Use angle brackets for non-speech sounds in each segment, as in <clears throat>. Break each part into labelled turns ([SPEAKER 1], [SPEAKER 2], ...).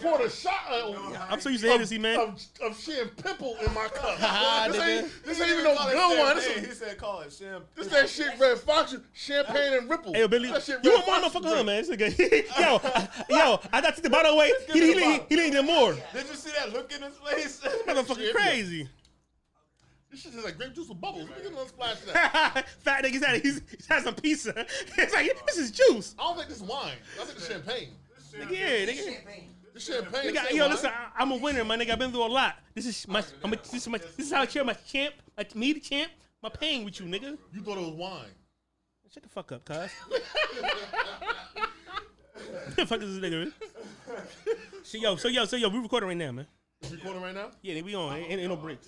[SPEAKER 1] poured a shot of,
[SPEAKER 2] I'm so used to Hennessy, man.
[SPEAKER 1] of, of shit pimple in my
[SPEAKER 2] <laughs>
[SPEAKER 1] cup.
[SPEAKER 2] Ha,
[SPEAKER 1] this,
[SPEAKER 2] nigga.
[SPEAKER 1] ain't, this ain't even no good one. This,
[SPEAKER 3] He
[SPEAKER 1] is-
[SPEAKER 3] said, "Call it Sam."
[SPEAKER 1] this that shit Red Fox, champagne and ripple.
[SPEAKER 2] Hey, yo, Billy,
[SPEAKER 1] that shit
[SPEAKER 2] you
[SPEAKER 1] Red
[SPEAKER 2] want more
[SPEAKER 1] Fox
[SPEAKER 2] motherfucker, huh, man? It's a good. <laughs> yo, I, yo, I got to the bottle away. He he he, he didn't get more.
[SPEAKER 3] Did you see that look in his face?
[SPEAKER 2] Motherfucker, crazy. <laughs>
[SPEAKER 1] This shit is like grape juice with bubbles. Nigga, don't splash that.
[SPEAKER 2] Fat nigga's had he's, he's had some pizza. <laughs> It's like this is juice.
[SPEAKER 1] I don't think this is wine. I think it's champagne.
[SPEAKER 2] Nigga, yeah, nigga.
[SPEAKER 1] This champagne.
[SPEAKER 2] Nigga,
[SPEAKER 1] this
[SPEAKER 2] yo,
[SPEAKER 1] ain't
[SPEAKER 2] listen,
[SPEAKER 1] wine.
[SPEAKER 2] I, I'm a winner, my nigga. I've been through a lot. This is my, I'm a, this is my, this is how I cheer my champ, my, me the champ, my pain with you, nigga.
[SPEAKER 1] You thought it was wine.
[SPEAKER 2] Shut the fuck up, cuz. <laughs> the fuck is this nigga? so yo, so yo, so yo, we recording right now, man.
[SPEAKER 1] It's recording right now.
[SPEAKER 2] Yeah, we on. Ain't, ain't no breaks.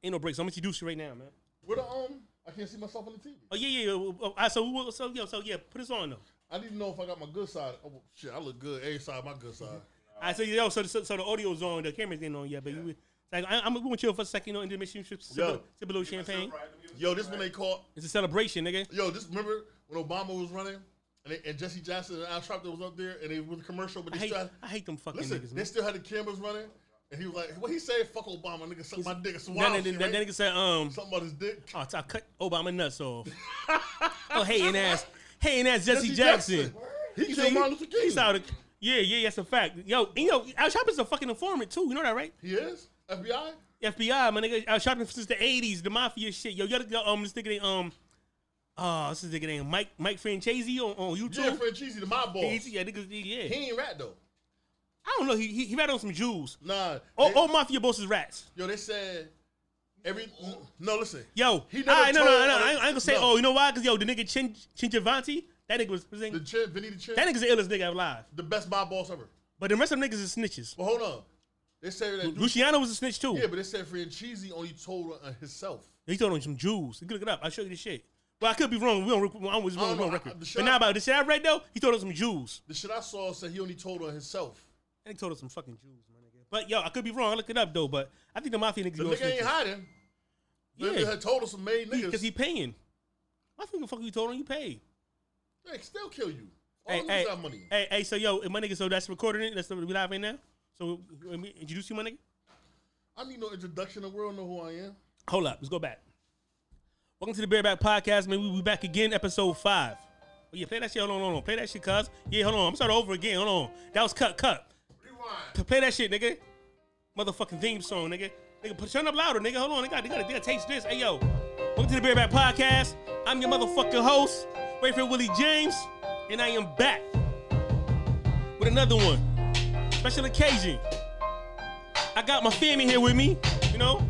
[SPEAKER 2] Ain't no breaks. I'm gonna introduce you right now, man.
[SPEAKER 1] Where the um? I can't see myself on the TV.
[SPEAKER 2] Oh yeah, yeah. yeah. Oh, I, so we will- so yo, so yeah, put us on though.
[SPEAKER 1] I need to know if I got my good side. Oh shit, I look good. Every side, my good side.
[SPEAKER 2] I so yo, so, so so the audio's on, the camera's ain't on yet, but you. Like, I, I'm gonna chill for a second, you know, and then make sure you sip, sip,
[SPEAKER 1] Yo.
[SPEAKER 2] a- sip a little champagne.
[SPEAKER 1] Yo, this when they caught.
[SPEAKER 2] It's a celebration, nigga.
[SPEAKER 1] Yo, this remember when Obama was running and, they, and Jesse Jackson and Al Sharpton was up there and they was a commercial, but
[SPEAKER 2] I
[SPEAKER 1] they
[SPEAKER 2] hate,
[SPEAKER 1] still had-
[SPEAKER 2] I hate them fucking
[SPEAKER 1] listen,
[SPEAKER 2] niggas,
[SPEAKER 1] they
[SPEAKER 2] man.
[SPEAKER 1] still had the cameras running. And he was like, "What he said? Fuck Obama, nigga, suck my dick." Some
[SPEAKER 2] That,
[SPEAKER 1] wild
[SPEAKER 2] nigga-
[SPEAKER 1] shit,
[SPEAKER 2] that,
[SPEAKER 1] right?
[SPEAKER 2] that nigga said, um,
[SPEAKER 1] Something about his dick.
[SPEAKER 2] oh, I cut Obama nuts off.
[SPEAKER 1] <laughs>
[SPEAKER 2] oh, hey, and ass, hey, and ass Jesse, Jackson.
[SPEAKER 1] He
[SPEAKER 2] So
[SPEAKER 1] killed
[SPEAKER 2] you-
[SPEAKER 1] Martin Luther King.
[SPEAKER 2] you saw the- yeah, yeah, that's a fact. Yo, and yo, Al Sharpton's a fucking informant too. You know that, right?
[SPEAKER 1] He is FBI.
[SPEAKER 2] FBI, my nigga. Al Sharpton since the '80s, the mafia shit. Yo, yo, yo um, this nigga named um, uh, this nigga named Mike Mike Franchese on, on YouTube.
[SPEAKER 1] Yeah, Fred Cheesy, the my boss.
[SPEAKER 2] He- yeah, niggas,
[SPEAKER 1] He
[SPEAKER 2] yeah.
[SPEAKER 1] ain't rat though.
[SPEAKER 2] I don't know. He he, he rat on some Jews.
[SPEAKER 1] Nah.
[SPEAKER 2] All,
[SPEAKER 1] they-
[SPEAKER 2] all mafia bosses rats.
[SPEAKER 1] Yo, they said every. No, listen.
[SPEAKER 2] Yo,
[SPEAKER 1] He never
[SPEAKER 2] I, no, no,
[SPEAKER 1] told-
[SPEAKER 2] no, no, I ain't I ain't gonna say.
[SPEAKER 1] No.
[SPEAKER 2] Oh, you know why? Because yo, the nigga Chin Chin Givanti, that nigga was his name-
[SPEAKER 1] The chin, Vinny the chin.
[SPEAKER 2] that nigga's the illest nigga alive.
[SPEAKER 1] the best mob boss ever.
[SPEAKER 2] But the rest of them niggas is snitches.
[SPEAKER 1] But hold on. They said that. Dude,
[SPEAKER 2] Luciano was a snitch too.
[SPEAKER 1] yeah, but they said Franchise only told on himself.
[SPEAKER 2] He told on some Jews. You can look it up. I'll show you the shit. Well, I could be wrong. We don't. rec- I was
[SPEAKER 1] I don't
[SPEAKER 2] wrong, wrong
[SPEAKER 1] know.
[SPEAKER 2] record.
[SPEAKER 1] I- the shit
[SPEAKER 2] but
[SPEAKER 1] I-
[SPEAKER 2] now about the shit I read though, he told on some Jews.
[SPEAKER 1] The shit I saw said he only told on himself.
[SPEAKER 2] I think he told on some fucking Jews, my nigga. But yo, I could be wrong. I looked it up though. But I think the mafia niggas.
[SPEAKER 1] The
[SPEAKER 2] be on
[SPEAKER 1] nigga ain't
[SPEAKER 2] snitches.
[SPEAKER 1] hiding. Yeah. They
[SPEAKER 2] Yeah.
[SPEAKER 1] had told us some made niggas.
[SPEAKER 2] Because he paying. I think the fuck you told on you pay.
[SPEAKER 1] they still kill you. All
[SPEAKER 2] Hey,
[SPEAKER 1] niggas
[SPEAKER 2] hey,
[SPEAKER 1] got money.
[SPEAKER 2] hey, hey, so yo, my nigga, so that's recording it. That's we live right now. So let me introduce you, my nigga.
[SPEAKER 1] I need no introduction. The world know who I am.
[SPEAKER 2] Hold up, let's go back. Welcome to the Bareback Podcast, man. We be back again, episode five. Oh yeah, play that shit. Hold on, hold on, play that shit, cuz. Yeah, hold on. I'm starting over again. Hold on. That was cut, cut. P- Play that shit, nigga. Motherfucking theme song, nigga. Nigga, put turn up louder, nigga. Hold on, they got, they got, they got taste this. Hey yo, welcome to the Bareback Podcast. I'm your motherfucking host, Rayford Willie James, and I am back with another one. Special occasion. I got my family here with me, you know.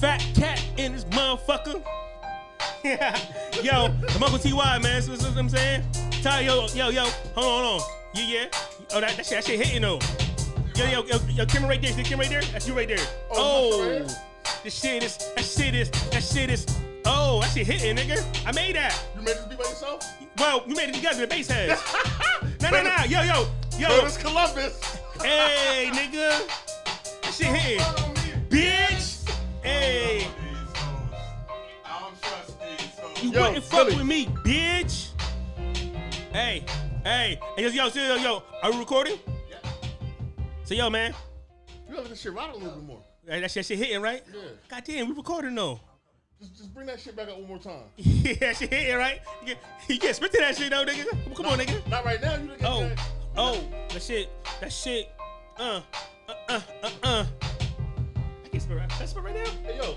[SPEAKER 2] Fat cat in this motherfucker. <laughs> yo, I'm Uncle TY, man. See what I'm saying? Ty, yo, yo, yo. Hold on, hold on. Yeah, yeah. Oh, that, that, shit, that shit hitting though. Yo, yo, yo, yo, camera right there. See the camera right there? That's you right there.
[SPEAKER 1] Oh, my
[SPEAKER 2] Oh,
[SPEAKER 1] friend.
[SPEAKER 2] this shit is, that shit is, that shit is. Oh, that shit hitting, nigga. I made that.
[SPEAKER 1] You made this be by yourself?
[SPEAKER 2] Well, we made it together, the bass heads.
[SPEAKER 1] <laughs>
[SPEAKER 2] no, no, no. Yo, yo,
[SPEAKER 1] Yo,
[SPEAKER 2] yo.
[SPEAKER 1] this Columbus.
[SPEAKER 2] hey, nigga. That shit hitting. Bitch. Hey.
[SPEAKER 3] I don't trust these hoes.
[SPEAKER 2] You
[SPEAKER 1] Yo,
[SPEAKER 2] wouldn't fuck
[SPEAKER 1] Philly.
[SPEAKER 2] with me, bitch. Hey, hey, hey, yo, yo, yo, yo, are we recording?
[SPEAKER 3] Yeah.
[SPEAKER 2] So, yo, man,
[SPEAKER 1] You gotta let this shit ride a little bit more.
[SPEAKER 2] hey, that shit, that shit hitting, right?
[SPEAKER 1] Yeah.
[SPEAKER 2] God damn, we recording though. <laughs>
[SPEAKER 1] Just, just bring that shit back up one more time.
[SPEAKER 2] yeah, that shit hitting, right? You get, you get spit to that shit though, nigga. Come on, nigga.
[SPEAKER 1] Not right now. You didn't get
[SPEAKER 2] Oh,
[SPEAKER 1] that.
[SPEAKER 2] oh, that shit, that shit, uh, uh, uh, uh, uh. I can't spit right, can I spit right now?
[SPEAKER 1] Hey, yo.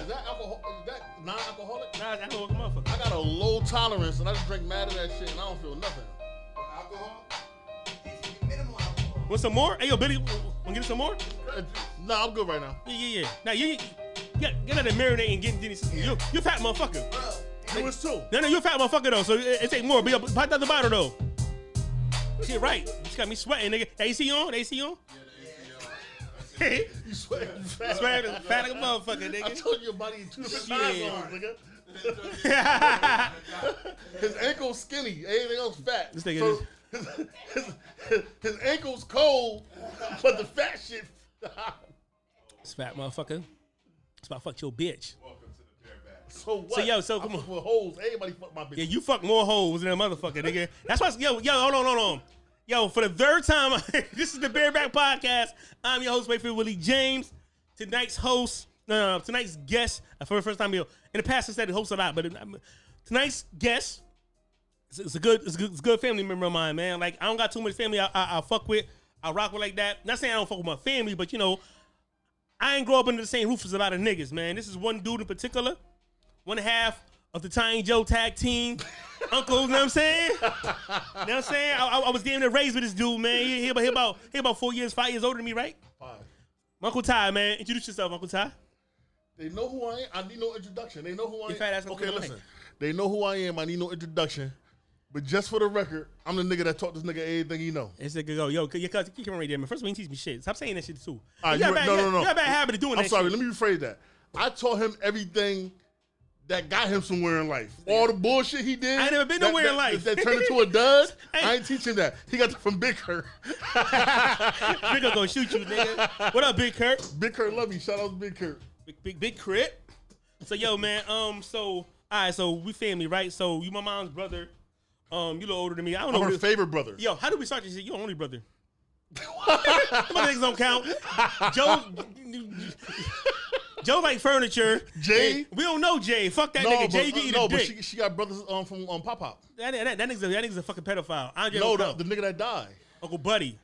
[SPEAKER 1] Is that alcohol? Is that non-alcoholic?
[SPEAKER 2] Nah, I don't know motherfucker.
[SPEAKER 1] I got a low tolerance, and I just drink mad of that shit, and I don't feel nothing.
[SPEAKER 3] Alcohol?
[SPEAKER 2] Want some more? Hey, yo, Billy, wanna get some more?
[SPEAKER 1] Uh, Nah, I'm good right now.
[SPEAKER 2] Yeah, yeah, yeah. Now, you, you, get, get out of marinade and get in this. You, you a fat motherfucker.
[SPEAKER 1] It was two.
[SPEAKER 2] No, no, you're a fat motherfucker though, so it, it take more. But yo, pop out the bottle though. Shit, right? She got me sweating, nigga. The AC on? The AC on? Yeah, the AC on.
[SPEAKER 1] <laughs> You swear you fat.
[SPEAKER 2] Sweating is fat like a motherfucker,
[SPEAKER 1] I
[SPEAKER 2] <laughs> nigga.
[SPEAKER 1] told you your body in two different time
[SPEAKER 2] Shit.
[SPEAKER 1] zones, nigga. <laughs> His ankle's skinny, everything else fat.
[SPEAKER 2] This nigga
[SPEAKER 1] So, his, his, <laughs> his ankle's cold, but the fat shit. <laughs>
[SPEAKER 2] it's fat motherfucker. It's about fuck your bitch.
[SPEAKER 1] so what?
[SPEAKER 2] yo, so come
[SPEAKER 1] I
[SPEAKER 2] on.
[SPEAKER 1] fuck With holes, everybody fuck my bitch.
[SPEAKER 2] Yeah, you fuck more hoes than a motherfucker, nigga. That's why, yo, yo, hold on, hold on. Yo, for the third time, <laughs> this is the Bareback Podcast. I'm your host, Wakefield Willie James. Tonight's host, no, no, no, tonight's guest, uh, for the first time, you know, in the past I said host a lot, but um, tonight's guest, it's, it's a good, it's a good, it's a good family member of mine, man. Like I don't got too much family I, I, I fuck with, I rock with like that. Not saying I don't fuck with my family, but you know, I ain't grow up under the same roof as a lot of niggas, man. This is one dude in particular, one half of the Tiny Joe tag team, uncle. You know what I'm saying? You know what I'm saying? I, I, I was damn near raised with this dude, man. He, he about he about he about four years, five years older than me, right?
[SPEAKER 1] Fine.
[SPEAKER 2] My Uncle Ty, man, introduce yourself, Uncle Ty.
[SPEAKER 1] They know who I am. I need no introduction. They know who I
[SPEAKER 2] In
[SPEAKER 1] am.
[SPEAKER 2] fact, that's what
[SPEAKER 1] okay,
[SPEAKER 2] I'm
[SPEAKER 1] listen.
[SPEAKER 2] like.
[SPEAKER 1] They know who I am. I need no introduction. But just for the record, I'm the nigga that taught this nigga everything he know.
[SPEAKER 2] It's a good go. Yo, your cousin, keep coming right there, man. First of all, he teach me shit. Stop saying that shit too.
[SPEAKER 1] All right,
[SPEAKER 2] you got
[SPEAKER 1] you-
[SPEAKER 2] a bad,
[SPEAKER 1] no,
[SPEAKER 2] you got-
[SPEAKER 1] no, no.
[SPEAKER 2] You got a bad habit of doing
[SPEAKER 1] I'm
[SPEAKER 2] that.
[SPEAKER 1] sorry.
[SPEAKER 2] shit.
[SPEAKER 1] Let me rephrase that. I taught him everything that got him somewhere in life. All the bullshit he did.
[SPEAKER 2] I ain't never been
[SPEAKER 1] that-
[SPEAKER 2] nowhere in
[SPEAKER 1] that-
[SPEAKER 2] life.
[SPEAKER 1] That turned into a dud.
[SPEAKER 2] <laughs> Hey.
[SPEAKER 1] I ain't teach him that. He got that from Big Kurt.
[SPEAKER 2] Big Kurt gonna shoot you,
[SPEAKER 1] <laughs>
[SPEAKER 2] nigga. What up, Big Kurt?
[SPEAKER 1] <laughs> Big Kurt love you. Shout out to Big Kurt.
[SPEAKER 2] Big, big, big crit. So yo, man. Um. So all right. So we family, right? So you my mom's brother. Um. You a little older than me. I don't
[SPEAKER 1] I'm
[SPEAKER 2] know.
[SPEAKER 1] her
[SPEAKER 2] really-
[SPEAKER 1] favorite brother.
[SPEAKER 2] Yo, how do we start this shit? You only brother.
[SPEAKER 1] <laughs>
[SPEAKER 2] My niggas don't count. Joe. Joe like furniture.
[SPEAKER 1] Jay?
[SPEAKER 2] We don't know Jay. Fuck that nigga. Jay
[SPEAKER 1] but,
[SPEAKER 2] can eat
[SPEAKER 1] no,
[SPEAKER 2] a dick.
[SPEAKER 1] but she, she got brothers um, from um, Pop Pop.
[SPEAKER 2] that, that, that, nigga's a, that nigga's a fucking pedophile. Andre
[SPEAKER 1] No,
[SPEAKER 2] don't
[SPEAKER 1] the,
[SPEAKER 2] count.
[SPEAKER 1] the nigga that died
[SPEAKER 2] Uncle Buddy.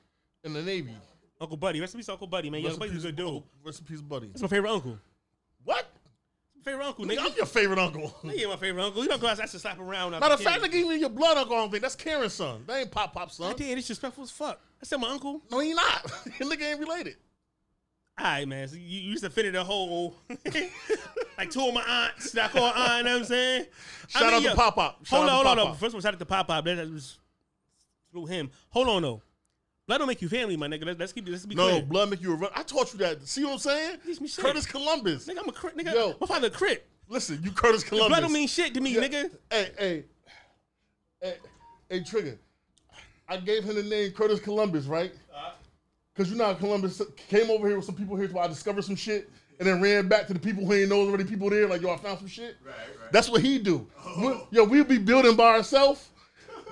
[SPEAKER 1] in the Navy.
[SPEAKER 2] Uncle Buddy. Rest in peace, Uncle Buddy, man. Yo,
[SPEAKER 1] Rest in
[SPEAKER 2] Buddy's a
[SPEAKER 1] peace,
[SPEAKER 2] good dude.
[SPEAKER 1] Uncle- Rest in peace, buddy.
[SPEAKER 2] That's my favorite uncle.
[SPEAKER 1] What?
[SPEAKER 2] Favorite uncle,
[SPEAKER 1] Nigga, I'm
[SPEAKER 2] <laughs> nigga.
[SPEAKER 1] your favorite uncle.
[SPEAKER 2] He ain't my favorite uncle. You don't go outside to slap around.
[SPEAKER 1] Matter of fact, nigga, even your blood uncle, I don't think that's Karen's son. That ain't Pop Pop's son.
[SPEAKER 2] damn, disrespectful as fuck. I said my uncle.
[SPEAKER 1] No, he not. <laughs> nigga ain't related.
[SPEAKER 2] All right, man. So you, you just offended a whole, <laughs> like two of my aunts. That I call aunt. You know what I'm saying?
[SPEAKER 1] Shout out to Pop Pop. Shout
[SPEAKER 2] Hold
[SPEAKER 1] out
[SPEAKER 2] on,
[SPEAKER 1] to Pop
[SPEAKER 2] hold on, hold on.
[SPEAKER 1] Pop.
[SPEAKER 2] First of all, shout out to Pop Pop. That, that was through him. Hold on though. Blood don't make you family, my nigga. Let's, let's keep. Let's be
[SPEAKER 1] No,
[SPEAKER 2] clear.
[SPEAKER 1] blood make you a run. I taught you that. See what I'm saying?
[SPEAKER 2] Teach me shit.
[SPEAKER 1] Curtis Columbus.
[SPEAKER 2] Nigga, I'm a crit. Nigga,
[SPEAKER 1] Yo.
[SPEAKER 2] my father a crit.
[SPEAKER 1] Listen, you Curtis Columbus.
[SPEAKER 2] Blood don't mean shit to me,
[SPEAKER 1] Yeah.
[SPEAKER 2] nigga.
[SPEAKER 1] Hey, hey, hey, hey, Trigger. I gave him the name Curtis Columbus, right?
[SPEAKER 2] Uh-huh.
[SPEAKER 1] Because you know how Columbus came over here with some people here to I discovered some shit and then ran back to the people who ain't know already people there, like, yo, I found some shit.
[SPEAKER 3] Right, right.
[SPEAKER 1] That's what he do.
[SPEAKER 2] Oh.
[SPEAKER 1] We- Yo, we be building by ourselves.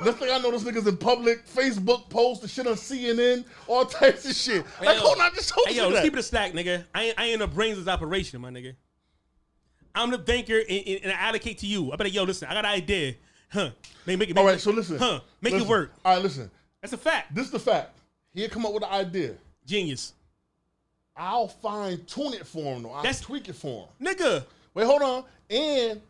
[SPEAKER 1] Next thing I know, this nigga's in public, Facebook posts, the shit on CNN, all types of shit. Like,
[SPEAKER 2] yo.
[SPEAKER 1] hold on, I just told
[SPEAKER 2] Hey,
[SPEAKER 1] you
[SPEAKER 2] yo,
[SPEAKER 1] that.
[SPEAKER 2] let's keep it a stack, nigga. I ain't, I ain't the brains of this operation, my nigga. I'm the banker, and, and, and I allocate to you. I better, yo, listen, I got an idea. Huh. Make, make, it- make,
[SPEAKER 1] all right,
[SPEAKER 2] it-
[SPEAKER 1] so listen.
[SPEAKER 2] Huh. Make
[SPEAKER 1] Listen.
[SPEAKER 2] it work.
[SPEAKER 1] All right, listen.
[SPEAKER 2] That's a fact.
[SPEAKER 1] This is the fact. He'll come up with an idea.
[SPEAKER 2] Genius.
[SPEAKER 1] I'll fine tune it for him though. I'll
[SPEAKER 2] That's-
[SPEAKER 1] tweak it for him.
[SPEAKER 2] Nigga.
[SPEAKER 1] Wait, hold on. And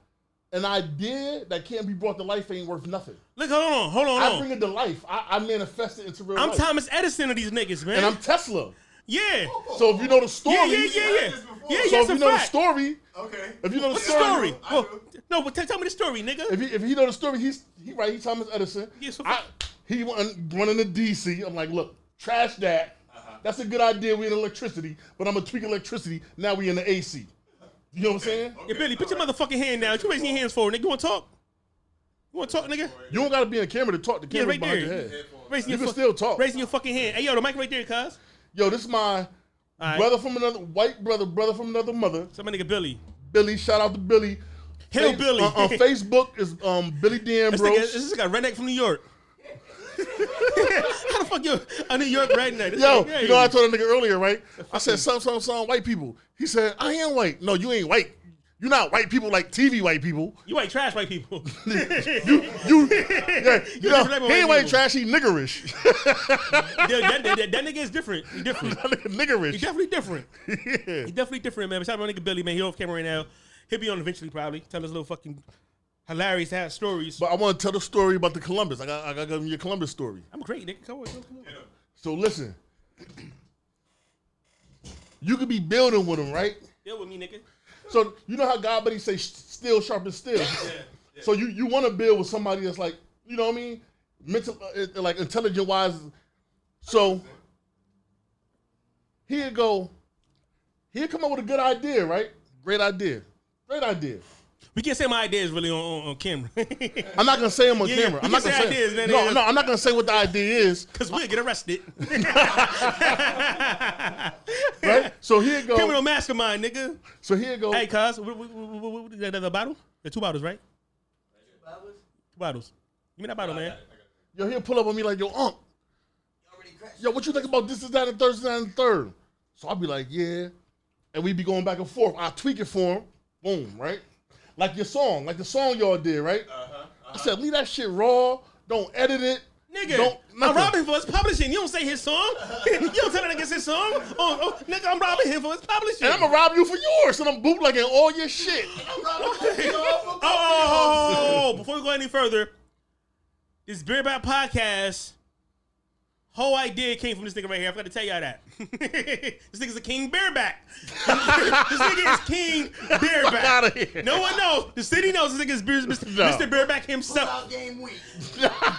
[SPEAKER 1] an idea that can't be brought to life ain't worth nothing.
[SPEAKER 2] Look, hold on, hold on,
[SPEAKER 1] I
[SPEAKER 2] hold
[SPEAKER 1] bring
[SPEAKER 2] on.
[SPEAKER 1] it to life. I, I manifest it into real
[SPEAKER 2] I'm
[SPEAKER 1] life.
[SPEAKER 2] Thomas Edison of these niggas, man.
[SPEAKER 1] and I'm Tesla.
[SPEAKER 2] yeah.
[SPEAKER 1] So if you know the story,
[SPEAKER 2] Yeah, yeah, yeah, yeah. Yeah,
[SPEAKER 1] So
[SPEAKER 2] yeah,
[SPEAKER 1] if
[SPEAKER 2] it's
[SPEAKER 1] you
[SPEAKER 2] a
[SPEAKER 1] know the
[SPEAKER 2] fact.
[SPEAKER 1] story,
[SPEAKER 3] Okay.
[SPEAKER 1] if you know the
[SPEAKER 2] What's the
[SPEAKER 1] story,
[SPEAKER 2] story?
[SPEAKER 3] I
[SPEAKER 2] Well,
[SPEAKER 3] do.
[SPEAKER 2] no, but tell, tell me the story, nigga.
[SPEAKER 1] If he, if he know the story, he's he right. He Thomas Edison.
[SPEAKER 2] Yeah, so-
[SPEAKER 1] I, he run, running to DC. I'm like, look, trash that.
[SPEAKER 2] Uh-huh.
[SPEAKER 1] That's a good idea. We in electricity, but I'm gonna tweak electricity. Now we in the AC. You know what I'm saying?
[SPEAKER 2] Yeah, Billy, put your motherfucking hand down. You raising your hands forward, nigga. You want to talk? You want to talk, nigga?
[SPEAKER 1] You don't gotta be in the camera to talk. The
[SPEAKER 2] Yeah,
[SPEAKER 1] camera
[SPEAKER 2] right
[SPEAKER 1] behind your
[SPEAKER 2] there.
[SPEAKER 1] head.
[SPEAKER 2] Raising
[SPEAKER 1] You
[SPEAKER 2] your
[SPEAKER 1] can
[SPEAKER 2] fuck-
[SPEAKER 1] still talk.
[SPEAKER 2] Raising your fucking hand. Hey, yo, the mic right there, cuz.
[SPEAKER 1] Yo, this is my
[SPEAKER 2] right.
[SPEAKER 1] brother from another white brother, brother from another mother.
[SPEAKER 2] So my nigga Billy.
[SPEAKER 1] Billy, shout out to Billy.
[SPEAKER 2] Hill
[SPEAKER 1] Face-
[SPEAKER 2] Billy.
[SPEAKER 1] uh,
[SPEAKER 2] <laughs>
[SPEAKER 1] on Facebook is um Billy
[SPEAKER 2] This nigga,
[SPEAKER 1] D'Ambrose.
[SPEAKER 2] this is like a redneck from New York. <laughs> How the fuck you a New York redneck? This
[SPEAKER 1] Yo,
[SPEAKER 2] nigga-
[SPEAKER 1] you know what I told that nigga earlier, right? I said some some some white people. He said I am white. No, you ain't white. You're not white people like TV white people.
[SPEAKER 2] you ain't trash white people.
[SPEAKER 1] <laughs> You you
[SPEAKER 2] <laughs>
[SPEAKER 1] yeah, you
[SPEAKER 2] You
[SPEAKER 1] know
[SPEAKER 2] just label
[SPEAKER 1] he ain't
[SPEAKER 2] white
[SPEAKER 1] white
[SPEAKER 2] people.
[SPEAKER 1] trash. He niggerish. <laughs>
[SPEAKER 2] that, that- that- that nigga is different. He different. He
[SPEAKER 1] niggerish.
[SPEAKER 2] definitely different.
[SPEAKER 1] Yeah.
[SPEAKER 2] He definitely different, man. But shout out my nigga Billy, man. He off camera right now. He'll be on eventually, probably. Tell us little fucking hilarious ass stories.
[SPEAKER 1] But I want to tell the story about the Columbus. I got I got to give him your Columbus story.
[SPEAKER 2] I'm great, nigga. Come on, come on.
[SPEAKER 1] So listen, you could be building with him, right?
[SPEAKER 2] Deal with me, nigga.
[SPEAKER 1] So you know how God, but He say, "Still sharp as steel." So you you want to build with somebody that's like, you know what I mean, mental, uh, uh, like intelligent wise. So he'll go, he'll come up with a good idea, right? Great idea, great idea.
[SPEAKER 2] We can't say my idea is really on, on, on camera. <laughs> Because
[SPEAKER 1] I'm not gonna say him on
[SPEAKER 2] Yeah, yeah,
[SPEAKER 1] camera.
[SPEAKER 2] you
[SPEAKER 1] I'm not
[SPEAKER 2] can
[SPEAKER 1] gonna
[SPEAKER 2] say
[SPEAKER 1] say
[SPEAKER 2] ideas, man.
[SPEAKER 1] no, no. I'm not gonna say what the idea is,
[SPEAKER 2] we'll get arrested. <laughs>
[SPEAKER 1] right? So here go.
[SPEAKER 2] Criminal mastermind, nigga.
[SPEAKER 1] So here go.
[SPEAKER 2] Hey, cuz, what- what- what- what- what- that- that- the bottle? The two bottles, right? Two bottles. Give me that bottle, man.
[SPEAKER 1] Yo, he'll pull up on me like, yo, ump, yo, what you think about this is that and Thursday night and third? So I'd be like, yeah. And we'd be going back and forth. I tweak it for him. Boom, right? Like your song, like the song y'all did, right?
[SPEAKER 2] Uh-huh,
[SPEAKER 1] I said, leave that shit raw. Don't edit it.
[SPEAKER 2] Nigga,
[SPEAKER 1] don't
[SPEAKER 2] I'm
[SPEAKER 1] nothing.
[SPEAKER 2] robbing him for his publishing. You don't say his song. <laughs> you don't tell that nigga it's his song. Oh, oh, nigga, I'm robbing him for his publishing.
[SPEAKER 1] and I'm gonna rob you for yours, and I'm bootlegging all your shit.
[SPEAKER 2] oh, oh, oh, before we go any further, this Beer Bat podcast whole idea came from this nigga right here. I forgot to tell y'all that. <laughs> this nigga's a king bearback. <laughs> this nigga is king bearback.
[SPEAKER 1] outta here.
[SPEAKER 2] No one knows. The city knows this nigga is Beer- Mr.
[SPEAKER 1] No.
[SPEAKER 2] Mr. Bearback himself.
[SPEAKER 3] About game week.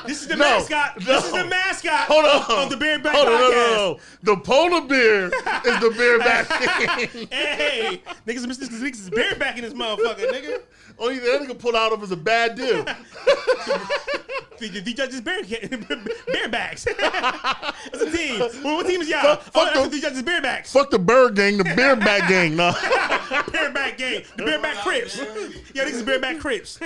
[SPEAKER 2] This is the
[SPEAKER 1] No,
[SPEAKER 2] mascot. This is
[SPEAKER 1] no.
[SPEAKER 2] the mascot
[SPEAKER 1] Hold on.
[SPEAKER 2] of the Bearback
[SPEAKER 1] Hold on,
[SPEAKER 2] podcast.
[SPEAKER 1] no, no, no. The polar
[SPEAKER 2] <laughs>
[SPEAKER 1] bear is the bear back.
[SPEAKER 2] Hey, niggas, Mr. Niggas is bareback in this motherfucker, nigga.
[SPEAKER 1] Only that nigga pulled out of is a bad deal.
[SPEAKER 2] The, the, the judges bare, <laughs> barebacks.
[SPEAKER 1] <laughs>
[SPEAKER 2] That's a team. Well, what team is y'all?
[SPEAKER 1] Uh, Fuck- fuck
[SPEAKER 2] oh, that's
[SPEAKER 1] them.
[SPEAKER 2] the judges barebacks.
[SPEAKER 1] Fuck the bird gang, the bear back gang. No. <laughs>
[SPEAKER 2] Bareback gang. The bareback crips. <laughs> Yo, niggas is bareback crips. <laughs>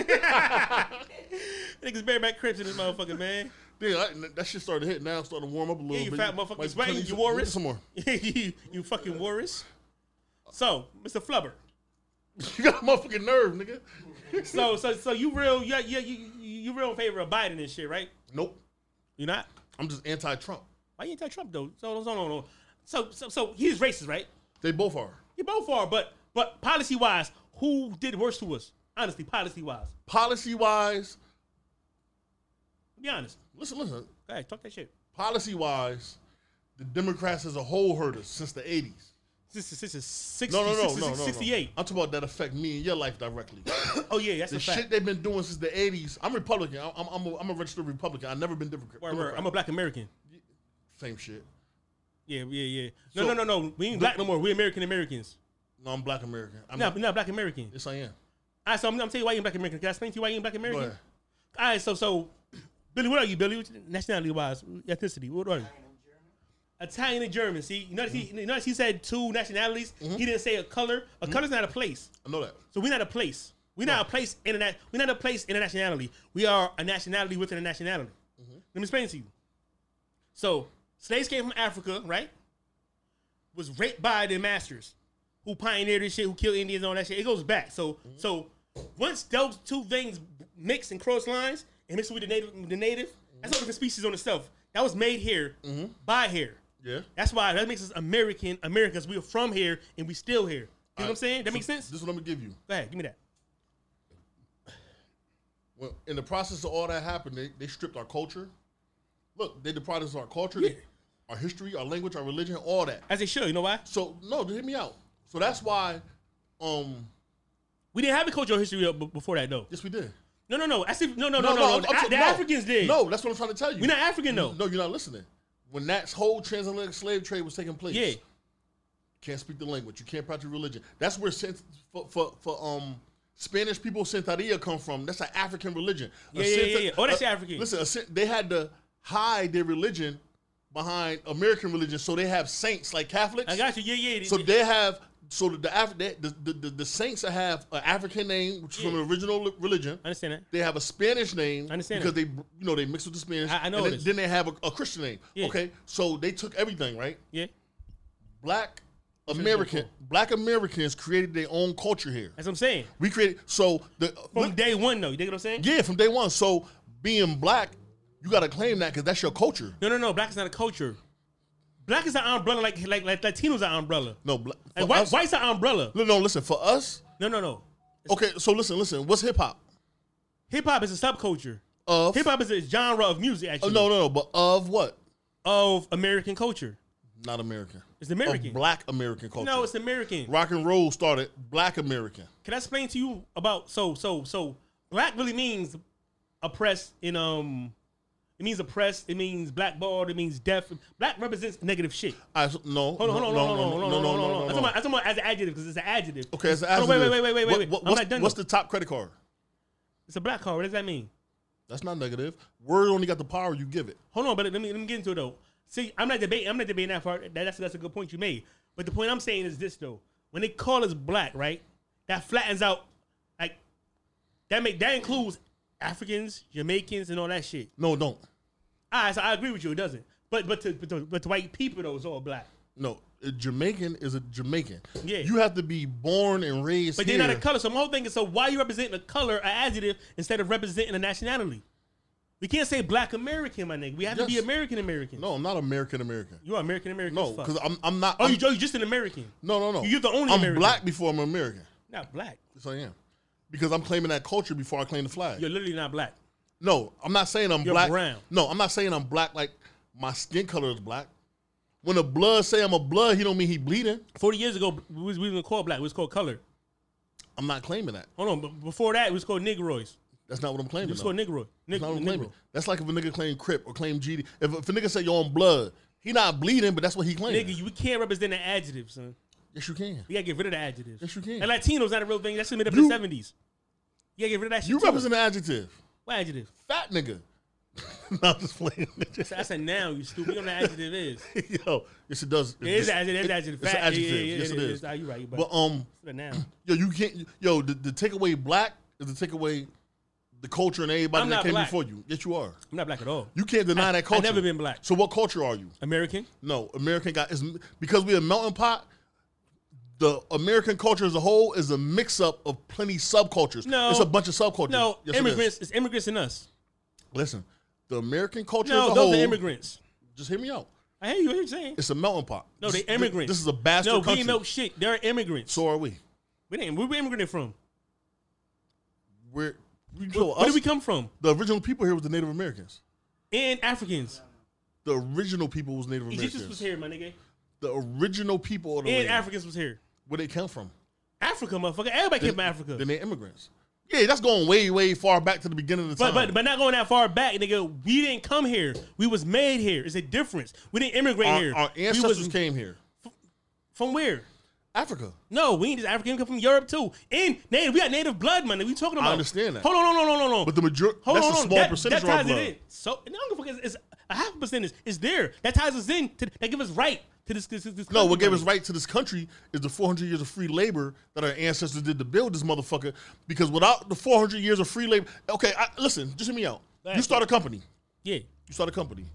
[SPEAKER 2] niggas bareback crips in this motherfucker, man.
[SPEAKER 1] Dude, I, that shit started hitting now, starting to warm up a little
[SPEAKER 2] Yeah, you
[SPEAKER 1] bit.
[SPEAKER 2] fat motherfucker.
[SPEAKER 1] Like,
[SPEAKER 2] It's sweating.
[SPEAKER 1] turn
[SPEAKER 2] You
[SPEAKER 1] these-
[SPEAKER 2] wore it.
[SPEAKER 1] Some more. <laughs>
[SPEAKER 2] <laughs> you, you fucking worris. So, Mr. Flubber.
[SPEAKER 1] You got a motherfucking nerve, nigga. <laughs>
[SPEAKER 2] So, so, so you real, yeah, yeah, you, you, you real in favor of Biden and shit, right?
[SPEAKER 1] Nope.
[SPEAKER 2] You not?
[SPEAKER 1] I'm just anti-Trump.
[SPEAKER 2] Why you anti Trump though? So, so, no, no. So, so, so he's racist, right?
[SPEAKER 1] They both are.
[SPEAKER 2] You both are, but but policy wise, who did worse to us? Honestly, policy wise,
[SPEAKER 1] Policy wise,
[SPEAKER 2] be honest.
[SPEAKER 1] listen, listen.
[SPEAKER 2] Go ahead, talk that shit.
[SPEAKER 1] Policy wise, the Democrats as a whole hurt us since the 80s.
[SPEAKER 2] This is this is 60,
[SPEAKER 1] No, no, no,
[SPEAKER 2] 60,
[SPEAKER 1] no, no, no.
[SPEAKER 2] 68.
[SPEAKER 1] I'm talking about that affect me and your life
[SPEAKER 2] <laughs>
[SPEAKER 1] directly.
[SPEAKER 2] Oh yeah, that's
[SPEAKER 1] the
[SPEAKER 2] a fact.
[SPEAKER 1] shit they've been doing since the 80s. I'm Republican. I'm, I'm, I'm, a, I'm a registered Republican. I've never been Democrat.
[SPEAKER 2] Word, word.
[SPEAKER 1] Democrat.
[SPEAKER 2] I'm a black American.
[SPEAKER 1] Same shit.
[SPEAKER 2] Yeah, yeah, yeah. No,
[SPEAKER 1] So-
[SPEAKER 2] no, no, no. We ain't black no more. We American Americans.
[SPEAKER 1] No, I'm black American. I'm
[SPEAKER 2] No, not black American.
[SPEAKER 1] Yes, I am.
[SPEAKER 2] All right, so I'm, I'm telling you why you ain't black American. Can I explain to you why you ain't black
[SPEAKER 1] Go
[SPEAKER 2] American?
[SPEAKER 1] ahead.
[SPEAKER 2] All right, so so, Billy, what are you, Billy? What you- Nationality wise, ethnicity, what are you? Italian and German. See, you notice, he, you notice he said two nationalities.
[SPEAKER 1] Mm-hmm.
[SPEAKER 2] He didn't say a color. A color's not a place.
[SPEAKER 1] I know that.
[SPEAKER 2] So we're not a place. We're not a place in a we're not a place in a nationality. We are a nationality within a nationality. Let me explain to you. So slaves came from Africa, right? Was raped by their masters, who pioneered this shit, who killed Indians, and all that shit. It goes back. So so once those two things mix and cross lines and mix with the native, the native, that's a different species on itself. That was made here by here.
[SPEAKER 1] Yeah.
[SPEAKER 2] That's why that makes us American Americans. We're from here and we still here. You know what I'm saying? That makes sense.
[SPEAKER 1] This is what I'm gonna give you.
[SPEAKER 2] Go ahead, give me that.
[SPEAKER 1] Well, in the process of all that happened, they, they stripped our culture. Look, they deprived us of our culture,
[SPEAKER 2] Yeah.
[SPEAKER 1] our history, our language, our religion, all that.
[SPEAKER 2] As they should, you know why?
[SPEAKER 1] So no, hit me out. So that's why, um,
[SPEAKER 2] We didn't have a cultural history up b- before that, though.
[SPEAKER 1] yes, we did.
[SPEAKER 2] No, no, no. I see. No, no, no, no. no,
[SPEAKER 1] I'm-
[SPEAKER 2] The,
[SPEAKER 1] I'm
[SPEAKER 2] Af-
[SPEAKER 1] so-
[SPEAKER 2] the
[SPEAKER 1] no.
[SPEAKER 2] Africans did.
[SPEAKER 1] No, that's what I'm trying to tell you.
[SPEAKER 2] we're not African though.
[SPEAKER 1] No, you're not listening. When that whole transatlantic slave trade was taking place,
[SPEAKER 2] Yeah.
[SPEAKER 1] can't speak the language, you can't practice religion. That's where sen- for, for for um Spanish people Santeria come from. That's an African religion. A
[SPEAKER 2] Yeah, yeah, yeah, yeah. Oh, that's
[SPEAKER 1] a-
[SPEAKER 2] African.
[SPEAKER 1] Listen, a sen- they had to hide their religion behind American religion, so they have saints like Catholics.
[SPEAKER 2] I got you. Yeah, yeah.
[SPEAKER 1] So
[SPEAKER 2] yeah.
[SPEAKER 1] they have so the the, Af- they- the, the, the the saints have an African name, which is from
[SPEAKER 2] Yeah.
[SPEAKER 1] the original li- religion.
[SPEAKER 2] I understand that.
[SPEAKER 1] They have a Spanish name
[SPEAKER 2] I understand
[SPEAKER 1] because they you know they mix with the Spanish.
[SPEAKER 2] I- I know
[SPEAKER 1] and
[SPEAKER 2] it
[SPEAKER 1] then,
[SPEAKER 2] is.
[SPEAKER 1] then they have a, a Christian name.
[SPEAKER 2] Yeah.
[SPEAKER 1] Okay, so they took everything right.
[SPEAKER 2] Yeah,
[SPEAKER 1] Black American, Black Americans created their own culture here.
[SPEAKER 2] that's what I'm saying.
[SPEAKER 1] We created so the
[SPEAKER 2] From day one, though. You dig what I'm saying?
[SPEAKER 1] yeah from day one. So being black, you got to claim that because that's your culture.
[SPEAKER 2] No, no, no. Black is not a culture. Black is an umbrella, like like like Latinos are umbrella.
[SPEAKER 1] No, black,
[SPEAKER 2] Like white,
[SPEAKER 1] us,
[SPEAKER 2] whites are umbrella.
[SPEAKER 1] no, no. Listen for us.
[SPEAKER 2] No, no, no.
[SPEAKER 1] Okay, so listen, listen. What's hip hop?
[SPEAKER 2] Hip hop is a subculture.
[SPEAKER 1] Of
[SPEAKER 2] Hip hop is a genre of music,
[SPEAKER 1] Oh,
[SPEAKER 2] actually,
[SPEAKER 1] no, no, no. But of what?
[SPEAKER 2] of American culture.
[SPEAKER 1] Not American.
[SPEAKER 2] It's American.
[SPEAKER 1] Of black American culture.
[SPEAKER 2] No, it's American.
[SPEAKER 1] rock and roll started black American.
[SPEAKER 2] Can I explain to you about so so so black really means oppressed in um it means oppressed, it means blackballed, it means deaf. Black represents negative shit.
[SPEAKER 1] I s- no.
[SPEAKER 2] Hold on, hold on,
[SPEAKER 1] no,
[SPEAKER 2] hold on, hold on,
[SPEAKER 1] no, no, no, no, no,
[SPEAKER 2] I'm
[SPEAKER 1] no,
[SPEAKER 2] talking
[SPEAKER 1] no.
[SPEAKER 2] about- I'm talking about as an adjective because it's an adjective.
[SPEAKER 1] Okay, it's an
[SPEAKER 2] Hold on, wait,
[SPEAKER 1] adjective.
[SPEAKER 2] wait, wait, wait, wait,
[SPEAKER 1] What-
[SPEAKER 2] wait.
[SPEAKER 1] what-
[SPEAKER 2] I'm
[SPEAKER 1] what's,
[SPEAKER 2] not done
[SPEAKER 1] what's
[SPEAKER 2] though.
[SPEAKER 1] the top credit card?
[SPEAKER 2] It's a black card. What does that mean?
[SPEAKER 1] That's not negative. Word only got the power you give it.
[SPEAKER 2] Hold on, but let me let me get into it though. See, I'm not debating. I'm not debating that part. That, that's that's a good point you made. But the point I'm saying is this though: when they call us black, right, that flattens out, like that make that includes Africans, Jamaicans, and all that shit.
[SPEAKER 1] No, don't.
[SPEAKER 2] All right, so I agree with you. It doesn't. But but to, but to, but to white people though, it's all black.
[SPEAKER 1] No, a Jamaican is a Jamaican.
[SPEAKER 2] Yeah.
[SPEAKER 1] You have to be born and raised
[SPEAKER 2] But
[SPEAKER 1] here.
[SPEAKER 2] they're not a color. So my whole thing is, so why you representing a color, an adjective, instead of representing a nationality? We can't say black American, my nigga. We have to be
[SPEAKER 1] Yes.
[SPEAKER 2] American American.
[SPEAKER 1] No, I'm not American American.
[SPEAKER 2] You are American American.
[SPEAKER 1] No,
[SPEAKER 2] as fuck.
[SPEAKER 1] because I'm I'm not.
[SPEAKER 2] oh,
[SPEAKER 1] I'm,
[SPEAKER 2] you you just an American,
[SPEAKER 1] no no no.
[SPEAKER 2] you're the only
[SPEAKER 1] I'm
[SPEAKER 2] American.
[SPEAKER 1] black before I'm American.
[SPEAKER 2] not black.
[SPEAKER 1] Yes, I am. Because I'm claiming that culture before I claim the flag.
[SPEAKER 2] You're literally not black.
[SPEAKER 1] No, I'm not saying I'm
[SPEAKER 2] You're
[SPEAKER 1] black.
[SPEAKER 2] brown.
[SPEAKER 1] No, I'm not saying I'm black like my skin color is black. When a blood say I'm a blood, he don't mean he bleeding.
[SPEAKER 2] Forty years ago, we was we was called black. We was called color.
[SPEAKER 1] I'm not claiming that.
[SPEAKER 2] Hold on, but before that, it was called negroids.
[SPEAKER 1] That's not what I'm
[SPEAKER 2] It
[SPEAKER 1] claiming.
[SPEAKER 2] was
[SPEAKER 1] though.
[SPEAKER 2] called negroid.
[SPEAKER 1] That's
[SPEAKER 2] Neg-
[SPEAKER 1] not what I'm
[SPEAKER 2] negro.
[SPEAKER 1] claiming. That's like if a nigga claim Crip or claim GD. If, if a nigga say you're on blood, he not bleeding, but that's what he claiming.
[SPEAKER 2] Nigga, you we can't represent an adjective, son.
[SPEAKER 1] yes, you can.
[SPEAKER 2] We gotta get rid of the adjectives.
[SPEAKER 1] Yes, you can.
[SPEAKER 2] And Latino's not a real thing. That's made up in
[SPEAKER 1] You-
[SPEAKER 2] the seventies. You gotta get rid of that shit.
[SPEAKER 1] You
[SPEAKER 2] too.
[SPEAKER 1] represent an adjective.
[SPEAKER 2] what adjective?
[SPEAKER 1] Fat nigga. <laughs> no, I'm just playing. <laughs>
[SPEAKER 2] So that's a noun. You stupid. You know what an adjective is.
[SPEAKER 1] yo, yes, it does.
[SPEAKER 2] It is an adjective. It's an adjective.
[SPEAKER 1] It's an
[SPEAKER 2] Fact. Yeah,
[SPEAKER 1] adjective.
[SPEAKER 2] yeah, yeah,
[SPEAKER 1] yes,
[SPEAKER 2] it
[SPEAKER 1] it
[SPEAKER 2] is.
[SPEAKER 1] is.
[SPEAKER 2] Nah, you right, you right.
[SPEAKER 1] But um,
[SPEAKER 2] It's a noun.
[SPEAKER 1] Yo, you can't. Yo, the, the take away black is to take away the culture and everybody
[SPEAKER 2] I'm
[SPEAKER 1] that
[SPEAKER 2] not
[SPEAKER 1] came
[SPEAKER 2] black.
[SPEAKER 1] before you. Yes, you are.
[SPEAKER 2] I'm not black at all.
[SPEAKER 1] You can't deny
[SPEAKER 2] I-
[SPEAKER 1] that culture.
[SPEAKER 2] I never been black.
[SPEAKER 1] So what culture are you?
[SPEAKER 2] American.
[SPEAKER 1] No, American guy is because we're a melting pot. The American culture as a whole is a mix up of plenty subcultures.
[SPEAKER 2] No.
[SPEAKER 1] it's a bunch of subcultures.
[SPEAKER 2] No,
[SPEAKER 1] Yes, it is.
[SPEAKER 2] immigrants. It's immigrants and us.
[SPEAKER 1] Listen, the American culture as
[SPEAKER 2] No,
[SPEAKER 1] a
[SPEAKER 2] those
[SPEAKER 1] whole.
[SPEAKER 2] are immigrants.
[SPEAKER 1] Just hear me out.
[SPEAKER 2] I hear you. What you're saying?
[SPEAKER 1] It's a melting pot.
[SPEAKER 2] No, they
[SPEAKER 1] This- thi-
[SPEAKER 2] immigrants.
[SPEAKER 1] This, is a bastard
[SPEAKER 2] No, we
[SPEAKER 1] country.
[SPEAKER 2] ain't no shit. They're immigrants.
[SPEAKER 1] so are we.
[SPEAKER 2] We didn't. Where we immigrated from?
[SPEAKER 1] We're we, so
[SPEAKER 2] Where
[SPEAKER 1] us-
[SPEAKER 2] did we come from?
[SPEAKER 1] the original people here was the Native Americans.
[SPEAKER 2] And Africans.
[SPEAKER 1] The original people was Native
[SPEAKER 2] Egyptians was
[SPEAKER 1] Americans. Oh,
[SPEAKER 2] here, my nigga.
[SPEAKER 1] The original people of the
[SPEAKER 2] And
[SPEAKER 1] land,
[SPEAKER 2] Africans was here.
[SPEAKER 1] where they come from.
[SPEAKER 2] Africa, motherfucker. Everybody came from Africa.
[SPEAKER 1] Then they immigrants. Yeah, that's going way, way far back to the beginning of the
[SPEAKER 2] But,
[SPEAKER 1] time.
[SPEAKER 2] but but not going that far back, nigga. We didn't come here. We was made here. It's a difference. We didn't immigrate
[SPEAKER 1] our,
[SPEAKER 2] here.
[SPEAKER 1] our
[SPEAKER 2] We was-
[SPEAKER 1] ancestors came here.
[SPEAKER 2] from where?
[SPEAKER 1] Africa.
[SPEAKER 2] No, we ain't just African. We come from Europe too. And native, we got native blood, man. We talking about.
[SPEAKER 1] understand that.
[SPEAKER 2] Hold on, no, no, no, no, no.
[SPEAKER 1] But the majority,
[SPEAKER 2] Hold
[SPEAKER 1] that's
[SPEAKER 2] on,
[SPEAKER 1] a
[SPEAKER 2] hold on.
[SPEAKER 1] small
[SPEAKER 2] that,
[SPEAKER 1] percentage
[SPEAKER 2] that
[SPEAKER 1] of our
[SPEAKER 2] ties it
[SPEAKER 1] blood.
[SPEAKER 2] in. So no, I don't give a fuck. It's, it's a half a percentage. It's there. That ties us in. To, that give us right to this. this, this
[SPEAKER 1] No, what
[SPEAKER 2] country,
[SPEAKER 1] gave us
[SPEAKER 2] buddy.
[SPEAKER 1] right to this country is the 400 years of free labor that our ancestors did to build this motherfucker. Because without the 400 years of free labor, okay, I, listen, just hear me out. You
[SPEAKER 2] That's
[SPEAKER 1] start a company.
[SPEAKER 2] Yeah,
[SPEAKER 1] You start a company.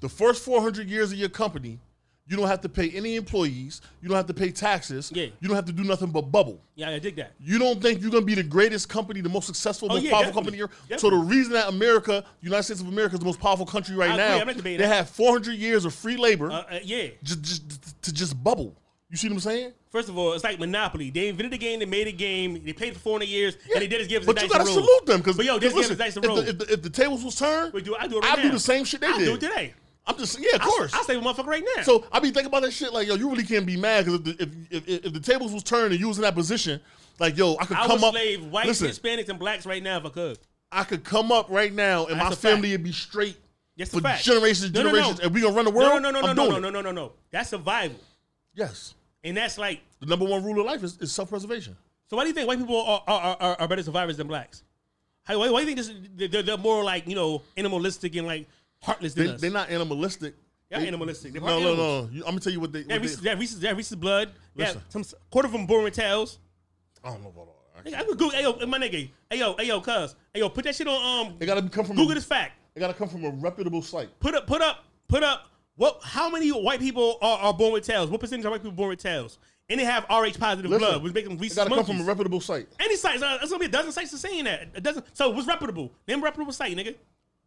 [SPEAKER 1] The first 400 years of your company, you don't have to pay any employees. You don't have to pay taxes.
[SPEAKER 2] Yeah.
[SPEAKER 1] You don't have to do nothing but bubble.
[SPEAKER 2] yeah, I dig that.
[SPEAKER 1] You don't think you're gonna be the greatest company, the most successful,
[SPEAKER 2] Oh,
[SPEAKER 1] most
[SPEAKER 2] yeah,
[SPEAKER 1] powerful company
[SPEAKER 2] definitely.
[SPEAKER 1] here? So the
[SPEAKER 2] Definitely.
[SPEAKER 1] reason that America, United States of America, is the most powerful country right
[SPEAKER 2] I agree,
[SPEAKER 1] now,
[SPEAKER 2] I'm not debating
[SPEAKER 1] they
[SPEAKER 2] that.
[SPEAKER 1] had 400 years of free labor
[SPEAKER 2] Uh, uh, yeah.
[SPEAKER 1] just, just to just bubble. You see what I'm saying?
[SPEAKER 2] First of all, it's like Monopoly. They invented the game, they made a game, they paid for 400 years, and they did just give us
[SPEAKER 1] But
[SPEAKER 2] a
[SPEAKER 1] you
[SPEAKER 2] dice
[SPEAKER 1] gotta
[SPEAKER 2] to roll.
[SPEAKER 1] salute them because
[SPEAKER 2] But yo, they just gave us dice to roll.
[SPEAKER 1] If the, if, the, if the tables was turned,
[SPEAKER 2] Wait, do I do it right
[SPEAKER 1] I do
[SPEAKER 2] now?
[SPEAKER 1] the same shit they
[SPEAKER 2] I'll
[SPEAKER 1] did.
[SPEAKER 2] do it today.
[SPEAKER 1] I'm just yeah, of course.
[SPEAKER 2] I'll save a motherfucker right now.
[SPEAKER 1] so I be thinking about that shit like yo, you really can't be mad because if, the- if, if if the tables was turned and you was in that position, like yo, I could
[SPEAKER 2] I
[SPEAKER 1] come
[SPEAKER 2] would
[SPEAKER 1] up.
[SPEAKER 2] slave whites,
[SPEAKER 1] listen,
[SPEAKER 2] Hispanics, and blacks right now if I could.
[SPEAKER 1] I could come up right now and
[SPEAKER 2] That's
[SPEAKER 1] my
[SPEAKER 2] a fact.
[SPEAKER 1] family would be straight
[SPEAKER 2] That's
[SPEAKER 1] for
[SPEAKER 2] a fact.
[SPEAKER 1] generations,
[SPEAKER 2] No, no, no.
[SPEAKER 1] generations, and we gonna run the
[SPEAKER 2] No,
[SPEAKER 1] world.
[SPEAKER 2] no, no, no,
[SPEAKER 1] I'm
[SPEAKER 2] no,
[SPEAKER 1] doing
[SPEAKER 2] no,
[SPEAKER 1] it.
[SPEAKER 2] no, no, no, no. That's survival.
[SPEAKER 1] Yes,
[SPEAKER 2] And that's like,
[SPEAKER 1] the number one rule of life is, is self-preservation.
[SPEAKER 2] so why do you think white people are, are, are, are better survivors than blacks? How, why, why do you think this, they're, they're more like, you know, animalistic and like heartless than
[SPEAKER 1] They,
[SPEAKER 2] us?
[SPEAKER 1] they're not animalistic.
[SPEAKER 2] They're
[SPEAKER 1] They-
[SPEAKER 2] animalistic. They're
[SPEAKER 1] no, no,
[SPEAKER 2] animals.
[SPEAKER 1] no, You- I'm gonna tell you what they.
[SPEAKER 2] That
[SPEAKER 1] what they-
[SPEAKER 2] Reese's, that Reese's, that Reese's blood. Yeah,
[SPEAKER 1] Listen.
[SPEAKER 2] some quarter of them boring tails.
[SPEAKER 1] I don't know about all that.
[SPEAKER 2] Nigga, I could Google, hey yo, my nigga, hey yo, hey yo, cuz, hey yo, put that shit on. Um,
[SPEAKER 1] It gotta come from.
[SPEAKER 2] Google
[SPEAKER 1] a,
[SPEAKER 2] this fact.
[SPEAKER 1] It gotta come from a reputable site.
[SPEAKER 2] Put up, put up, put up. What? How many white people are, are born with tails? What percentage of white people born with tails? And they have Rh positive
[SPEAKER 1] Listen,
[SPEAKER 2] blood, which make them
[SPEAKER 1] It
[SPEAKER 2] Reese's
[SPEAKER 1] gotta
[SPEAKER 2] monkeys.
[SPEAKER 1] come from a reputable site.
[SPEAKER 2] Any sites? uh, There's gonna be a dozen sites that's saying that. A dozen. So what's reputable? Name a reputable site, nigga.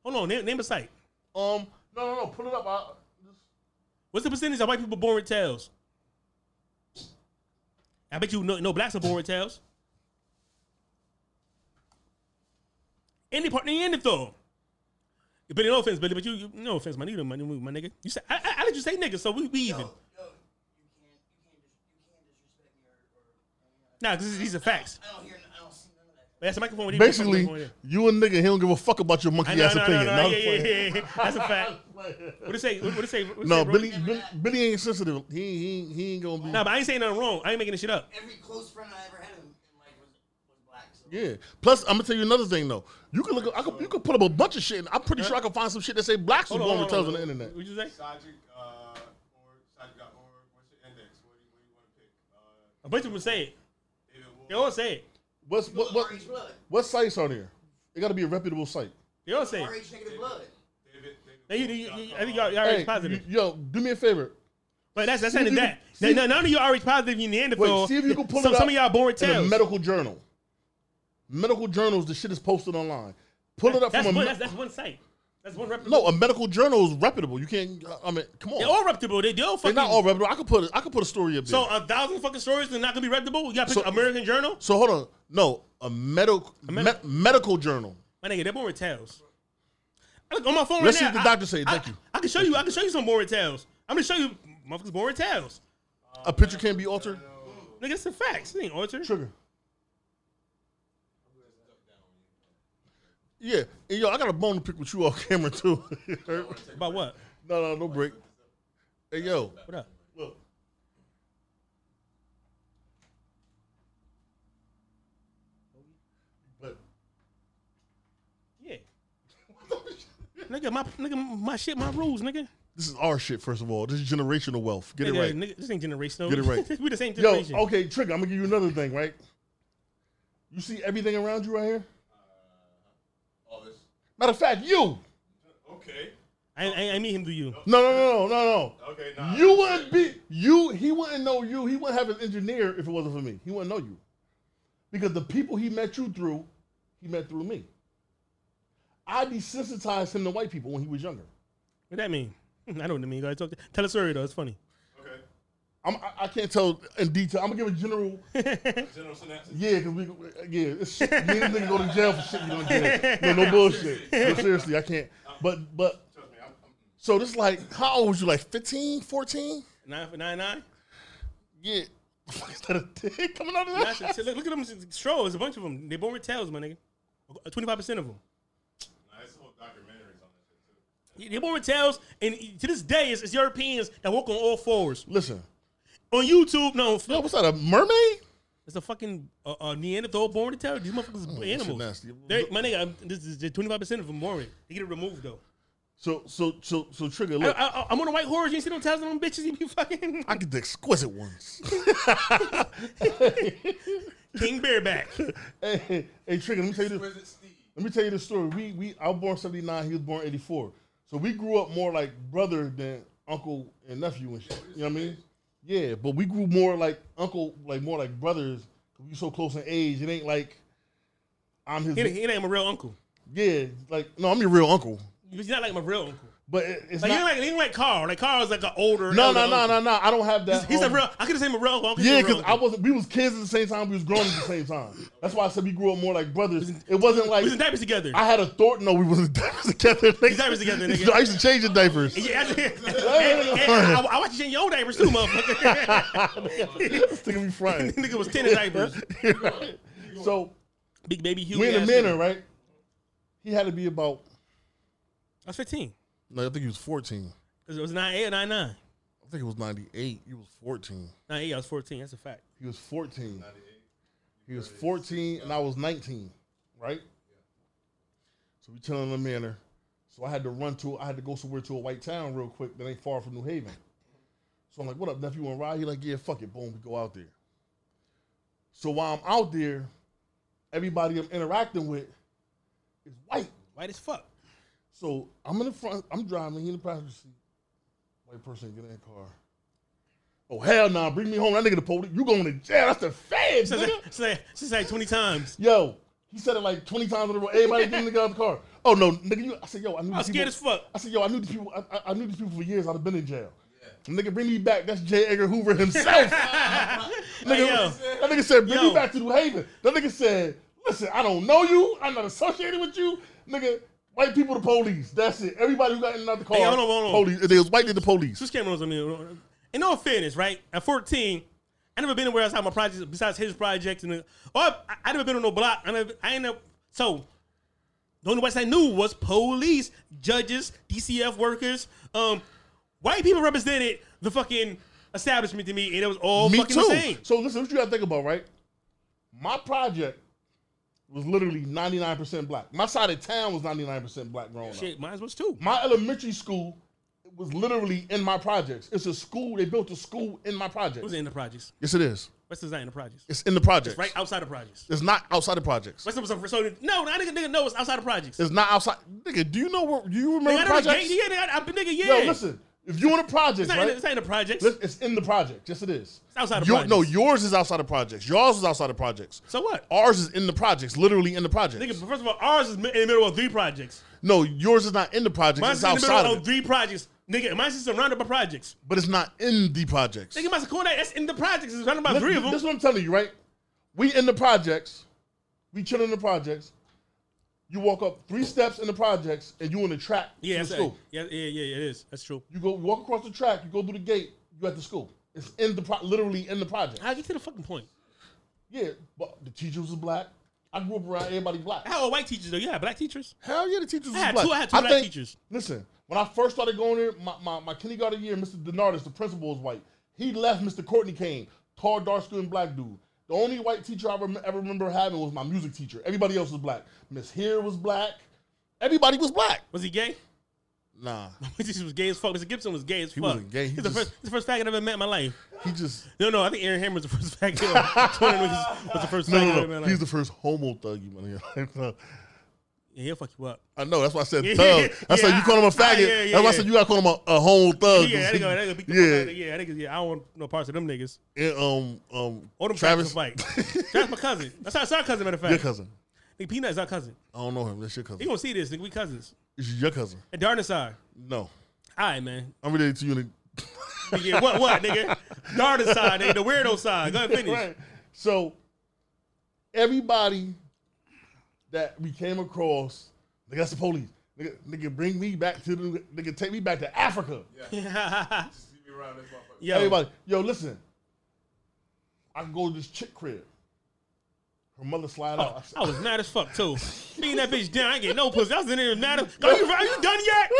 [SPEAKER 2] Hold on, name, name a site.
[SPEAKER 1] Um, no, no, no. Pull it up. I,
[SPEAKER 2] What's the percentage of white people born with tails? I bet you no, no blacks are born with tails. Any part, any Neanderthal. But no offense, Billy, but you, you no offense, my nigga, my, nigga, my nigga. You said I, I, I let you say nigga, so we, we even. Nah, because these are facts.
[SPEAKER 3] I don't hear, I don't see none of that.
[SPEAKER 2] That's the microphone. with you.
[SPEAKER 1] basically,
[SPEAKER 2] Microphone with you.
[SPEAKER 1] you a nigga. He don't give a fuck about your
[SPEAKER 2] I
[SPEAKER 1] monkey
[SPEAKER 2] know,
[SPEAKER 1] ass
[SPEAKER 2] no, no,
[SPEAKER 1] opinion.
[SPEAKER 2] no,
[SPEAKER 1] No,
[SPEAKER 2] yeah, yeah, yeah,
[SPEAKER 1] <laughs>
[SPEAKER 2] yeah. That's a fact. What it say? What what it say? What it
[SPEAKER 1] No,
[SPEAKER 2] say, bro?
[SPEAKER 1] Billy, Billy, Billy ain't sensitive. He he he ain't gonna be.
[SPEAKER 2] Nah, but I ain't saying nothing wrong. I ain't making this shit up.
[SPEAKER 3] Every close friend I ever had in, in life was, was black. So
[SPEAKER 1] Yeah. Plus, I'm gonna tell you another thing though. You can look. I could, you could put up a bunch of shit, and I'm pretty sure I can find some shit that say blacks are
[SPEAKER 2] Hold on,
[SPEAKER 1] born with
[SPEAKER 2] hold
[SPEAKER 1] tails on
[SPEAKER 2] hold
[SPEAKER 1] the internet.
[SPEAKER 2] What you say?
[SPEAKER 4] Sajik, uh, or Sajik.org, what's your index? What do you, what do you want to pick? Uh,
[SPEAKER 2] A bunch of them say it.
[SPEAKER 4] David Wolf.
[SPEAKER 2] They all say it.
[SPEAKER 1] What's what what
[SPEAKER 3] RH blood.
[SPEAKER 1] what sites are there? It got to be a reputable site.
[SPEAKER 2] They all say it.
[SPEAKER 3] RH negative blood.
[SPEAKER 4] David, David
[SPEAKER 2] Now, you, you, you, I think y'all, y'all already
[SPEAKER 1] Hey,
[SPEAKER 2] positive.
[SPEAKER 1] y- yo, do me a favor.
[SPEAKER 2] but that's that's
[SPEAKER 1] see
[SPEAKER 2] not
[SPEAKER 1] if you
[SPEAKER 2] that.
[SPEAKER 1] can- see-
[SPEAKER 2] now, now, none of you already positive in Neanderthal.
[SPEAKER 1] Wait, see if you can pull
[SPEAKER 2] some,
[SPEAKER 1] it up
[SPEAKER 2] some of y'all born with
[SPEAKER 1] in a
[SPEAKER 2] tails.
[SPEAKER 1] medical journal. Medical journals, the shit is posted online. Pull it up
[SPEAKER 2] That's
[SPEAKER 1] from a
[SPEAKER 2] one,
[SPEAKER 1] me-
[SPEAKER 2] that's, that's one site. That's one reputable.
[SPEAKER 1] no. A medical journal is reputable. You can't. I mean, come on.
[SPEAKER 2] they're all reputable. They, they all
[SPEAKER 1] They're
[SPEAKER 2] fucking.
[SPEAKER 1] not all reputable. I could put. I could put a story up there.
[SPEAKER 2] so a thousand fucking stories are not gonna be reputable. You got to pick
[SPEAKER 1] So-
[SPEAKER 2] American Journal.
[SPEAKER 1] So hold on. No, a medical
[SPEAKER 2] med-
[SPEAKER 1] me- medical journal.
[SPEAKER 2] My nigga, they're born with tails. I look on my phone
[SPEAKER 1] Let's
[SPEAKER 2] right
[SPEAKER 1] see
[SPEAKER 2] now.
[SPEAKER 1] what the
[SPEAKER 2] I-
[SPEAKER 1] doctor say.
[SPEAKER 2] I-
[SPEAKER 1] Thank you.
[SPEAKER 2] I can show you. I can show you some born with tails. I'm gonna show you motherfuckers born with tails.
[SPEAKER 1] A picture can't be altered.
[SPEAKER 2] Nigga, it's the facts. This ain't Archer.
[SPEAKER 1] Trigger. Yeah, and yo, I got a bone to pick with you off camera too. <laughs> no,
[SPEAKER 2] About what?
[SPEAKER 1] no, no break. Hey yo,
[SPEAKER 2] What up?
[SPEAKER 1] look. But
[SPEAKER 2] Yeah. nigga, my nigga, my shit, my rules, nigga.
[SPEAKER 1] this is our shit. First of all, this is generational wealth. Get
[SPEAKER 2] nigga,
[SPEAKER 1] it right.
[SPEAKER 2] nigga, this ain't generational.
[SPEAKER 1] Get it right.
[SPEAKER 2] <laughs> we the same
[SPEAKER 1] Yo,
[SPEAKER 2] generation.
[SPEAKER 1] okay, Trigger, I'm gonna give you another thing, right? You see everything around you right here?
[SPEAKER 4] All this.
[SPEAKER 1] Matter of fact, you.
[SPEAKER 4] Okay.
[SPEAKER 2] I, I, I meet him do you.
[SPEAKER 1] No, no, no, no, no, no.
[SPEAKER 4] Okay. Nah.
[SPEAKER 1] You wouldn't be you. He wouldn't know you. He wouldn't have an engineer if it wasn't for me. He wouldn't know you, because the people he met you through, he met through me. I desensitized him to white people when he was younger.
[SPEAKER 2] What that mean? <laughs> I know what it mean. Go ahead, talk. Tell a story though. It's funny.
[SPEAKER 4] Okay.
[SPEAKER 1] I'm, I, I can't tell in detail. I'm gonna give a general. <laughs>
[SPEAKER 4] General synapses.
[SPEAKER 1] Yeah, because we yeah, it's shit. me and this nigga go to jail for shit we don't get. No, no bullshit. No, seriously, I can't. But but
[SPEAKER 4] Trust me. I'm, I'm,
[SPEAKER 1] so this like how old was you? Like 15, 14?
[SPEAKER 2] Nine for nine nine.
[SPEAKER 1] Yeah. <laughs> Is that a dick coming out of
[SPEAKER 2] Nine-
[SPEAKER 1] that?
[SPEAKER 2] shit, look, look at them strolls. A bunch of them. They born with tails, my nigga. Twenty five percent of them.
[SPEAKER 4] nah, it's whole documentaries on that shit too.
[SPEAKER 2] They born with tails, and to this day, it's, it's Europeans that walk on all fours
[SPEAKER 1] Listen,
[SPEAKER 2] on YouTube. No,
[SPEAKER 1] yo, what's that? A mermaid?
[SPEAKER 2] it's a fucking uh, uh, Neanderthal born with tails. These motherfuckers are
[SPEAKER 1] Oh, shit
[SPEAKER 2] animals.
[SPEAKER 1] nasty.
[SPEAKER 2] They- my nigga, I'm- this is twenty five percent of them born with. it. They get it removed though.
[SPEAKER 1] So so so so trigger.
[SPEAKER 2] I,
[SPEAKER 1] Look, I,
[SPEAKER 2] I, I'm on a white horse. You ain't see no tails on them bitches. <laughs> You be fucking
[SPEAKER 1] get the exquisite ones.
[SPEAKER 2] King <laughs> Bareback.
[SPEAKER 1] <laughs> hey, hey, hey, trigger. Let me tell you this.
[SPEAKER 4] Where's it, Steve?
[SPEAKER 1] Let me tell you this story. We we I was born seventy nine. He was born eighty four. So we grew up more like brother than uncle and nephew and shit. You know what I mean? Yeah, but we grew more like uncle, like more like brothers. 'cause We so close in age. It ain't like I'm his.
[SPEAKER 2] He, ain't- he ain't my real uncle.
[SPEAKER 1] Yeah, like no, I'm your real uncle.
[SPEAKER 2] He's not like my real uncle.
[SPEAKER 1] But it, it's
[SPEAKER 2] Like he ain't
[SPEAKER 1] not.
[SPEAKER 2] like he ain't like Carl. Like Carl's like an older.
[SPEAKER 1] No,
[SPEAKER 2] elder
[SPEAKER 1] no, no,
[SPEAKER 2] uncle.
[SPEAKER 1] no, no. I don't have that.
[SPEAKER 2] He's, he's a
[SPEAKER 1] um,
[SPEAKER 2] real. I could have said my real uncle. uncle
[SPEAKER 1] Yeah,
[SPEAKER 2] he's a real
[SPEAKER 1] because I
[SPEAKER 2] uncle.
[SPEAKER 1] wasn't. We was kids at the same time. We was grown at the same time. That's why I said we grew up more like brothers. It wasn't like
[SPEAKER 2] We was in diapers together.
[SPEAKER 1] I had a thought. No, we was in <laughs> diapers together. Nigga.
[SPEAKER 2] diapers together, nigga.
[SPEAKER 1] I used to change the diapers.
[SPEAKER 2] <laughs> yeah, that's it. And- and I, I watched you in your diapers too, motherfucker.
[SPEAKER 1] <laughs>
[SPEAKER 2] <laughs>
[SPEAKER 1] This nigga be fronting.
[SPEAKER 2] nigga was ten
[SPEAKER 1] <laughs>
[SPEAKER 2] in diapers.
[SPEAKER 1] Right. So
[SPEAKER 2] Big baby Huey.
[SPEAKER 1] we in the
[SPEAKER 2] ass
[SPEAKER 1] manor,
[SPEAKER 2] nigga.
[SPEAKER 1] right? He had to be about.
[SPEAKER 2] I was fifteen.
[SPEAKER 1] No, I think he was fourteen.
[SPEAKER 2] It was nine eight or nine nine.
[SPEAKER 1] I think it was ninety-eight. He was fourteen.
[SPEAKER 2] Nine eight. I was fourteen. That's a fact.
[SPEAKER 1] He was fourteen. He was fourteen, and I was nineteen, right? So we chilling in the manor. So I had to run to. I had to go somewhere to a white town real quick that ain't far from New Haven. So I'm like, "What up, nephew? Want to ride?" He like, "Yeah, fuck it." Boom, we go out there. So while I'm out there, everybody I'm interacting with is white.
[SPEAKER 2] White as fuck. <laughs>
[SPEAKER 1] So I'm in the front. I'm driving. He in the passenger seat. White person get in the car. Oh hell nah! Bring me home. That nigga the police. You going to jail? That's the
[SPEAKER 2] <laughs>
[SPEAKER 1] feds,
[SPEAKER 2] Says
[SPEAKER 1] nigga.
[SPEAKER 2] that, says that, says that twenty times.
[SPEAKER 1] Yo, he said it like 20 times in a row. Everybody getting the nigga out the car. Oh no, nigga, you. I said, yo, I knew.
[SPEAKER 2] I was
[SPEAKER 1] these
[SPEAKER 2] scared as
[SPEAKER 1] people-
[SPEAKER 2] fuck.
[SPEAKER 1] I said, yo, I knew these people. I, I, I knew these people for years. I'd have been in jail. Nigga, bring me back. That's J. Edgar Hoover himself.
[SPEAKER 2] Like,
[SPEAKER 1] nigga,
[SPEAKER 2] yo,
[SPEAKER 1] that nigga said, bring
[SPEAKER 2] Yo.
[SPEAKER 1] me back to New Haven. That nigga said, listen, I don't know you. I'm not associated with you. Nigga, white people the police. That's it. Everybody who got in and out the car.
[SPEAKER 2] Hey, hold on, hold on.
[SPEAKER 1] Police. If They was white, they the police.
[SPEAKER 2] Switch cameras on me. In all fairness, right? At 14, I never been anywhere else on my projects besides his project. And the, or I, I never been on no block. I never, I ain't never, so the only whites I knew was police, judges, DCF workers. Um, white people represented the fucking establishment to me, and it was all
[SPEAKER 1] Me
[SPEAKER 2] fucking
[SPEAKER 1] too.
[SPEAKER 2] the same.
[SPEAKER 1] So listen, what you gotta think about, right? My project was literally 99% black. My side of town was 99% black growing up.
[SPEAKER 2] Shit, mine was too.
[SPEAKER 1] My elementary school was literally in my projects. It's a school. They built a school in my
[SPEAKER 2] It was
[SPEAKER 1] projects.
[SPEAKER 2] in the projects.
[SPEAKER 1] Yes, it is.
[SPEAKER 2] Western's not in the projects.
[SPEAKER 1] It's in the projects.
[SPEAKER 2] It's right outside the projects.
[SPEAKER 1] It's not outside the projects.
[SPEAKER 2] Western was a, so no, I nigga, nigga, no, it's outside the projects.
[SPEAKER 1] It's not outside. Nigga, do you know where? Do you
[SPEAKER 2] They
[SPEAKER 1] remember
[SPEAKER 2] got it in the
[SPEAKER 1] projects?
[SPEAKER 2] gate. Yeah, they got, I, nigga, yeah.
[SPEAKER 1] Yo, listen. If you in a
[SPEAKER 2] It's
[SPEAKER 1] project,
[SPEAKER 2] not, in,
[SPEAKER 1] right?
[SPEAKER 2] the- it's not in the projects.
[SPEAKER 1] Li- It's in the project. Yes, it is.
[SPEAKER 2] It's outside of
[SPEAKER 1] Your-
[SPEAKER 2] projects.
[SPEAKER 1] No, yours is outside of projects. Yours is outside of projects.
[SPEAKER 2] So what?
[SPEAKER 1] Ours is in the projects, literally in the projects.
[SPEAKER 2] Nigga, first of all, ours is mi- in the middle of three projects.
[SPEAKER 1] no, yours is not in the projects. it's
[SPEAKER 2] Mine's in the
[SPEAKER 1] outside
[SPEAKER 2] middle
[SPEAKER 1] of
[SPEAKER 2] of
[SPEAKER 1] it,
[SPEAKER 2] three projects. Nigga, mine's just surrounded by projects.
[SPEAKER 1] but it's not in the projects.
[SPEAKER 2] Nigga, mine's cool. That's in the projects. It's surrounded by
[SPEAKER 1] Look,
[SPEAKER 2] three of them.
[SPEAKER 1] This is what I'm telling you, right? We in the projects. We chilling in the projects. You walk up three steps in the projects, and you in the track. to
[SPEAKER 2] yeah,
[SPEAKER 1] the
[SPEAKER 2] that's
[SPEAKER 1] school.
[SPEAKER 2] yeah, yeah, yeah, it is. That's true.
[SPEAKER 1] You go walk across the track. You go through the gate. You at the school. It's in the pro- literally in the project.
[SPEAKER 2] I get to the fucking point.
[SPEAKER 1] Yeah, but the teachers was black. I grew up around everybody black.
[SPEAKER 2] How are white teachers though? You had black teachers.
[SPEAKER 1] Hell yeah, the teachers
[SPEAKER 2] I had
[SPEAKER 1] was black.
[SPEAKER 2] two- I had two black teachers.
[SPEAKER 1] Listen, when I first started going there, my, my, my kindergarten year, Mr. Denardis, the principal, was white. He left, Mr. Courtney came, tall, dark skinned black dude. The only white teacher I rem- ever remember having was my music teacher. Everybody else was black. Miss Here was black. Everybody was black.
[SPEAKER 2] Was he gay? <laughs>
[SPEAKER 1] Nah,
[SPEAKER 2] My teacher was gay as fuck. Mr. Gibson was gay as fuck.
[SPEAKER 1] wasn't gay. He
[SPEAKER 2] He's the
[SPEAKER 1] just-
[SPEAKER 2] first, he's the first faggot I ever met in my life.
[SPEAKER 1] he just
[SPEAKER 2] No, no, I think Aaron Hammer's the first <laughs> faggot. Tony was, was the first
[SPEAKER 1] no,
[SPEAKER 2] faggot I
[SPEAKER 1] no,
[SPEAKER 2] ever met in
[SPEAKER 1] no.
[SPEAKER 2] my
[SPEAKER 1] He's
[SPEAKER 2] life.
[SPEAKER 1] the first homo thug you met in your <laughs> life.
[SPEAKER 2] Yeah, he'll fuck
[SPEAKER 1] <laughs>
[SPEAKER 2] you up.
[SPEAKER 1] I know. That's why I said
[SPEAKER 2] Yeah,
[SPEAKER 1] thug.
[SPEAKER 2] <laughs> yeah,
[SPEAKER 1] I said
[SPEAKER 2] yeah.
[SPEAKER 1] you call him a
[SPEAKER 2] Nah,
[SPEAKER 1] faggot.
[SPEAKER 2] yeah, yeah,
[SPEAKER 1] that's why I
[SPEAKER 2] yeah.
[SPEAKER 1] said you gotta call him a, a homo thug.
[SPEAKER 2] Yeah, they go, they go beat the fuck
[SPEAKER 1] yeah.
[SPEAKER 2] out of- yeah, they go, yeah. I don't want no parts of them niggas.
[SPEAKER 1] And, um, um,
[SPEAKER 2] All them
[SPEAKER 1] Travis,
[SPEAKER 2] Travis,
[SPEAKER 1] <laughs>
[SPEAKER 2] fight. Travis, my cousin. That's our, that's our cousin. Matter of fact,
[SPEAKER 1] your cousin.
[SPEAKER 2] Nigga, Peanut's our cousin.
[SPEAKER 1] I don't know him. That's your cousin.
[SPEAKER 2] You gonna see this? Nigga, we cousins.
[SPEAKER 1] It's your cousin.
[SPEAKER 2] And Darnus are.
[SPEAKER 1] No,
[SPEAKER 2] All right, man.
[SPEAKER 1] I'm related to you. In
[SPEAKER 2] Nigga, what, what, nigga? Darnus side, nigga. The weirdo side. Go ahead,
[SPEAKER 1] the- <laughs>
[SPEAKER 2] finish.
[SPEAKER 1] So everybody that we came across, nigga, that's the police. Nigga, nigga, bring me back to the nigga, take me back to Africa.
[SPEAKER 4] Just leave me around this motherfucker.
[SPEAKER 2] <laughs> Yo,
[SPEAKER 1] Everybody, yo, listen. I can go to this chick crib. Her mother slide out. I said,
[SPEAKER 2] I was mad as fuck too. Beating that bitch down, I ain't get no pussy. I was in there mad. As, are, you, are you done yet?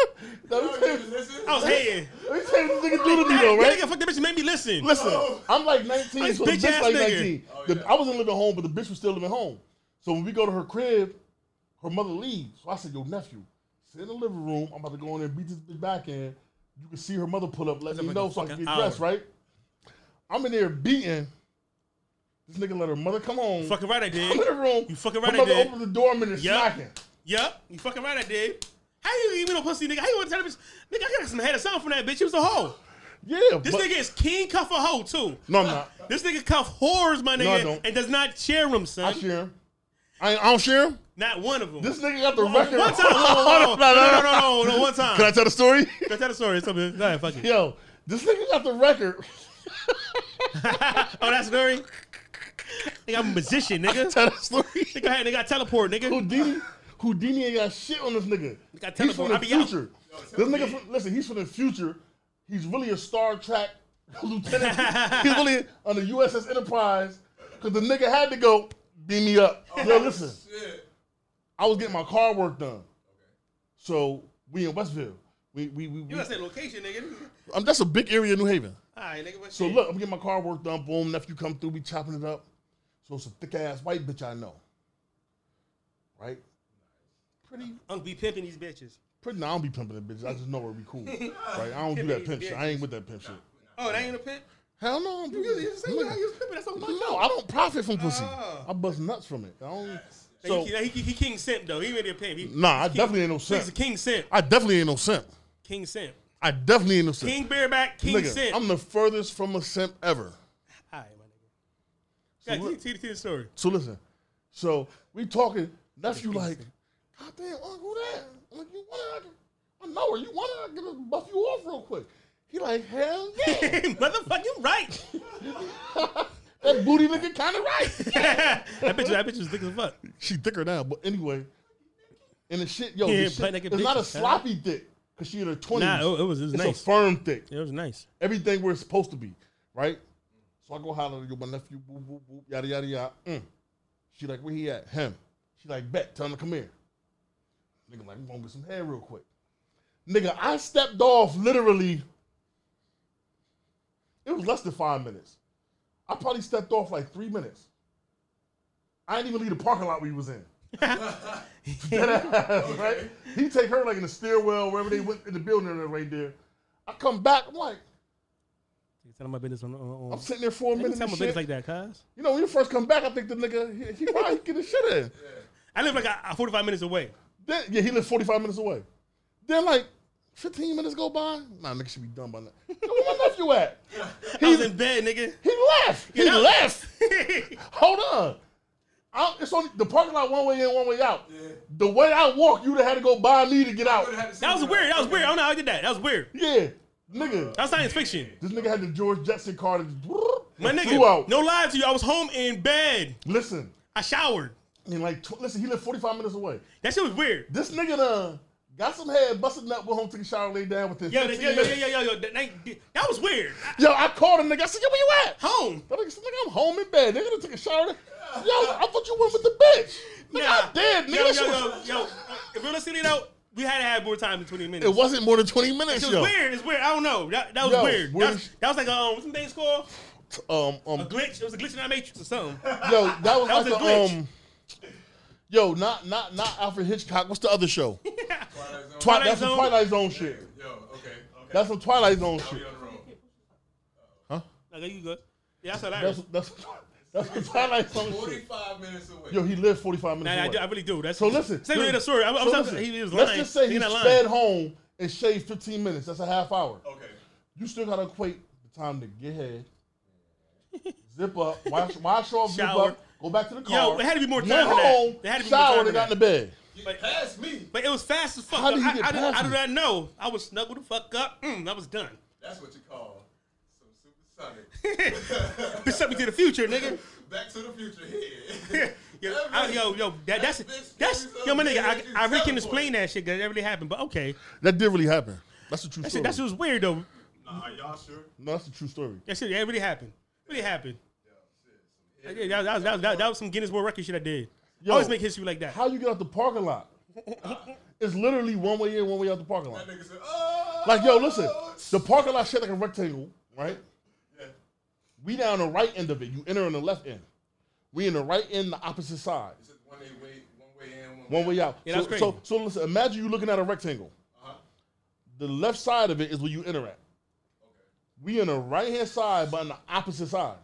[SPEAKER 1] Let me tell you-
[SPEAKER 2] I was hating.
[SPEAKER 1] let me tell you what this nigga do to me though,
[SPEAKER 2] That
[SPEAKER 1] right?
[SPEAKER 2] nigga fuck that bitch made me listen.
[SPEAKER 1] Listen, I'm like 19,
[SPEAKER 2] Like,
[SPEAKER 1] so the
[SPEAKER 2] bitch
[SPEAKER 1] bitch
[SPEAKER 2] ass
[SPEAKER 1] like
[SPEAKER 2] nigga. Oh,
[SPEAKER 1] 19. The- I wasn't living home, but the bitch was still living home. So when we go to her crib, her mother leaves. So I said, yo, nephew, sit in the living room. I'm about to go in there and beat this bitch back in. You can see her mother pull up, let
[SPEAKER 2] That's
[SPEAKER 1] me
[SPEAKER 2] like
[SPEAKER 1] know
[SPEAKER 2] a
[SPEAKER 1] so I can
[SPEAKER 2] fucking
[SPEAKER 1] get dressed,
[SPEAKER 2] hour.
[SPEAKER 1] right? I'm in there beating. This nigga let her mother come home.
[SPEAKER 2] Fucking right
[SPEAKER 1] <laughs>
[SPEAKER 2] I
[SPEAKER 1] I'm in
[SPEAKER 2] did.
[SPEAKER 1] the room.
[SPEAKER 2] You fucking
[SPEAKER 1] Her
[SPEAKER 2] right I
[SPEAKER 1] mother
[SPEAKER 2] did.
[SPEAKER 1] opened the door, I'm in there
[SPEAKER 2] Yup.
[SPEAKER 1] smacking.
[SPEAKER 2] Yup, you fucking right I did. How you give me no pussy, nigga? How you want to tell that bitch? Nigga, I got some head or something from that bitch. He was a hoe.
[SPEAKER 1] Yeah,
[SPEAKER 2] This
[SPEAKER 1] but-
[SPEAKER 2] nigga is king cuff a hoe too.
[SPEAKER 1] No, I'm not.
[SPEAKER 2] This nigga cuff whores, my
[SPEAKER 1] No, I
[SPEAKER 2] nigga,
[SPEAKER 1] don't.
[SPEAKER 2] and does not share them,
[SPEAKER 1] I
[SPEAKER 2] son.
[SPEAKER 1] share him. I, ain't- I don't share him.
[SPEAKER 2] Not one of them.
[SPEAKER 1] This nigga got the <laughs>
[SPEAKER 2] one time.
[SPEAKER 1] record.
[SPEAKER 2] Hold on, hold on, hold
[SPEAKER 1] No, no,
[SPEAKER 2] on.
[SPEAKER 1] no.
[SPEAKER 2] No, no, no, no, no. One time.
[SPEAKER 1] Can I tell the story? <laughs>
[SPEAKER 2] Go tell the story. It's up here. Go ahead, fuck it.
[SPEAKER 1] Yo, this nigga got the record.
[SPEAKER 2] Oh, that story? Nigga, I'm a magician, nigga.
[SPEAKER 1] tell the story.
[SPEAKER 2] <laughs> Nigga, hey, they got teleport, nigga.
[SPEAKER 1] Houdini, Houdini ain't got shit on this nigga.
[SPEAKER 2] got
[SPEAKER 1] He's from
[SPEAKER 2] teleport.
[SPEAKER 1] the
[SPEAKER 2] I be out.
[SPEAKER 1] future. This nigga, from, listen, he's from the future. He's really a Star Trek lieutenant. he's really on the USS Enterprise because the nigga had to go beam me up. Yo, listen,
[SPEAKER 4] Shit. <laughs>
[SPEAKER 1] I was getting my car work done, so we in Westville. We we we. we
[SPEAKER 2] You gotta say location, nigga.
[SPEAKER 1] um, that's a big area in New Haven.
[SPEAKER 2] All right, nigga. What's
[SPEAKER 1] So look, I'm getting my car work done. Boom, nephew come through, we chopping it up. So it's a thick ass white bitch I know, right? Pretty
[SPEAKER 2] I'm be pimping these bitches.
[SPEAKER 1] Pretty, nah, I don't be pimping that bitch. I just know her be
[SPEAKER 2] <laughs>
[SPEAKER 1] cool. Right? I don't do that pimp shit. I ain't with that pimp shit.
[SPEAKER 2] Oh, that ain't a pimp.
[SPEAKER 1] Hell no. I'm
[SPEAKER 2] You just say you was pimping. That's so much.
[SPEAKER 1] no, I don't profit from pussy.
[SPEAKER 2] Oh.
[SPEAKER 1] I bust nuts from it. I don't. So,
[SPEAKER 2] So, he, he, he king simp though. He ain't really a pimp. He,
[SPEAKER 1] nah, I
[SPEAKER 2] he's
[SPEAKER 1] definitely ain't no
[SPEAKER 2] king, He's a
[SPEAKER 1] simp.
[SPEAKER 2] king simp.
[SPEAKER 1] I definitely ain't no simp.
[SPEAKER 2] King simp.
[SPEAKER 1] I definitely ain't no simp.
[SPEAKER 2] King bareback. King
[SPEAKER 1] Nigga,
[SPEAKER 2] simp.
[SPEAKER 1] I'm the furthest from a simp ever.
[SPEAKER 2] All right, my nigga. Yeah,
[SPEAKER 1] look-
[SPEAKER 2] tell- tell tell the story.
[SPEAKER 1] So listen, so we talking. Nephew like, God damn, Uncle, who that? I'm like, you want to? I know her. You want to? I can buff you off real quick. He like, hell
[SPEAKER 2] <laughs>
[SPEAKER 1] yeah.
[SPEAKER 2] Motherfucker, you right.
[SPEAKER 1] that booty looking kind of right.
[SPEAKER 2] <laughs> <laughs> that bitch, that bitch was thick as fuck.
[SPEAKER 1] She thicker now, but anyway. And the shit, yo,
[SPEAKER 2] Yeah,
[SPEAKER 1] the shit,
[SPEAKER 2] butt naked
[SPEAKER 1] it's not a
[SPEAKER 2] bitches, huh?
[SPEAKER 1] sloppy thick because she in her twenties.
[SPEAKER 2] Nah, it, it was it was
[SPEAKER 1] it's
[SPEAKER 2] nice.
[SPEAKER 1] a firm thick.
[SPEAKER 2] it was nice.
[SPEAKER 1] Everything where it's supposed to be, right? So I go holler to my nephew, boop, boop, boop, yada yada yada. Mm. She like, where he at? Him. She like, bet, tell him to come here. Nigga like, we gonna get some hair real quick. Nigga, I stepped off literally. It was less than five minutes. I probably stepped off like three minutes. I didn't even leave the parking lot we was in. Dead ass, right? He take her like in the stairwell, wherever they went in the building, and right there. I come back. I'm like,
[SPEAKER 2] Tell my business on. on, on.
[SPEAKER 1] I'm sitting there for a
[SPEAKER 2] They can
[SPEAKER 1] minute.
[SPEAKER 2] tell
[SPEAKER 1] and
[SPEAKER 2] my
[SPEAKER 1] shit.
[SPEAKER 2] business like that, cuz.
[SPEAKER 1] you know, when you first come back, I think the nigga he, he
[SPEAKER 2] <laughs>
[SPEAKER 1] probably get his shit in.
[SPEAKER 2] I live like a, a 45 minutes away.
[SPEAKER 1] Then yeah, he lived 45 minutes away. Then like 15 minutes go by. Nah, nigga should be done by now. Yo, Where my nephew at?
[SPEAKER 2] I was in bed, nigga. <laughs>
[SPEAKER 1] He left. He
[SPEAKER 2] Yeah, that-
[SPEAKER 1] left.
[SPEAKER 2] <laughs>
[SPEAKER 1] Hold on. I, it's only the parking lot one way in, one way out. The way I walk, you'd have had to go by me to get out.
[SPEAKER 2] that was weird. That was weird. I don't know how I did that. That was weird.
[SPEAKER 1] Yeah, nigga.
[SPEAKER 2] That was science fiction.
[SPEAKER 1] This nigga had the George Jetson car that just
[SPEAKER 2] My nigga,
[SPEAKER 1] flew out.
[SPEAKER 2] no lie to you. I was home in bed.
[SPEAKER 1] Listen,
[SPEAKER 2] I showered.
[SPEAKER 1] I mean, like, tw- listen, he lived 45 minutes away.
[SPEAKER 2] That shit was weird.
[SPEAKER 1] This nigga done got some head, busted nut, went home, took a shower, laid down within
[SPEAKER 2] Yo,
[SPEAKER 1] 15
[SPEAKER 2] yo, yo,
[SPEAKER 1] minutes.
[SPEAKER 2] yo, yo, yo, yo. That, that- that was weird.
[SPEAKER 1] Yo, I called him, nigga. I said, yo, where you at?
[SPEAKER 2] Home.
[SPEAKER 1] That nigga said, nigga, I'm home in bed. Nigga done took a shower. Yo, I thought you went with the bitch. Nigga, I'm dead, nigga.
[SPEAKER 2] Yo,
[SPEAKER 1] That shit
[SPEAKER 2] yo,
[SPEAKER 1] was-
[SPEAKER 2] yo, yo. If realistically though, we had to have more time than 20 minutes.
[SPEAKER 1] It wasn't more than 20 minutes,
[SPEAKER 2] It was
[SPEAKER 1] yo.
[SPEAKER 2] weird. It's weird. I don't know. That, that was
[SPEAKER 1] Yo,
[SPEAKER 2] weird.
[SPEAKER 1] where
[SPEAKER 2] That was,
[SPEAKER 1] is-
[SPEAKER 2] that was like um, what's the thing's called?
[SPEAKER 1] Um,
[SPEAKER 2] A
[SPEAKER 1] um,
[SPEAKER 2] glitch. It was a glitch in that matrix
[SPEAKER 1] <laughs>
[SPEAKER 2] or something.
[SPEAKER 1] yo, that was
[SPEAKER 2] That was
[SPEAKER 1] like
[SPEAKER 2] a
[SPEAKER 1] a,
[SPEAKER 2] glitch.
[SPEAKER 1] um, yo, not, not, not Alfred Hitchcock. What's the other show?
[SPEAKER 4] Twilight Zone.
[SPEAKER 1] Twilight, that's
[SPEAKER 2] Zone.
[SPEAKER 1] some Twilight Zone shit.
[SPEAKER 4] Yo, okay. okay.
[SPEAKER 1] That's some Twilight Zone
[SPEAKER 4] I'll be
[SPEAKER 1] shit.
[SPEAKER 4] on
[SPEAKER 1] <laughs>
[SPEAKER 4] the road.
[SPEAKER 2] Okay, you good? Yeah, that's hilarious.
[SPEAKER 1] That's, that's, that's some Twilight Zone shit.
[SPEAKER 4] 45 minutes away.
[SPEAKER 1] Yo, he lived 45
[SPEAKER 2] Nah,
[SPEAKER 1] minutes
[SPEAKER 2] I,
[SPEAKER 1] away.
[SPEAKER 2] do- I really do. That's
[SPEAKER 1] So listen,
[SPEAKER 2] Same with
[SPEAKER 1] listen.
[SPEAKER 2] the story. I'm, I'm
[SPEAKER 1] So
[SPEAKER 2] talking.
[SPEAKER 1] listen,
[SPEAKER 2] Oh, He was lying.
[SPEAKER 1] let's just say he
[SPEAKER 2] He not lying.
[SPEAKER 1] sped home and shaved 15 minutes. That's a half hour.
[SPEAKER 4] Okay.
[SPEAKER 1] You still gotta equate the time to get head, zip up, wash, wash off, zip
[SPEAKER 2] Shower.
[SPEAKER 1] up, go back to the car.
[SPEAKER 2] Yo, it had to be more time
[SPEAKER 1] went
[SPEAKER 2] for that.
[SPEAKER 1] home,
[SPEAKER 2] There had to be more
[SPEAKER 1] shower,
[SPEAKER 2] time
[SPEAKER 1] they
[SPEAKER 2] for
[SPEAKER 1] got in
[SPEAKER 2] that.
[SPEAKER 1] the bed.
[SPEAKER 2] But-
[SPEAKER 4] Pass me.
[SPEAKER 2] But it was fast as fuck.
[SPEAKER 1] How did he
[SPEAKER 2] I,
[SPEAKER 1] get
[SPEAKER 2] I, I, did,
[SPEAKER 1] past
[SPEAKER 2] I did
[SPEAKER 1] you?
[SPEAKER 2] not know. I was snuggled the fuck up. Mm, I was done. <laughs>
[SPEAKER 4] That's what you call some
[SPEAKER 1] <laughs>
[SPEAKER 4] supersonic.
[SPEAKER 2] Bitch sent me to the future, nigga. <laughs>
[SPEAKER 4] Back to the future
[SPEAKER 2] yo, <laughs>
[SPEAKER 4] here.
[SPEAKER 2] I, yo, yo, that, that's that's yo, my nigga. I, I really can explain that shit because that really happened. But okay,
[SPEAKER 1] That did really happen. That's the true
[SPEAKER 2] that
[SPEAKER 1] story.
[SPEAKER 2] shit that shit was weird though.
[SPEAKER 4] Nah, y'all sure?
[SPEAKER 1] no, that's the true story.
[SPEAKER 2] That shit, that really happened. Really happened. Yeah, that, that, was, that, was, that, that was some Guinness World Record shit I did. I
[SPEAKER 1] Yo.
[SPEAKER 2] always make history like that.
[SPEAKER 1] How you get out the parking lot? it's literally one way in, one way out the parking lot.
[SPEAKER 4] That nigga said, oh.
[SPEAKER 1] Like, yo, listen, the parking lot shaped like a rectangle, right?
[SPEAKER 4] Yeah.
[SPEAKER 1] We down the right end of it. You enter on the left end. We in the right end, the opposite side.
[SPEAKER 4] It's just one way, one way in, one,
[SPEAKER 1] One way out.
[SPEAKER 2] Yeah, that's
[SPEAKER 1] so,
[SPEAKER 2] crazy.
[SPEAKER 1] so, so listen, imagine you looking at a rectangle.
[SPEAKER 4] Uh-huh.
[SPEAKER 1] The left side of it is where you enter at. We on the right hand side, but on the opposite side.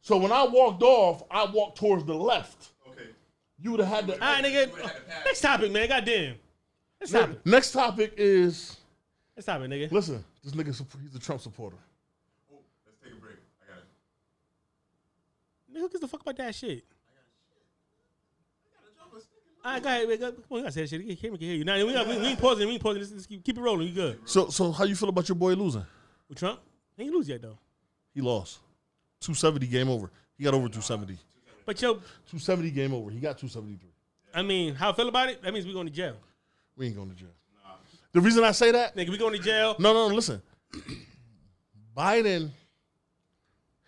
[SPEAKER 1] So when I walked off, I walked towards the left.
[SPEAKER 4] Okay.
[SPEAKER 1] You would have had to.
[SPEAKER 2] All right, nigga.
[SPEAKER 4] would've had to pass.
[SPEAKER 2] Next topic, man. Goddamn. Next topic.
[SPEAKER 1] Next topic is
[SPEAKER 2] Next topic, nigga.
[SPEAKER 1] listen. This nigga, supp- he's a Trump supporter.
[SPEAKER 4] Oh, let's take a break. I got to
[SPEAKER 2] Nigga, who gives a fuck about that shit?
[SPEAKER 4] drop a stick in
[SPEAKER 2] All right, go ahead. man. Go- Come on, you gotta say that shit. The camera can hear you. Now we, got, we, we ain't pausing. We ain't pausing. Just, just keep, keep it rolling. You good?
[SPEAKER 1] So, so how you feel about your boy losing?
[SPEAKER 2] With Trump, he ain't lose yet though.
[SPEAKER 1] He lost. 270 game over. He got over 270.
[SPEAKER 2] But yo,
[SPEAKER 1] 270 game over. He got 273.
[SPEAKER 2] I mean, how I feel about it? That means we going to jail,
[SPEAKER 1] We ain't going to jail. The reason I say that
[SPEAKER 2] nigga. We going to jail.
[SPEAKER 1] No, no, listen. Biden,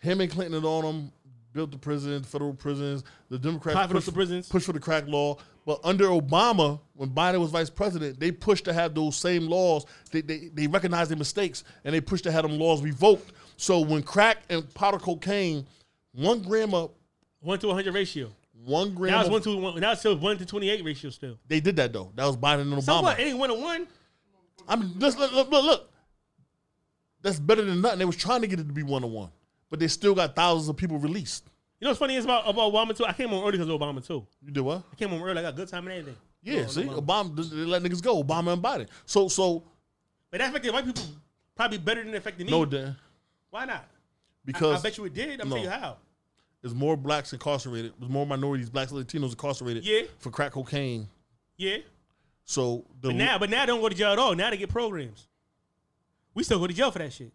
[SPEAKER 1] him and Clinton and all them built the prisons, federal prisons. The Democrats
[SPEAKER 2] Private
[SPEAKER 1] pushed,
[SPEAKER 2] the prisons.
[SPEAKER 1] pushed for the crack law. But under Obama, when Biden was vice president, they pushed to have those same laws. They, they, they recognized their mistakes and they pushed to have them laws revoked. So when crack and powder cocaine, one gram up,
[SPEAKER 2] One to one hundred ratio.
[SPEAKER 1] one gram
[SPEAKER 2] Now it's
[SPEAKER 1] of-
[SPEAKER 2] one to one. Now it's still one to twenty eight ratio still.
[SPEAKER 1] they did that though. That was Biden and Obama.
[SPEAKER 2] So what? It ain't one to one.
[SPEAKER 1] I'm just look, look, look, look. That's better than nothing. They was trying to get it to be one on one, but they still got thousands of people released.
[SPEAKER 2] You know what's funny is about about Obama too. I came on early because of Obama too.
[SPEAKER 1] You did what?
[SPEAKER 2] I came on early. I got good time and everything.
[SPEAKER 1] Yeah, see, Obama they let niggas go. Obama and Biden. So, so
[SPEAKER 2] But that affected white people probably better than it affected me.
[SPEAKER 1] no, Dan,
[SPEAKER 2] Why not? I, I
[SPEAKER 1] because
[SPEAKER 2] bet you it did. I'm
[SPEAKER 1] No.
[SPEAKER 2] tell you how.
[SPEAKER 1] there's more blacks incarcerated, there's more minorities, blacks, Latinos incarcerated
[SPEAKER 2] Yeah.
[SPEAKER 1] for crack cocaine.
[SPEAKER 2] Yeah.
[SPEAKER 1] So the
[SPEAKER 2] But now, but now they don't go to jail at all. Now they get programs. We still go to jail for that shit.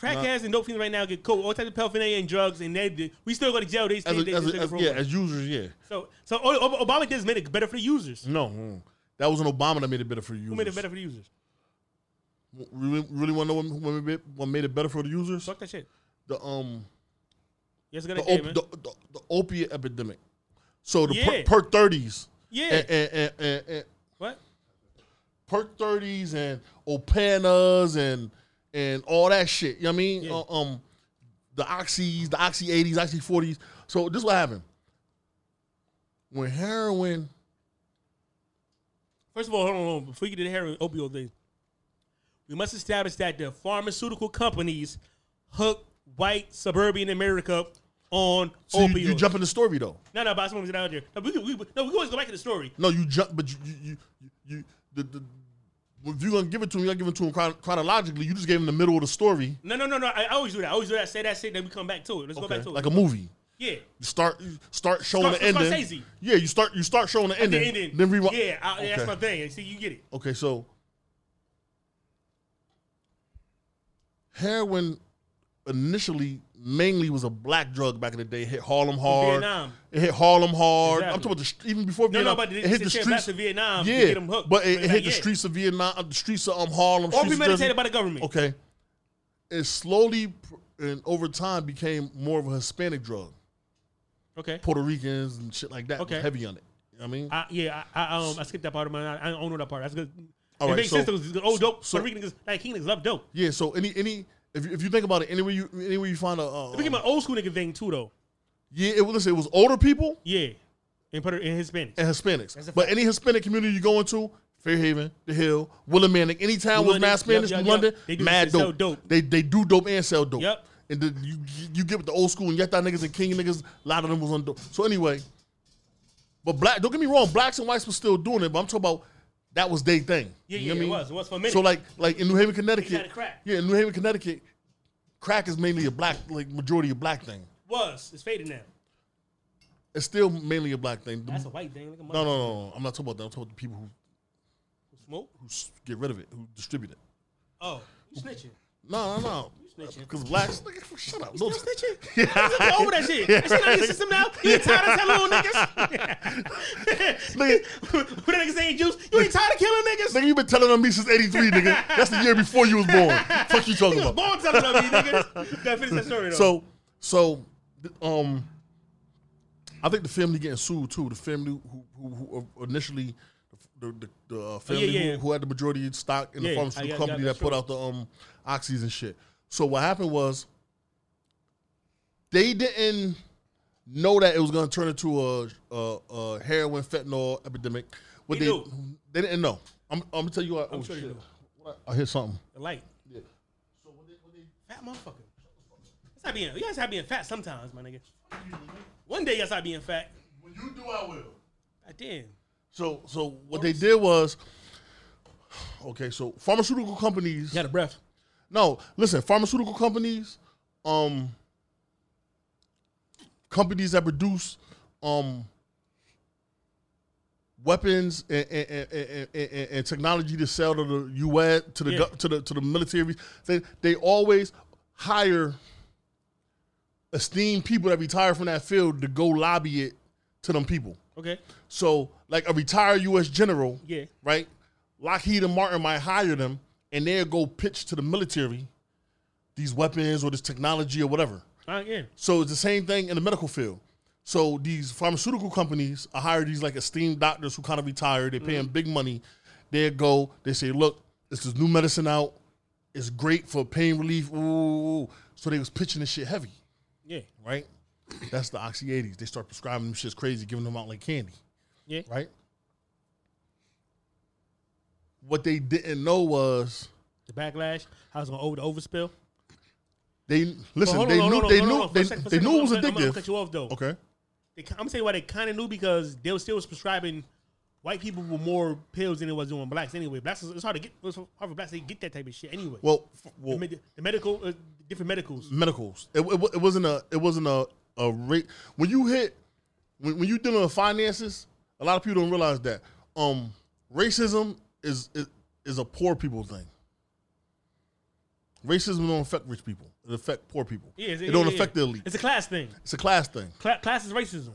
[SPEAKER 2] Crackheads and dope fiends right now get caught with all types of paraphernalia and drugs, and they do- we still go to jail. They
[SPEAKER 1] as,
[SPEAKER 2] still,
[SPEAKER 1] a,
[SPEAKER 2] they,
[SPEAKER 1] as, a-
[SPEAKER 2] they still
[SPEAKER 1] as-
[SPEAKER 2] get
[SPEAKER 1] yeah,
[SPEAKER 2] programs.
[SPEAKER 1] as users, yeah,
[SPEAKER 2] So, so Ob- Ob- Obama just made it better for the users.
[SPEAKER 1] no, mm. that wasn't Obama that made it better for users.
[SPEAKER 2] Who made it better for the users?
[SPEAKER 1] Really, really want to know what- what made it- what made it better for the users?
[SPEAKER 2] Fuck that shit.
[SPEAKER 1] The um,
[SPEAKER 2] Yes, got
[SPEAKER 1] the,
[SPEAKER 2] to game,
[SPEAKER 1] op-
[SPEAKER 2] man.
[SPEAKER 1] the, the, the opiate epidemic. So the
[SPEAKER 2] Yeah.
[SPEAKER 1] per thirties,
[SPEAKER 2] Yeah.
[SPEAKER 1] and, and, and, and, and
[SPEAKER 2] What?
[SPEAKER 1] perk thirties and Opanas and and all that shit. You know what I mean?
[SPEAKER 2] Yeah.
[SPEAKER 1] Uh, um, the oxys, the oxy eighties, oxy forties. So this is what happened when heroin.
[SPEAKER 2] First of all, hold on, hold on. Before you get to the heroin opioid thing, we must establish that the pharmaceutical companies hook white suburban America on
[SPEAKER 1] So
[SPEAKER 2] opioids.
[SPEAKER 1] you, you jump in the story though.
[SPEAKER 2] no, no, but I just want to get out there. No, we, can- we, no, we can always go back to the story.
[SPEAKER 1] No, you jump, but you you you, you you- the, the if you're gonna give it to him, you're gonna give it to him chron- chronologically. You just gave him the middle of the story,
[SPEAKER 2] No, no, no, no. I, I always do that. I always do that. Say that shit, then we come back to it. Let's go back to
[SPEAKER 1] like
[SPEAKER 2] it.
[SPEAKER 1] a movie.
[SPEAKER 2] yeah.
[SPEAKER 1] You start start showing
[SPEAKER 2] Scar-
[SPEAKER 1] the ending.
[SPEAKER 2] Scorsese.
[SPEAKER 1] Yeah, you start you start showing the
[SPEAKER 2] The
[SPEAKER 1] ending.
[SPEAKER 2] ending.
[SPEAKER 1] Then rewind.
[SPEAKER 2] Yeah, I, that's
[SPEAKER 1] Okay.
[SPEAKER 2] my thing. See, you get it.
[SPEAKER 1] Okay, so heroin initially mainly was a black drug back in the day. It hit Harlem hard.
[SPEAKER 2] Vietnam.
[SPEAKER 1] It hit Harlem hard. I'm
[SPEAKER 2] Exactly.
[SPEAKER 1] talking about the, st- even before
[SPEAKER 2] No, no,
[SPEAKER 1] Vietnam.
[SPEAKER 2] but
[SPEAKER 1] it hit the
[SPEAKER 2] shit back
[SPEAKER 1] streets.
[SPEAKER 2] to Vietnam to
[SPEAKER 1] yeah,
[SPEAKER 2] get them hooked.
[SPEAKER 1] but it,
[SPEAKER 2] Like,
[SPEAKER 1] it hit the
[SPEAKER 2] yeah.
[SPEAKER 1] streets of Vietnam, uh, the streets of um, Harlem.
[SPEAKER 2] All
[SPEAKER 1] streets of
[SPEAKER 2] premeditated
[SPEAKER 1] Jersey.
[SPEAKER 2] by the government.
[SPEAKER 1] Okay, it slowly pr- and over time became more of a Hispanic drug.
[SPEAKER 2] Okay.
[SPEAKER 1] Puerto Ricans and shit like that. was
[SPEAKER 2] Okay.
[SPEAKER 1] heavy on it. You know what I mean,
[SPEAKER 2] I, yeah, I, I, um, I skipped that part of my. I don't know that part. That's good.
[SPEAKER 1] All
[SPEAKER 2] it
[SPEAKER 1] right,
[SPEAKER 2] makes
[SPEAKER 1] so-
[SPEAKER 2] sense because oh, dope.
[SPEAKER 1] so-
[SPEAKER 2] Puerto Rican niggas, like he niggas love dope.
[SPEAKER 1] yeah. So any any if you, if you think about it, anywhere you anywhere you find a uh,
[SPEAKER 2] It became an old school nigga thing too, though.
[SPEAKER 1] Yeah, it, listen, it was older people
[SPEAKER 2] Yeah, in Puerto in Hispanics.
[SPEAKER 1] and Hispanics.
[SPEAKER 2] That's a
[SPEAKER 1] But any Hispanic community you go into, Fairhaven, The Hill, Willimantic, any town with
[SPEAKER 2] Willimantic,
[SPEAKER 1] mad Spanish,
[SPEAKER 2] yup, yup,
[SPEAKER 1] London,
[SPEAKER 2] yup. They do
[SPEAKER 1] mad
[SPEAKER 2] sell
[SPEAKER 1] dope.
[SPEAKER 2] dope.
[SPEAKER 1] They they do dope and sell dope.
[SPEAKER 2] Yup.
[SPEAKER 1] And the, you you get with the old school and yet that niggas and king niggas, a lot of them was on dope. So anyway, but black don't get me wrong, blacks and whites were still doing it, but I'm talking about that was they thing.
[SPEAKER 2] Yeah,
[SPEAKER 1] You know
[SPEAKER 2] yeah,
[SPEAKER 1] what I
[SPEAKER 2] it
[SPEAKER 1] mean?
[SPEAKER 2] was. It was for a minute.
[SPEAKER 1] So like like in New Haven,
[SPEAKER 2] had a
[SPEAKER 1] Connecticut.
[SPEAKER 2] crack.
[SPEAKER 1] Yeah, in New Haven, Connecticut, crack is mainly a black like majority a black thing.
[SPEAKER 2] was it's faded now.
[SPEAKER 1] It's still mainly a black thing. The-
[SPEAKER 2] That's a white thing. Nigga,
[SPEAKER 1] no, no, no, no. I'm not talking about that. I'm talking about the people who,
[SPEAKER 2] Smoke.
[SPEAKER 1] who s- get rid of it, who distribute it.
[SPEAKER 2] Oh, you
[SPEAKER 1] <laughs>
[SPEAKER 2] snitching.
[SPEAKER 1] No, no, no.
[SPEAKER 2] snitching.
[SPEAKER 1] Because blacks, nigga, shut up.
[SPEAKER 2] You
[SPEAKER 1] No,
[SPEAKER 2] snitching?
[SPEAKER 1] <laughs>
[SPEAKER 2] Niggas get over that shit. That shit on your system now. You ain't tired of telling
[SPEAKER 1] <laughs>
[SPEAKER 2] little niggas.
[SPEAKER 1] nigga,
[SPEAKER 2] <laughs> What niggas ain't juice? You ain't tired of killing niggas?
[SPEAKER 1] nigga, you been telling on me since '83, nigga. That's the year before you was born. Fuck you
[SPEAKER 2] <laughs>
[SPEAKER 1] talking
[SPEAKER 2] He was
[SPEAKER 1] about.
[SPEAKER 2] born telling on these niggas. That finish that story though.
[SPEAKER 1] So, so, th- um, I think the family getting sued too. The family who who, who uh, initially. The, the, the uh, family
[SPEAKER 2] Oh, yeah.
[SPEAKER 1] Who, who had the majority of stock in
[SPEAKER 2] Yeah,
[SPEAKER 1] the
[SPEAKER 2] I
[SPEAKER 1] pharmaceutical
[SPEAKER 2] got- got
[SPEAKER 1] company
[SPEAKER 2] that
[SPEAKER 1] that put
[SPEAKER 2] true.
[SPEAKER 1] out the um oxys and shit. So what happened was they didn't know that it was going to turn into a, a, a heroin fentanyl epidemic. What
[SPEAKER 2] They
[SPEAKER 1] they,
[SPEAKER 2] knew.
[SPEAKER 1] they didn't know. I'm, I'm gonna tell you what. Oh,
[SPEAKER 2] sure they
[SPEAKER 1] shit.
[SPEAKER 2] knew.
[SPEAKER 1] What I I hear something.
[SPEAKER 2] the light.
[SPEAKER 5] So when they, when they,
[SPEAKER 2] Fat motherfucker. That's not being. You gotta stop being fat sometimes, my nigga. One day you gotta stop being fat.
[SPEAKER 5] when you do, I will.
[SPEAKER 2] I did.
[SPEAKER 1] So so what they did was okay. So pharmaceutical companies.
[SPEAKER 2] a breath.
[SPEAKER 1] No, listen. Pharmaceutical companies, um, companies that produce um weapons and, and, and, and, and, and technology to sell to the U.S. to the
[SPEAKER 2] Yeah.
[SPEAKER 1] gov- to the to the military. They they always hire esteemed people that retire from that field to go lobby it to them people.
[SPEAKER 2] Okay.
[SPEAKER 1] So, like a retired U.S. general,
[SPEAKER 2] Yeah.
[SPEAKER 1] right? Lockheed and Martin might hire them, and they'll go pitch to the military these weapons or this technology or whatever.
[SPEAKER 2] Uh, yeah.
[SPEAKER 1] So it's the same thing in the medical field. So these pharmaceutical companies are hire these like esteemed doctors who kind of retire. They pay them big money. They go. They say, "Look, this is new medicine out. It's great for pain relief." Ooh, so they was pitching this shit heavy,
[SPEAKER 2] Yeah.
[SPEAKER 1] right? That's the oxy 80s. They start prescribing them shits crazy, giving them out like candy
[SPEAKER 2] Yeah.
[SPEAKER 1] right? What they didn't know was
[SPEAKER 2] The backlash. I was gonna over the overspill.
[SPEAKER 1] they
[SPEAKER 2] But
[SPEAKER 1] listen.
[SPEAKER 2] hold on,
[SPEAKER 1] they
[SPEAKER 2] hold on,
[SPEAKER 1] knew. They
[SPEAKER 2] hold on,
[SPEAKER 1] knew.
[SPEAKER 2] hold on. For
[SPEAKER 1] They,
[SPEAKER 2] a second, for a
[SPEAKER 1] they
[SPEAKER 2] second,
[SPEAKER 1] knew it was
[SPEAKER 2] I'm gonna- I'm gonna cut
[SPEAKER 1] addictive.
[SPEAKER 2] you off though.
[SPEAKER 1] Okay.
[SPEAKER 2] They, I'm gonna tell you why they kind of knew because they were still prescribing white people with more pills than it was doing blacks anyway. Blacks, it's hard to get. It's hard for blacks to get that type of shit anyway.
[SPEAKER 1] Well, f-
[SPEAKER 2] the,
[SPEAKER 1] well
[SPEAKER 2] med- the medical, uh, different medicals.
[SPEAKER 1] medicals. It, it, wa- it wasn't a. It wasn't a a rate. When you hit, when, when you dealing with finances, a lot of people don't realize that um racism is is, is a poor people thing. Racism don't affect rich people. It affect poor people.
[SPEAKER 2] Yeah, it's-
[SPEAKER 1] it don't
[SPEAKER 2] yeah, yeah.
[SPEAKER 1] affect the elite.
[SPEAKER 2] It's a class thing.
[SPEAKER 1] It's a class thing.
[SPEAKER 2] Cla- class is racism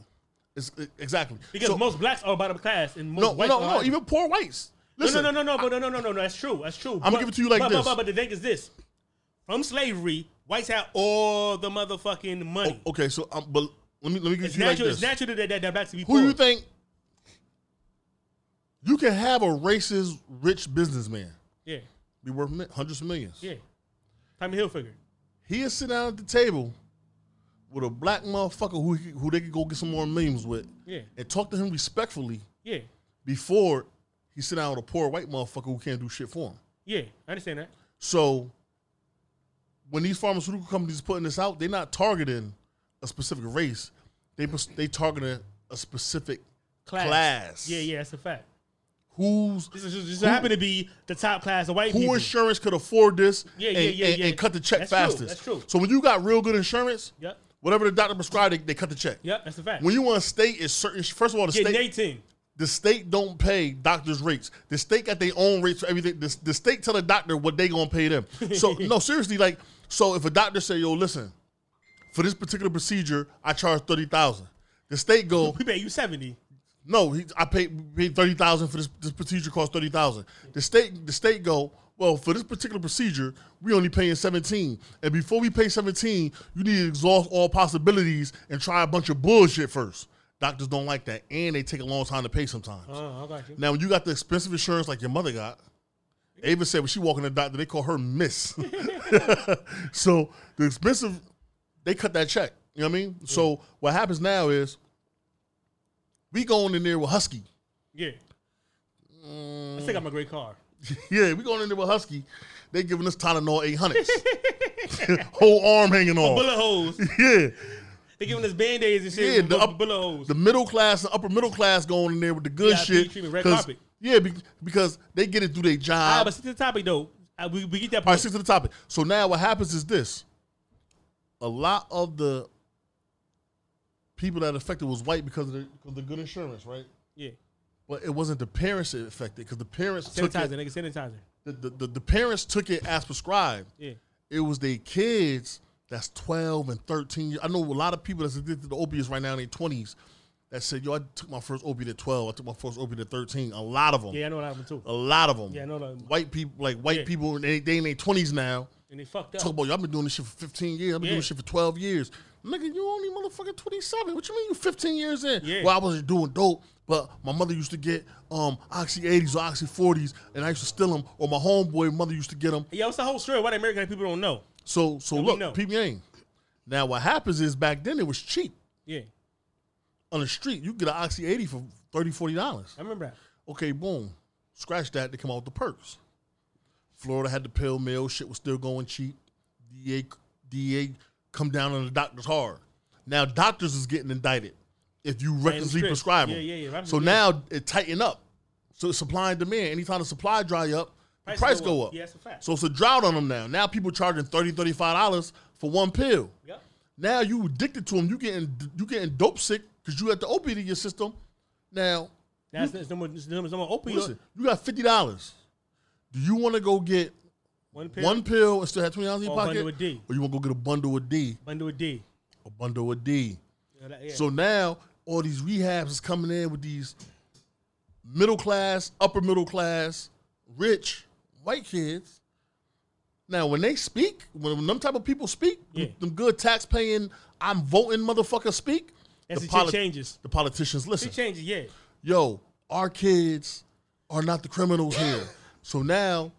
[SPEAKER 1] It's, it- exactly
[SPEAKER 2] because
[SPEAKER 1] So-
[SPEAKER 2] most blacks are bottom class and most
[SPEAKER 1] No,
[SPEAKER 2] whites
[SPEAKER 1] no,
[SPEAKER 2] are
[SPEAKER 1] no,
[SPEAKER 2] high.
[SPEAKER 1] even poor whites. Listen,
[SPEAKER 2] no, no, no, no, but no, no, no, no, no. That's true. That's true.
[SPEAKER 1] I'ma
[SPEAKER 2] But-
[SPEAKER 1] give it to you like
[SPEAKER 2] but,
[SPEAKER 1] this.
[SPEAKER 2] But, but, but the thing is this: from slavery, whites had all the motherfucking money.
[SPEAKER 1] O- Okay, so um, but let me let Oh, me give
[SPEAKER 2] It's
[SPEAKER 1] you
[SPEAKER 2] natural.
[SPEAKER 1] like
[SPEAKER 2] it's
[SPEAKER 1] this.
[SPEAKER 2] natural that that, that blacks be
[SPEAKER 1] Who
[SPEAKER 2] poor.
[SPEAKER 1] you think you can have a racist rich businessman
[SPEAKER 2] Yeah,
[SPEAKER 1] be worth mi- hundreds of millions?
[SPEAKER 2] yeah. Tommy Hilfiger.
[SPEAKER 1] He'll sit down at the table with a black motherfucker who he- who they could go get some more millions with,
[SPEAKER 2] Yeah.
[SPEAKER 1] and talk to him respectfully
[SPEAKER 2] Yeah,
[SPEAKER 1] before he sit down with a poor white motherfucker who can't do shit for him.
[SPEAKER 2] yeah. I understand that.
[SPEAKER 1] So when these pharmaceutical companies putting this out, they're not targeting a specific race. They pers- they targeting a specific class.
[SPEAKER 2] Yeah, yeah, that's a fact.
[SPEAKER 1] Who's
[SPEAKER 2] This is just, just happened to be the top class of white
[SPEAKER 1] who
[SPEAKER 2] people.
[SPEAKER 1] insurance could afford this
[SPEAKER 2] Yeah,
[SPEAKER 1] and,
[SPEAKER 2] yeah, yeah,
[SPEAKER 1] and-
[SPEAKER 2] yeah.
[SPEAKER 1] and cut the check
[SPEAKER 2] That's true,
[SPEAKER 1] fastest.
[SPEAKER 2] that's true.
[SPEAKER 1] So when you got real good insurance,
[SPEAKER 2] yep,
[SPEAKER 1] whatever the doctor prescribed, they, they cut the check.
[SPEAKER 2] yep, that's a fact.
[SPEAKER 1] When you want a state, is certain. First of all, the
[SPEAKER 2] Getting
[SPEAKER 1] state
[SPEAKER 2] 18.
[SPEAKER 1] the state don't pay doctors rates. The state got their own rates for everything. The, the state tell the doctor what they gonna pay them.
[SPEAKER 2] <laughs>
[SPEAKER 1] So no, seriously, like so if a doctor say, yo, listen, for this particular procedure, I charge thirty thousand. The state go,
[SPEAKER 2] We pay you 70.
[SPEAKER 1] no, he, I paid, paid thirty thousand for this. This procedure cost thirty thousand. The state, the state go, well, for this particular procedure, we only paying seventeen. And before we pay seventeen, you need to exhaust all possibilities and try a bunch of bullshit first. Doctors don't like that, and they take a long time to pay sometimes.
[SPEAKER 2] Oh, I got you.
[SPEAKER 1] Now, when you got the expensive insurance like your mother got, Ava said when she walking the doctor, they call her Miss. <laughs> so the expensive, they cut that check. You know what I mean? So what happens now is we going in there with Husky. <laughs>
[SPEAKER 2] Yeah.
[SPEAKER 1] Mm.
[SPEAKER 2] I think I'm a great car.
[SPEAKER 1] yeah, we going in there with Husky. They giving us Tylenol
[SPEAKER 2] <laughs>
[SPEAKER 1] 800s. Whole arm hanging off.
[SPEAKER 2] Bullet holes.
[SPEAKER 1] Yeah.
[SPEAKER 2] They giving us band aids and shit.
[SPEAKER 1] Yeah,
[SPEAKER 2] with
[SPEAKER 1] the
[SPEAKER 2] bu-
[SPEAKER 1] up-
[SPEAKER 2] bullet holes.
[SPEAKER 1] the middle class, the upper middle class going in there with the good
[SPEAKER 2] VIP
[SPEAKER 1] shit.
[SPEAKER 2] treatment, red
[SPEAKER 1] 'cause-
[SPEAKER 2] carpet.
[SPEAKER 1] Yeah, be- because they get it through their job.
[SPEAKER 2] Ah, but stick to the topic though. Ah, we, we get that
[SPEAKER 1] All right,
[SPEAKER 2] point.
[SPEAKER 1] stick to the topic. So now what happens is this: a lot of the people that affected was white because of the, because of the good insurance, right?
[SPEAKER 2] yeah.
[SPEAKER 1] But it wasn't the parents that affected because the parents took
[SPEAKER 2] Sanitizer,
[SPEAKER 1] it,
[SPEAKER 2] nigga, sanitizer.
[SPEAKER 1] the, the, the, the parents took it as prescribed.
[SPEAKER 2] Yeah.
[SPEAKER 1] It was their kids that's twelve and thirteen. years- I know a lot of people that's addicted to opiates right now in their twenties that said, "Yo, I took my first opiate at twelve. I took my first opiate at 13. A lot of them.
[SPEAKER 2] Yeah, I know that happened too.
[SPEAKER 1] A lot of them.
[SPEAKER 2] Yeah, I know that.
[SPEAKER 1] White people, like white
[SPEAKER 2] Yeah.
[SPEAKER 1] people, they they in their twenties now
[SPEAKER 2] And they fucked up.
[SPEAKER 1] talk about you. I've been doing this shit for 15 years. I've been
[SPEAKER 2] Yeah.
[SPEAKER 1] doing this shit for 12 years. Nigga, you only motherfucking 27. What you mean you 15 years in?
[SPEAKER 2] Yeah.
[SPEAKER 1] Well, I wasn't doing dope, but my mother used to get um Oxy 80s or Oxy 40s, and I used to steal them, or my homeboy mother used to get them.
[SPEAKER 2] yeah, it's the whole story. Why the American people don't know?
[SPEAKER 1] So, so
[SPEAKER 2] we know.
[SPEAKER 1] look, peep game. Now, what happens is back then it was cheap.
[SPEAKER 2] Yeah,
[SPEAKER 1] On the street, you get an Oxy 80 for 30 $40.
[SPEAKER 2] I remember that.
[SPEAKER 1] Okay, boom. Scratch that. They come out with the perks. Florida had the pill mill. Shit was still going cheap. DA, DA come down on the doctors hard. Now doctors is getting indicted if you recklessly
[SPEAKER 2] scripts.
[SPEAKER 1] prescribe
[SPEAKER 2] Yeah,
[SPEAKER 1] them.
[SPEAKER 2] yeah, yeah. Right,
[SPEAKER 1] So
[SPEAKER 2] yeah.
[SPEAKER 1] now it tighten up. So it's supply and demand. Anytime the supply dry up, the price, go up.
[SPEAKER 2] Yeah, that's a fact.
[SPEAKER 1] So it's a drought on them now. Now people charging 30 $35 for one pill.
[SPEAKER 2] Yep.
[SPEAKER 1] Now you addicted to them. You getting you getting dope sick because you had the opiate in your system. Now
[SPEAKER 2] That's it's no more, it's no more- it's no more opioid.
[SPEAKER 1] Listen, you got fifty dollars. Do you want to go get
[SPEAKER 2] One pill,
[SPEAKER 1] one pill and still have twenty dollars in your
[SPEAKER 2] Or a
[SPEAKER 1] pocket,
[SPEAKER 2] bundle of D.
[SPEAKER 1] or you want to go get a bundle of D,
[SPEAKER 2] bundle of D.
[SPEAKER 1] a bundle of D?
[SPEAKER 2] Yeah, that- yeah.
[SPEAKER 1] So now all these rehabs is coming in with these middle class, upper middle class, rich white kids. Now when they speak, when, when them type of people speak,
[SPEAKER 2] Yeah.
[SPEAKER 1] them good tax paying, I'm voting motherfuckers speak.
[SPEAKER 2] As the shit
[SPEAKER 1] poli-
[SPEAKER 2] changes.
[SPEAKER 1] the politicians listen
[SPEAKER 2] It changes, yeah.
[SPEAKER 1] yo, our kids are not the criminals here. So now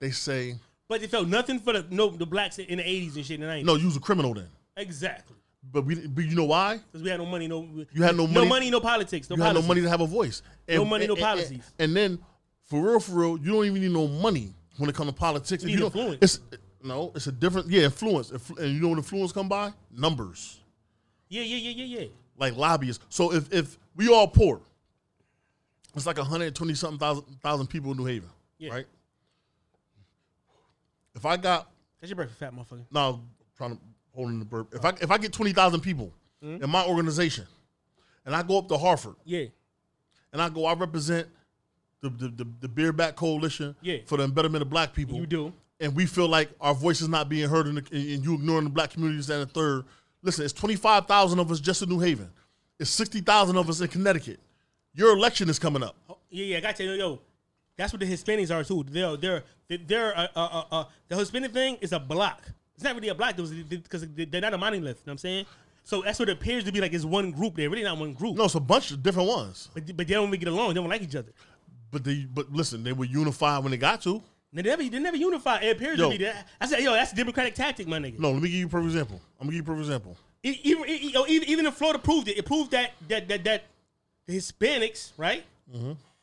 [SPEAKER 1] they say,
[SPEAKER 2] But they felt nothing for the no the blacks in the eighties and shit in the nineties.
[SPEAKER 1] no, you's a criminal then.
[SPEAKER 2] Exactly.
[SPEAKER 1] But we, but you know why?
[SPEAKER 2] Because we had no money, no
[SPEAKER 1] You had no
[SPEAKER 2] No
[SPEAKER 1] money-
[SPEAKER 2] money, no politics. No
[SPEAKER 1] You have
[SPEAKER 2] policy.
[SPEAKER 1] no money to have a voice. And,
[SPEAKER 2] No money, no
[SPEAKER 1] and- and-
[SPEAKER 2] policies.
[SPEAKER 1] And, then, for real, for real, you don't even need no money when it comes to politics. If
[SPEAKER 2] need
[SPEAKER 1] You don't-
[SPEAKER 2] influence.
[SPEAKER 1] It's, no, it's a different, yeah, influence. Influ- And you know what influence come by? Numbers,
[SPEAKER 2] Yeah, yeah, yeah, yeah, yeah.
[SPEAKER 1] like lobbyists. So if, if we all poor, it's like 120 something thousand, thousand people in New Haven,
[SPEAKER 2] Yeah.
[SPEAKER 1] right? If I got
[SPEAKER 2] That's your breakfast, fat motherfucker.
[SPEAKER 1] No, I'm trying to hold in the burp. If I if I get twenty thousand people
[SPEAKER 2] Hmm?
[SPEAKER 1] in my organization, and I go up to Harford
[SPEAKER 2] Yeah.
[SPEAKER 1] and I go, I represent the the, the, the Beer Back Coalition
[SPEAKER 2] Yeah.
[SPEAKER 1] for the betterment of Black people.
[SPEAKER 2] You do.
[SPEAKER 1] and we feel like our voice is not being heard, in the, and and you ignoring the Black communities and the third. Listen, it's twenty five thousand of us just in New Haven. It's sixty thousand of us in Connecticut. Your election is coming up.
[SPEAKER 2] Yeah, yeah, I got you. Yo, yo, that's what the Hispanics are too. They're they're they're uh, uh, uh, the Hispanic thing is a block. It's not really a block because they're not a monolith. You know what I'm saying? So that's what it appears to be like. It's one group. They're really not one group.
[SPEAKER 1] No, it's a bunch of different ones,
[SPEAKER 2] but, but they don't really get along. They don't like each other.
[SPEAKER 1] but they but listen, they were unified when they got to.
[SPEAKER 2] They never they never unify. It appears
[SPEAKER 1] Yo.
[SPEAKER 2] to be that. I said, yo, that's a democratic tactic, my nigga.
[SPEAKER 1] No, let me give you a perfect example. I'm gonna give you a perfect example.
[SPEAKER 2] E- Even e- e- yo, even even if Florida proved it, it proved that that that that the
[SPEAKER 1] Mm-hmm.
[SPEAKER 2] Hispanics right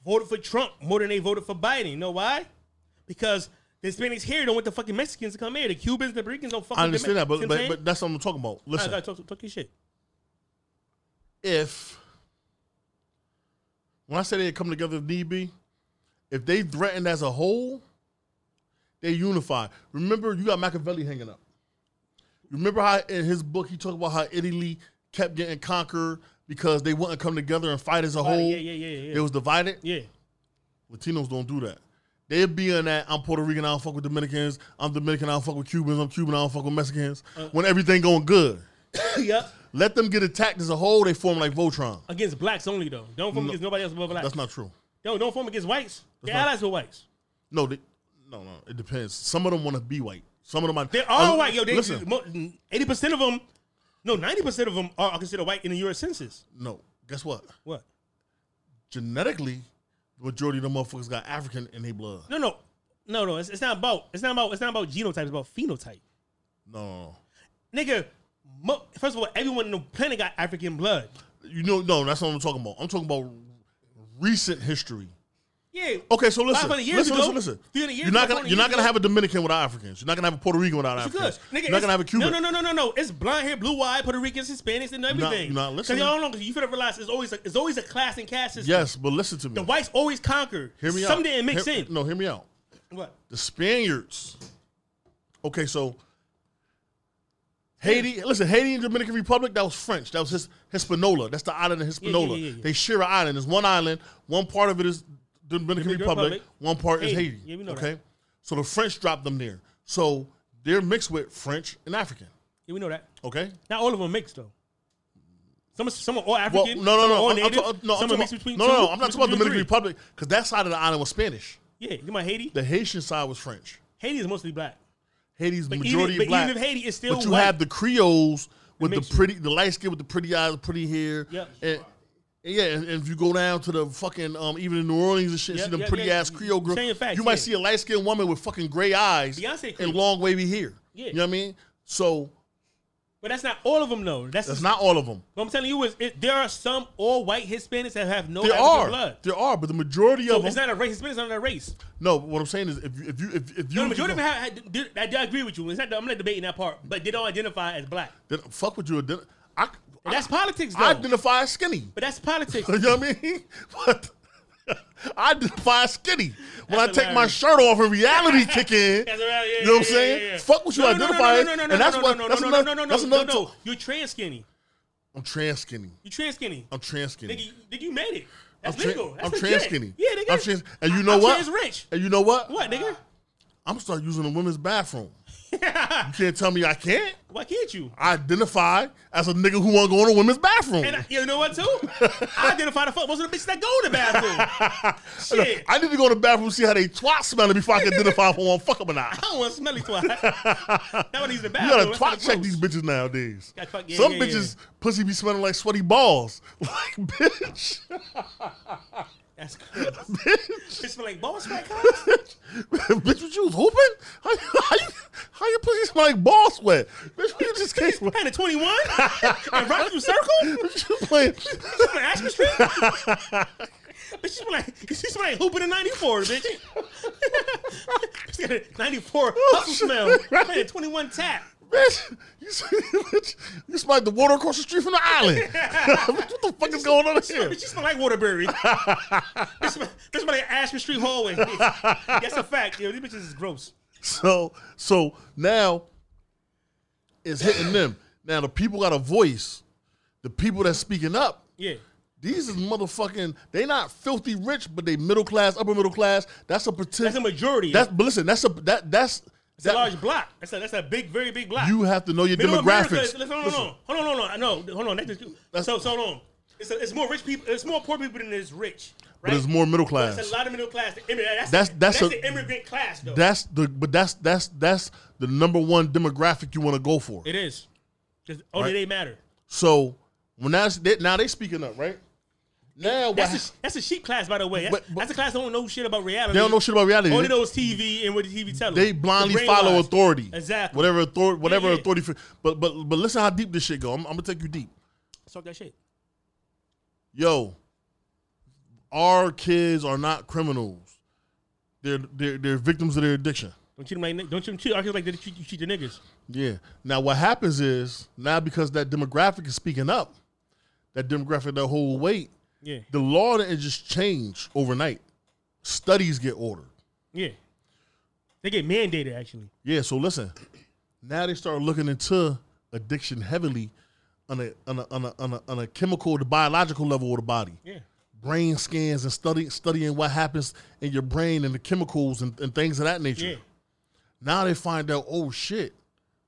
[SPEAKER 2] voted for Trump more than they voted for Biden. You know why? Because The Hispanics here don't want the fucking Mexicans to come here. The Cubans, the Puerto Ricans don't fuck.
[SPEAKER 1] I
[SPEAKER 2] with the
[SPEAKER 1] understand that,
[SPEAKER 2] Me-
[SPEAKER 1] but,
[SPEAKER 2] See what I'm
[SPEAKER 1] but, but
[SPEAKER 2] saying?
[SPEAKER 1] that's what I'm talking about. Listen,
[SPEAKER 2] I gotta talk, talk your shit.
[SPEAKER 1] if when I say they come together, if need be, if they threatened as a whole, they unify. Remember, you got Machiavelli hanging up. Remember how in his book he talked about how Italy kept getting conquered because they wouldn't come together and fight as a whole.
[SPEAKER 2] yeah, yeah, yeah, yeah.
[SPEAKER 1] It was divided.
[SPEAKER 2] Yeah, <coughs>
[SPEAKER 1] Latinos don't do that. They be in that I'm Puerto Rican, I don't fuck with Dominicans. I'm Dominican, I don't fuck with Cubans. I'm Cuban, I don't fuck with Mexicans.
[SPEAKER 2] Uh.
[SPEAKER 1] when everything going good,
[SPEAKER 2] yep.
[SPEAKER 1] let them get attacked as a whole. They form like Voltron.
[SPEAKER 2] Against blacks only though. Don't form against nobody else but blacks.
[SPEAKER 1] That's not true.
[SPEAKER 2] No, don't form against whites. They're
[SPEAKER 1] not-
[SPEAKER 2] allies with whites.
[SPEAKER 1] No, they, no, no. It depends. Some of them want to be white. Some of them are.
[SPEAKER 2] They're all
[SPEAKER 1] Uh,
[SPEAKER 2] white. Yo, they,
[SPEAKER 1] listen.
[SPEAKER 2] eighty percent of them, no, ninety percent of them are, are considered white in the U.S. Census.
[SPEAKER 1] no, guess what?
[SPEAKER 2] What?
[SPEAKER 1] Genetically, the majority of them motherfuckers got African in their blood.
[SPEAKER 2] No, no, no, no. It's, it's not about. It's not about. It's not about genotype. It's about phenotype.
[SPEAKER 1] No, no,
[SPEAKER 2] Nigga, mo- first of all, everyone on the planet got African blood.
[SPEAKER 1] no. You know, no. That's what I'm talking about. I'm talking about recent history.
[SPEAKER 2] Yeah.
[SPEAKER 1] Okay, so listen,
[SPEAKER 2] 500 years
[SPEAKER 1] listen,
[SPEAKER 2] ago,
[SPEAKER 1] listen, listen.
[SPEAKER 2] 300 years
[SPEAKER 1] you're not
[SPEAKER 2] ago,
[SPEAKER 1] gonna
[SPEAKER 2] 400
[SPEAKER 1] you're not
[SPEAKER 2] years
[SPEAKER 1] gonna
[SPEAKER 2] ago.
[SPEAKER 1] have a Dominican without Africans. You're not gonna have a Puto Rican without
[SPEAKER 2] It's
[SPEAKER 1] Africans.
[SPEAKER 2] Good.
[SPEAKER 1] you're
[SPEAKER 2] Nigga,
[SPEAKER 1] not gonna
[SPEAKER 2] it's-
[SPEAKER 1] have a Cuban.
[SPEAKER 2] No, no, no, no, no, no. It's blonde hair, blue eye, Puerto Ricans, Hispanics, and everything.
[SPEAKER 1] you're not listening.
[SPEAKER 2] Because y'all don't know. Cause you finna realize it's always a, it's always a class and caste system.
[SPEAKER 1] Yes, but listen to me.
[SPEAKER 2] The whites always conquer.
[SPEAKER 1] hear me out.
[SPEAKER 2] Some didn't mix
[SPEAKER 1] Hear-
[SPEAKER 2] in.
[SPEAKER 1] No, hear me out.
[SPEAKER 2] What?
[SPEAKER 1] The Spaniards. Okay, so Haiti. Listen, Haiti and Dominican Republic. That was French. That was his Hispanola. That's the island of Hispanola.
[SPEAKER 2] yeah, yeah, yeah.
[SPEAKER 1] They share an island. It's one island. One part of it is Dominican
[SPEAKER 2] Dominican
[SPEAKER 1] Republic.
[SPEAKER 2] Republic.
[SPEAKER 1] One part is
[SPEAKER 2] Haiti.
[SPEAKER 1] Haiti.
[SPEAKER 2] Yeah, we know
[SPEAKER 1] okay, so the French dropped them there. So they're mixed with French and African.
[SPEAKER 2] Yeah, we know that.
[SPEAKER 1] Okay.
[SPEAKER 2] Not all of them mixed though. Some some are all
[SPEAKER 1] Well,
[SPEAKER 2] African.
[SPEAKER 1] no, no,
[SPEAKER 2] some are
[SPEAKER 1] no.
[SPEAKER 2] all
[SPEAKER 1] I'm, I'm
[SPEAKER 2] native,
[SPEAKER 1] talking- no, I'm
[SPEAKER 2] some are
[SPEAKER 1] talking
[SPEAKER 2] mixed
[SPEAKER 1] about-
[SPEAKER 2] between
[SPEAKER 1] no,
[SPEAKER 2] two,
[SPEAKER 1] no, no. I'm not
[SPEAKER 2] mixed
[SPEAKER 1] talking about
[SPEAKER 2] between
[SPEAKER 1] Dominican
[SPEAKER 2] three.
[SPEAKER 1] Republic because that side of the island was Spanish.
[SPEAKER 2] Yeah, you my Haiti.
[SPEAKER 1] The Haitian side was French.
[SPEAKER 2] Haiti is mostly black.
[SPEAKER 1] Haiti's
[SPEAKER 2] But
[SPEAKER 1] majority
[SPEAKER 2] even,
[SPEAKER 1] black.
[SPEAKER 2] but even if Haiti is still
[SPEAKER 1] but you
[SPEAKER 2] white.
[SPEAKER 1] have the Creoles with the
[SPEAKER 2] mixture.
[SPEAKER 1] pretty, the light skin with the pretty eyes, pretty hair.
[SPEAKER 2] Yep.
[SPEAKER 1] And, and yeah, and, and if you go down to the fucking um, even in New Orleans and shit,
[SPEAKER 2] Yep,
[SPEAKER 1] see them
[SPEAKER 2] yep,
[SPEAKER 1] pretty
[SPEAKER 2] yeah.
[SPEAKER 1] ass Creole girls.
[SPEAKER 2] Saying facts,
[SPEAKER 1] you might
[SPEAKER 2] yeah.
[SPEAKER 1] see a light skinned woman with fucking gray eyes
[SPEAKER 2] Beyonce Creole.
[SPEAKER 1] and long wavy hair.
[SPEAKER 2] Yeah.
[SPEAKER 1] You know what I mean? So
[SPEAKER 2] but that's not all of them though. That's,
[SPEAKER 1] that's not all of them.
[SPEAKER 2] what I'm telling you is it, there are some all white Hispanics that have no
[SPEAKER 1] There
[SPEAKER 2] African
[SPEAKER 1] are,
[SPEAKER 2] blood.
[SPEAKER 1] there are, but the majority
[SPEAKER 2] So
[SPEAKER 1] of them.
[SPEAKER 2] it's not a race. Hispanics not a race.
[SPEAKER 1] no, but what I'm saying is, if you, if you, if, if you,
[SPEAKER 2] No, the majority of them have. had- did- I, I agree with you. It's not. I'm not debating that part, but they don't identify as black.
[SPEAKER 1] Then fuck with you. Then I,
[SPEAKER 2] And that's
[SPEAKER 1] I-
[SPEAKER 2] politics, though.
[SPEAKER 1] I identify as skinny.
[SPEAKER 2] But that's
[SPEAKER 1] <laughs>
[SPEAKER 2] politics.
[SPEAKER 1] You know what I mean? But <laughs> I identify as skinny. When
[SPEAKER 2] That's
[SPEAKER 1] I take my
[SPEAKER 2] hilarious.
[SPEAKER 1] shirt off and
[SPEAKER 2] <laughs>
[SPEAKER 1] reality kick in,
[SPEAKER 2] <laughs> That's right, yeah,
[SPEAKER 1] you know what I'm
[SPEAKER 2] yeah,
[SPEAKER 1] saying?
[SPEAKER 2] yeah, yeah.
[SPEAKER 1] Fuck what you
[SPEAKER 2] No, no, no,
[SPEAKER 1] identify as.
[SPEAKER 2] No, no, no, no,
[SPEAKER 1] and that's
[SPEAKER 2] no,
[SPEAKER 1] what,
[SPEAKER 2] no, no,
[SPEAKER 1] that's
[SPEAKER 2] no,
[SPEAKER 1] another,
[SPEAKER 2] no, no, no,
[SPEAKER 1] that's
[SPEAKER 2] no,
[SPEAKER 1] another
[SPEAKER 2] no.
[SPEAKER 1] to-
[SPEAKER 2] You're trans skinny.
[SPEAKER 1] I'm trans skinny.
[SPEAKER 2] You're trans skinny.
[SPEAKER 1] I'm trans skinny.
[SPEAKER 2] Nigga, you- nigga, you made it.
[SPEAKER 1] I'm,
[SPEAKER 2] That's
[SPEAKER 1] tra-
[SPEAKER 2] legal. That's
[SPEAKER 1] I'm
[SPEAKER 2] legit.
[SPEAKER 1] trans skinny.
[SPEAKER 2] Yeah, nigga.
[SPEAKER 1] I'm trans, and you
[SPEAKER 2] I'm
[SPEAKER 1] know what?
[SPEAKER 2] trans rich.
[SPEAKER 1] And you know what?
[SPEAKER 2] What, nigga?
[SPEAKER 1] I'm gonna start using the women's
[SPEAKER 2] <laughs>
[SPEAKER 1] bathroom. you can't tell me I can't.
[SPEAKER 2] Why can't you?
[SPEAKER 1] I identify as a nigga who wanna go in a women's bathroom.
[SPEAKER 2] And I, you know
[SPEAKER 1] <laughs>
[SPEAKER 2] what, too? I identify the fuck most of the bitches that go to the bathroom.
[SPEAKER 1] <laughs>
[SPEAKER 2] Shit. I
[SPEAKER 1] I need to go to the bathroom and see how they twat smelling before
[SPEAKER 2] <laughs>
[SPEAKER 1] I can identify if I want to fuck them or not.
[SPEAKER 2] don't want smelly twat. Now when he's in the
[SPEAKER 1] You
[SPEAKER 2] bathroom.
[SPEAKER 1] gotta
[SPEAKER 2] that's kinda
[SPEAKER 1] twat check
[SPEAKER 2] gross.
[SPEAKER 1] these bitches nowadays.
[SPEAKER 2] Gotta twat- yeah,
[SPEAKER 1] Some
[SPEAKER 2] yeah, yeah.
[SPEAKER 1] bitches pussy be smelling like sweaty balls. <laughs> Like bitch,
[SPEAKER 2] That's
[SPEAKER 1] <laughs>
[SPEAKER 2] gross.
[SPEAKER 1] bitch,
[SPEAKER 2] Bitch smell like balls smack house?
[SPEAKER 1] bitch, what you was hooping? How, you- how, you- how your pussy smell like ball sweat? Bitch, what you just came from?
[SPEAKER 2] And a 21? And rock through circle?
[SPEAKER 1] Bitch, you playing?
[SPEAKER 2] She's from
[SPEAKER 1] <laughs>
[SPEAKER 2] Ashby Street. bitch, she's from like she's from like hooping in '94, bitch. <laughs> she got a '94
[SPEAKER 1] Oh,
[SPEAKER 2] hustle smell. Man, '21 tap.
[SPEAKER 1] Bitch, you, see- <laughs> bitch, you smell like the water across the street from the island. <laughs> Bitch, what the fuck is going on here?
[SPEAKER 2] Bitch, she smell like Waterbury. bitch, smell, bitch smell like Ashby Street hallway. <laughs> That's a fact. Yo, these bitches is gross.
[SPEAKER 1] So so now it's hitting them. Now the people got a voice. The people that's speaking up,
[SPEAKER 2] Yeah.
[SPEAKER 1] these is motherfucking they not filthy rich, but they middle class, upper middle class. That's a
[SPEAKER 2] That's a
[SPEAKER 1] particular
[SPEAKER 2] majority.
[SPEAKER 1] that's but listen, that's a that that's
[SPEAKER 2] it's a
[SPEAKER 1] that,
[SPEAKER 2] large block. That's a that's a big, very big block.
[SPEAKER 1] you have to know your
[SPEAKER 2] Middle America
[SPEAKER 1] demographics.
[SPEAKER 2] is- Listen, hold on, hold on, hold on, hold on. No, hold on. That's just, so, so hold on. It's, a, it's more rich people. It's more poor people than there's rich. Right?
[SPEAKER 1] But it's more middle
[SPEAKER 2] But
[SPEAKER 1] class.
[SPEAKER 2] It's a lot of middle class. The immi- That's
[SPEAKER 1] That's-
[SPEAKER 2] the,
[SPEAKER 1] that's
[SPEAKER 2] that's,
[SPEAKER 1] a-
[SPEAKER 2] the immigrant class though.
[SPEAKER 1] That's the but that's that's that's the number one demographic you want to go for.
[SPEAKER 2] it is. 'Cause only
[SPEAKER 1] Right.
[SPEAKER 2] they matter.
[SPEAKER 1] So when that's they, now they speaking up, right? Now what,
[SPEAKER 2] That's a, that's a sheep class, by the way. That's,
[SPEAKER 1] But- but-
[SPEAKER 2] that's a class that don't know shit about reality.
[SPEAKER 1] they don't know shit about reality.
[SPEAKER 2] Only knows TV and what the TV tells them.
[SPEAKER 1] They blindly
[SPEAKER 2] Brainwashed.
[SPEAKER 1] follow authority.
[SPEAKER 2] Exactly.
[SPEAKER 1] Whatever authority, whatever
[SPEAKER 2] yeah.
[SPEAKER 1] authority. fi- But but but listen how deep this shit go. I'm, I'm gonna take you deep.
[SPEAKER 2] Talk that shit.
[SPEAKER 1] Yo, our kids are not criminals. They're they're they're victims of their addiction.
[SPEAKER 2] Don't treat them like ni- don't treat them treat architects like they treat, you treat the niggas.
[SPEAKER 1] Yeah. Now what happens is now because that demographic is speaking up, that demographic, that whole weight,
[SPEAKER 2] Yeah,
[SPEAKER 1] the law didn't just change overnight. Studies get ordered.
[SPEAKER 2] yeah. They get mandated actually.
[SPEAKER 1] Yeah, so listen. Now they start looking into addiction heavily on a on a on a on a, on a chemical to biological level of the body.
[SPEAKER 2] Yeah,
[SPEAKER 1] Brain scans and study studying what happens in your brain and the chemicals and, and things of that nature.
[SPEAKER 2] yeah.
[SPEAKER 1] Now they find out, oh shit,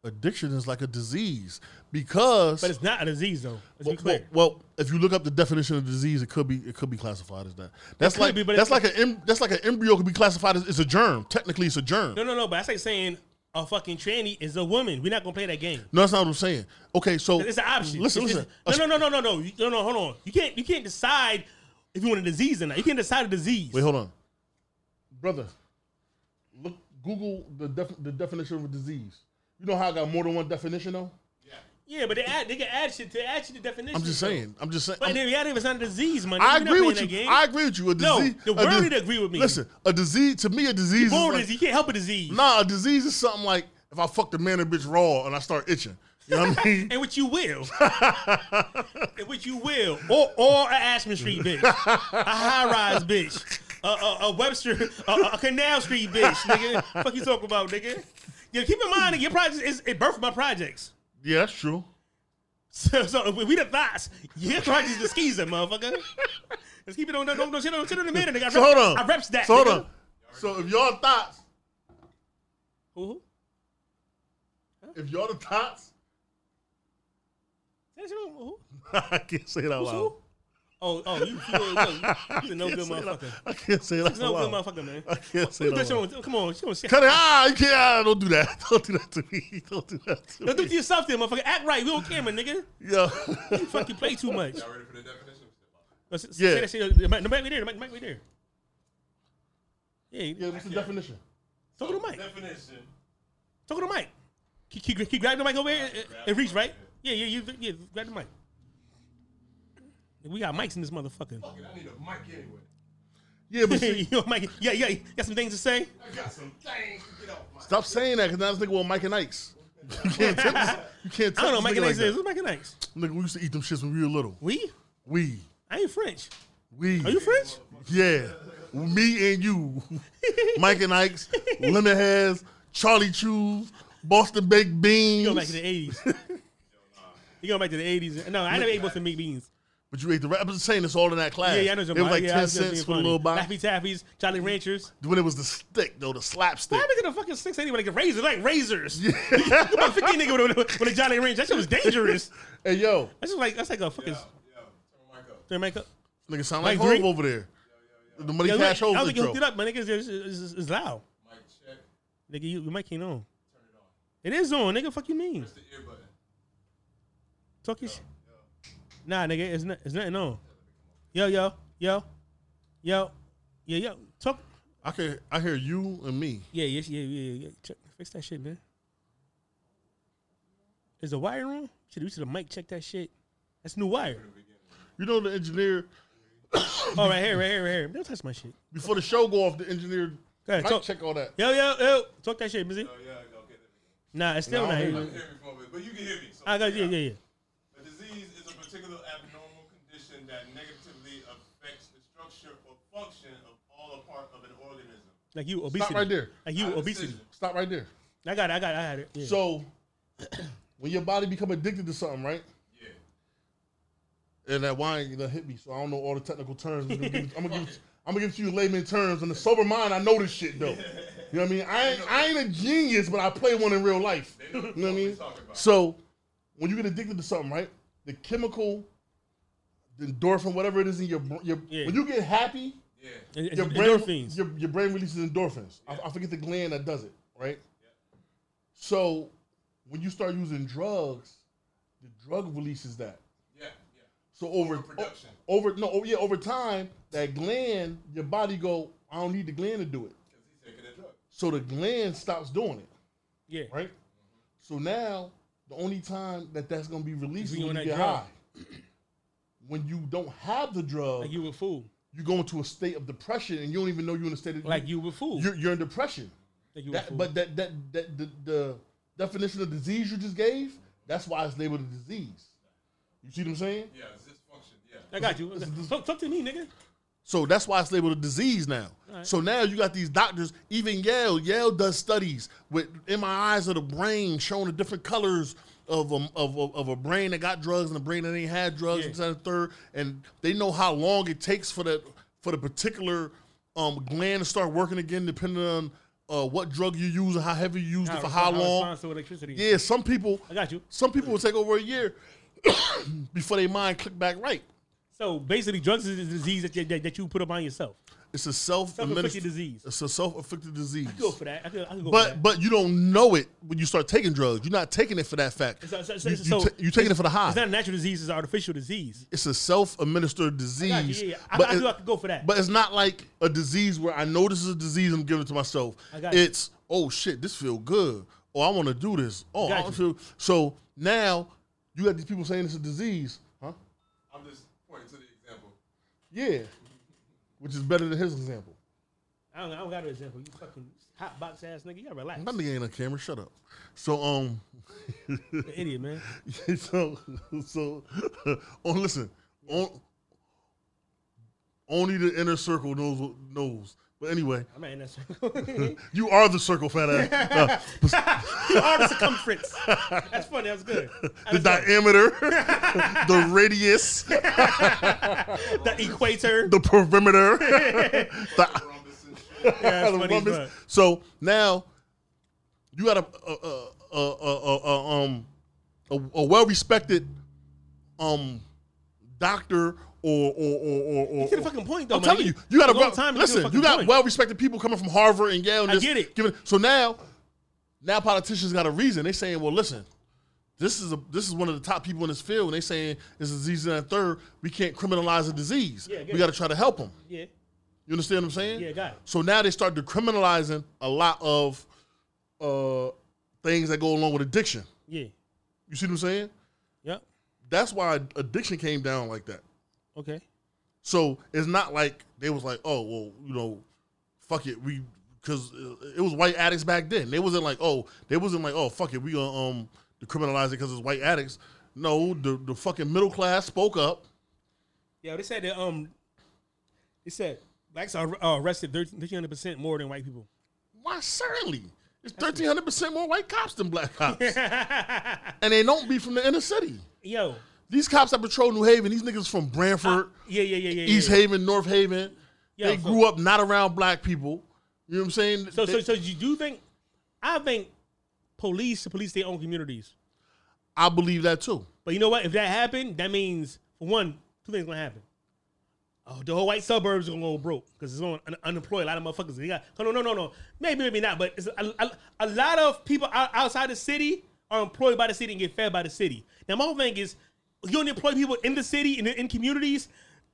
[SPEAKER 1] addiction is like a disease because
[SPEAKER 2] But it's not a disease though. Let's
[SPEAKER 1] well,
[SPEAKER 2] be clear.
[SPEAKER 1] well- well, if you look up the definition of disease, it could be it could be classified as that. That's
[SPEAKER 2] could
[SPEAKER 1] like
[SPEAKER 2] be, but
[SPEAKER 1] that's
[SPEAKER 2] it's-
[SPEAKER 1] like an em- that's like an embryo could be classified as it's a germ. Technically, it's a germ.
[SPEAKER 2] no, no, no. But that's like saying a fucking tranny is a woman. We're not gonna play that game.
[SPEAKER 1] No, that's not what I'm saying. Okay, so
[SPEAKER 2] It's an option.
[SPEAKER 1] Listen,
[SPEAKER 2] It's-
[SPEAKER 1] listen.
[SPEAKER 2] it's- no, no, no, no, no, no, You- no, no. Hold on. You can't, you can't decide if you want a disease or not. You can't decide a disease.
[SPEAKER 1] Wait, hold on.
[SPEAKER 5] brother. Look, Google the def- the definition of a disease. You know how I got more than one definition though.
[SPEAKER 2] yeah, but they add, they can add shit to add shit to definition.
[SPEAKER 1] I'm just
[SPEAKER 2] though.
[SPEAKER 1] saying. I'm just saying.
[SPEAKER 2] But
[SPEAKER 1] I'm-
[SPEAKER 2] in reality, it's not a disease, man.
[SPEAKER 1] I
[SPEAKER 2] We're not
[SPEAKER 1] agree
[SPEAKER 2] playing
[SPEAKER 1] with
[SPEAKER 2] that
[SPEAKER 1] you.
[SPEAKER 2] game.
[SPEAKER 1] I agree with you. A
[SPEAKER 2] No,
[SPEAKER 1] disease.
[SPEAKER 2] the
[SPEAKER 1] a
[SPEAKER 2] world
[SPEAKER 1] dis-
[SPEAKER 2] didn't agree with me.
[SPEAKER 1] Listen, a disease to me, a disease.
[SPEAKER 2] Born
[SPEAKER 1] is
[SPEAKER 2] is
[SPEAKER 1] like,
[SPEAKER 2] you can't help a disease.
[SPEAKER 1] nah, a disease is something like if I fuck the man and bitch raw and I start itching. You know what I
[SPEAKER 2] <laughs>
[SPEAKER 1] mean?
[SPEAKER 2] And which you will. and which you will. Or or a Ashman Street bitch. A high rise bitch. A, a, a Webster, a, a Canal Street bitch, nigga. Fuck you talking about, nigga. Yeah, keep in mind that your project is it birthed my projects.
[SPEAKER 1] yeah, that's true.
[SPEAKER 2] So, so if we the thoughts. Your projects the skeezer, motherfucker. Let's keep it on. Don't don't don't shit on shit on the minute, nigga. I
[SPEAKER 1] So
[SPEAKER 2] rep-
[SPEAKER 1] hold on.
[SPEAKER 2] I reps that.
[SPEAKER 1] So hold
[SPEAKER 2] nigga.
[SPEAKER 1] on. So if y'all thoughts,
[SPEAKER 2] Who- who?
[SPEAKER 1] if y'all the thoughts, <laughs>
[SPEAKER 2] Say that shit on- who?
[SPEAKER 1] I can't say it out
[SPEAKER 2] Who's
[SPEAKER 1] loud.
[SPEAKER 2] who? Oh, oh, you, you, <laughs> you, you a no
[SPEAKER 1] <laughs> I can't say it out-
[SPEAKER 2] good motherfucker.
[SPEAKER 1] I can't say it out
[SPEAKER 2] He's no
[SPEAKER 1] loud.
[SPEAKER 2] good motherfucker, man.
[SPEAKER 1] I can't say
[SPEAKER 2] Who
[SPEAKER 1] it out
[SPEAKER 2] bitch
[SPEAKER 1] loud.
[SPEAKER 2] on? Come on, she don't shit.
[SPEAKER 1] Cut it! Ah, you can't. ah, Don't do that. <laughs> Don't do that to me. Don't do that to
[SPEAKER 2] Don't do it
[SPEAKER 1] me.
[SPEAKER 2] to yourself, then, motherfucker. Act right. We on camera, nigga.
[SPEAKER 1] <laughs> Yeah.
[SPEAKER 2] You fucking play too
[SPEAKER 1] <laughs>
[SPEAKER 2] much.
[SPEAKER 4] Y'all ready for the definition?
[SPEAKER 2] Let's- let's
[SPEAKER 1] Yeah.
[SPEAKER 2] Say that shit. uh, The mic, the mic right there. The mic, the mic right there. Yeah,
[SPEAKER 5] Yeah, what's the
[SPEAKER 2] <laughs>
[SPEAKER 5] definition?
[SPEAKER 2] talk to the mic.
[SPEAKER 4] Definition.
[SPEAKER 2] Talk to the mic. Keep, keep, keep grab the mic over here and- and reach, right? Yeah, yeah, you, yeah. Grab the mic. We got mics in this motherfucker. <laughs>
[SPEAKER 4] Fuck it, I need a mic anyway.
[SPEAKER 1] Yeah, but see,
[SPEAKER 2] you know, Mike, yeah, yeah, you got some things to say?
[SPEAKER 4] I got some things to get off my.
[SPEAKER 1] stop saying that because now this nigga want Mike and Ike's. You can't tell this, you can't
[SPEAKER 2] I
[SPEAKER 1] tell
[SPEAKER 2] don't know,
[SPEAKER 1] this
[SPEAKER 2] Mike
[SPEAKER 1] nigga
[SPEAKER 2] and
[SPEAKER 1] like
[SPEAKER 2] Ace is.
[SPEAKER 1] that.
[SPEAKER 2] What's Mike and Ace?
[SPEAKER 1] Nigga, we used to eat them shits when we were little.
[SPEAKER 2] We?
[SPEAKER 1] We,
[SPEAKER 2] I ain't French.
[SPEAKER 1] we,
[SPEAKER 2] Are
[SPEAKER 1] <laughs>
[SPEAKER 2] you French?
[SPEAKER 1] yeah, me and
[SPEAKER 2] <laughs>
[SPEAKER 1] you, Mike and Ike's, Lemonheads, Charlie Chews, Boston Baked Beans.
[SPEAKER 2] You go back to
[SPEAKER 1] <laughs>
[SPEAKER 2] the 80s. you go back to the 80s. No, I never ate both of meat beans.
[SPEAKER 1] but you ate the. I'm just saying it's all in that class.
[SPEAKER 2] Yeah, yeah, I know Jamal.
[SPEAKER 1] It was like
[SPEAKER 2] yeah, I
[SPEAKER 1] ten
[SPEAKER 2] was just
[SPEAKER 1] cents
[SPEAKER 2] being
[SPEAKER 1] for a
[SPEAKER 2] funny.
[SPEAKER 1] little box.
[SPEAKER 2] Laffy Taffy's, Jolly Ranchers.
[SPEAKER 1] When it was the stick though, the slapstick.
[SPEAKER 2] Why am I gonna fucking six anyway? Like a razor, like razors. Yeah. <laughs> about 15 nigga with a, with a Jolly Rancher. That shit was dangerous.
[SPEAKER 1] Hey yo,
[SPEAKER 2] That's just like that's like a fucking.
[SPEAKER 4] Yo, turn the mic up.
[SPEAKER 2] Turn mic up.
[SPEAKER 1] nigga, sound
[SPEAKER 2] Mike
[SPEAKER 1] like
[SPEAKER 2] Green?
[SPEAKER 1] Hove over there. The money
[SPEAKER 2] Yeah, look,
[SPEAKER 1] cash
[SPEAKER 2] I
[SPEAKER 1] Hove
[SPEAKER 2] was like, hooked it
[SPEAKER 1] intro.
[SPEAKER 2] up, my nigga. It's, it's, it's, it's loud.
[SPEAKER 4] Mic check.
[SPEAKER 2] Nigga, you, your mic ain't on. It is on, nigga. Fuck you mean?
[SPEAKER 4] It's the ear button.
[SPEAKER 2] Talk your shit. Nah, nigga, it's not. It's nothing on. Yo, yo, yo, yo, yeah, yo. Talk.
[SPEAKER 1] I can I hear you and me.
[SPEAKER 2] Yeah, yeah, yeah, yeah, yeah. Check, fix that shit, man. Is the wire on? Should we should have mic check that shit? That's new wire.
[SPEAKER 1] You know the engineer
[SPEAKER 2] Oh, right here, right here, right here. Don't touch my shit.
[SPEAKER 1] before the show go off, the engineer
[SPEAKER 2] Go ahead,
[SPEAKER 1] mic
[SPEAKER 2] talk.
[SPEAKER 1] check all that.
[SPEAKER 2] Yo, yo, yo. Talk that shit, busy.
[SPEAKER 4] Oh, yeah, okay. there we
[SPEAKER 2] Nah, it's still
[SPEAKER 1] Nah, I
[SPEAKER 2] not
[SPEAKER 1] don't
[SPEAKER 2] here.
[SPEAKER 4] go. Hear me for a bit, but you can hear me. So
[SPEAKER 2] I got yeah, yeah, yeah.
[SPEAKER 4] A disease is a particular abnormal condition that negatively affects the structure or function of all or part of an organism.
[SPEAKER 2] Like you, obesity.
[SPEAKER 5] Stop right there.
[SPEAKER 2] Like you,
[SPEAKER 4] Not a
[SPEAKER 2] obesity.
[SPEAKER 4] decision.
[SPEAKER 5] Stop right there.
[SPEAKER 2] I got it, I got it, I had it. Yeah.
[SPEAKER 5] So, <clears throat> when your body become addicted to something, right?
[SPEAKER 4] Yeah.
[SPEAKER 5] And that wine that hit me, so I don't know all the technical terms. I'm gonna give it, I'm gonna give it, <laughs> I'm gonna give it to you in layman terms. In the sober mind, I know this shit <laughs> though. You know what I mean? I ain't, I ain't a genius, but I play one in real life. You know what I mean?
[SPEAKER 4] Talk about
[SPEAKER 5] So, when you get addicted to something, right? The chemical, the endorphin, whatever it is in your br- your
[SPEAKER 2] Yeah.
[SPEAKER 5] when you get happy,
[SPEAKER 4] yeah.
[SPEAKER 2] And- and
[SPEAKER 5] your brain,
[SPEAKER 2] endorphins.
[SPEAKER 5] Your, your brain releases endorphins. I, I forget the gland that does it, right? So when you start using drugs, the drug releases that.
[SPEAKER 4] Yeah. Yeah.
[SPEAKER 5] So over
[SPEAKER 4] Overproduction.
[SPEAKER 5] o- over no oh, yeah over time that gland your body go I don't need the gland to do it.
[SPEAKER 4] Because he's taking a drug.
[SPEAKER 5] So the gland stops doing it,
[SPEAKER 2] Yeah.
[SPEAKER 5] right? So now the only time that that's gonna be released is
[SPEAKER 2] When you
[SPEAKER 5] when
[SPEAKER 2] on
[SPEAKER 5] you
[SPEAKER 2] that
[SPEAKER 5] get
[SPEAKER 2] drug.
[SPEAKER 5] high. When you don't have the drug,
[SPEAKER 2] Like
[SPEAKER 5] you,
[SPEAKER 2] you were fool.
[SPEAKER 5] Mm-hmm. go into a state of depression and you don't even know you're in a state of
[SPEAKER 2] Like you were fool.
[SPEAKER 5] you're, you're in depression.
[SPEAKER 2] Thank you,
[SPEAKER 5] That,
[SPEAKER 2] Rasul.
[SPEAKER 5] but that, that that the, the definition of disease you just gave, that's why it's labeled a disease. You see what I'm saying?
[SPEAKER 4] Yeah, it's dysfunction. Yeah.
[SPEAKER 2] I got you. Talk, talk to me, nigga.
[SPEAKER 1] So that's why it's labeled a disease now.
[SPEAKER 2] Alright.
[SPEAKER 1] So now you got these doctors, even Yale. Yale does studies with MRIs of the brain showing the different colors of a, of, a, of a brain that got drugs and a brain that ain't had drugs,
[SPEAKER 2] Yeah.
[SPEAKER 1] and the third, and they know how long it takes for that for the particular um, gland to start working again, depending on uh, what drug you use and how heavy you used it for how long.
[SPEAKER 2] responds to electricity.
[SPEAKER 1] Yeah, some people,
[SPEAKER 2] I got you.
[SPEAKER 1] some people will take over a year <coughs> before they mind click back right.
[SPEAKER 2] So basically, drugs is a disease that you, that, that you put upon yourself.
[SPEAKER 1] It's a self
[SPEAKER 2] Self-inflicted disease.
[SPEAKER 1] It's a self-afflicted disease.
[SPEAKER 2] I could go for that. I could, I could go for
[SPEAKER 1] But
[SPEAKER 2] that.
[SPEAKER 1] but you don't know it when you start taking drugs. You're not taking it for that fact.
[SPEAKER 2] It's not- it's-
[SPEAKER 1] you,
[SPEAKER 2] it's-
[SPEAKER 1] you,
[SPEAKER 2] so-
[SPEAKER 1] ta- you taking it for the high.
[SPEAKER 2] It's not a natural disease. It's an artificial disease.
[SPEAKER 1] it's a self-administered
[SPEAKER 2] I got you,
[SPEAKER 1] disease.
[SPEAKER 2] yeah, yeah. I,
[SPEAKER 1] but
[SPEAKER 2] I, do,
[SPEAKER 1] it-
[SPEAKER 2] I could go for that.
[SPEAKER 1] but it's not like a disease where I know this is a disease. I'm giving it to myself.
[SPEAKER 2] I got you.
[SPEAKER 1] it's oh shit, this feel good. Oh, I want to do this. Oh,
[SPEAKER 2] got
[SPEAKER 1] I
[SPEAKER 2] you.
[SPEAKER 1] feel so now. You got these people saying it's a disease, huh?
[SPEAKER 4] I'm just pointing to the example.
[SPEAKER 1] Yeah, which is better than his example.
[SPEAKER 2] I, don't, I don't got an example. You fucking hot box ass nigga. You gotta relax.
[SPEAKER 1] That nigga ain't on camera. Shut up. So um.
[SPEAKER 2] You're an idiot, man.
[SPEAKER 1] <laughs> so so <laughs> on listen on only the inner circle knows what knows but anyway
[SPEAKER 2] I'm not in
[SPEAKER 1] <laughs>
[SPEAKER 2] that <laughs> circle.
[SPEAKER 1] you are the circle fat
[SPEAKER 2] <laughs>
[SPEAKER 1] ass Uh,
[SPEAKER 2] All the circumference. That's funny. That was good.
[SPEAKER 1] the diameter <laughs> the
[SPEAKER 2] <laughs>
[SPEAKER 1] radius
[SPEAKER 2] The equator.
[SPEAKER 1] the
[SPEAKER 2] <laughs>
[SPEAKER 1] perimeter the,
[SPEAKER 4] Rhombus and shit.
[SPEAKER 2] yeah, that's
[SPEAKER 1] the
[SPEAKER 2] funny as
[SPEAKER 1] rumpus.
[SPEAKER 2] fuck.
[SPEAKER 1] so now you got a a a, a, a, a um a, a well respected um doctor or or or or, or
[SPEAKER 2] To the fucking point, though.
[SPEAKER 1] I'm
[SPEAKER 2] man.
[SPEAKER 1] telling you, you got a
[SPEAKER 2] long
[SPEAKER 1] well,
[SPEAKER 2] time to get to the
[SPEAKER 1] listen.
[SPEAKER 2] fucking
[SPEAKER 1] You got
[SPEAKER 2] point.
[SPEAKER 1] well-respected people coming from Harvard and Yale. And
[SPEAKER 2] I
[SPEAKER 1] this-
[SPEAKER 2] get it.
[SPEAKER 1] Giving, so now, now politicians got a reason. They saying, well, listen, this is a this is one of the top people in this field, and they saying it's a disease and a third. We can't criminalize a disease.
[SPEAKER 2] Yeah, I get
[SPEAKER 1] we
[SPEAKER 2] it.
[SPEAKER 1] got to try to help them.
[SPEAKER 2] Yeah.
[SPEAKER 1] You understand what I'm saying?
[SPEAKER 2] Yeah, got it.
[SPEAKER 1] So now they start decriminalizing a lot of uh, things that go along with addiction.
[SPEAKER 2] Yeah.
[SPEAKER 1] You see what I'm saying?
[SPEAKER 2] Yep.
[SPEAKER 1] That's why addiction came down like that.
[SPEAKER 2] Okay.
[SPEAKER 1] So it's not like they was like, oh well, you know, fuck it, we because it was white addicts back then. They wasn't like, oh, they wasn't like, oh fuck it, we gonna um decriminalize it because it's white addicts. No, the the fucking middle class spoke up.
[SPEAKER 2] Yeah, they said that um, they said blacks are uh, arrested thirteen hundred percent more than white people.
[SPEAKER 1] Why certainly, it's thirteen hundred percent more white cops than black cops,
[SPEAKER 2] <laughs>
[SPEAKER 1] and they don't be from the inner city.
[SPEAKER 2] Yo,
[SPEAKER 1] These cops that patrol New Haven, these niggas from Branford,
[SPEAKER 2] yeah, yeah, yeah, Ah, yeah.
[SPEAKER 1] East
[SPEAKER 2] yeah.
[SPEAKER 1] Haven, North Haven.
[SPEAKER 2] Yeah,
[SPEAKER 1] they
[SPEAKER 2] so-
[SPEAKER 1] grew up not around black people. You know what I'm saying?
[SPEAKER 2] So,
[SPEAKER 1] They-
[SPEAKER 2] so, so you do think? I think police should police their own communities.
[SPEAKER 1] I believe that too.
[SPEAKER 2] But you know what? If that happened, that means for one, two things gonna happen. Oh, the whole white suburbs are gonna go broke because it's going un- unemployed. A lot of motherfuckers. They got no, no, no, no. Maybe, maybe not. But it's a, a, a lot of people out, outside the city are employed by the city and get fed by the city. Now my whole thing is, you don't employ people in the city and in, in communities.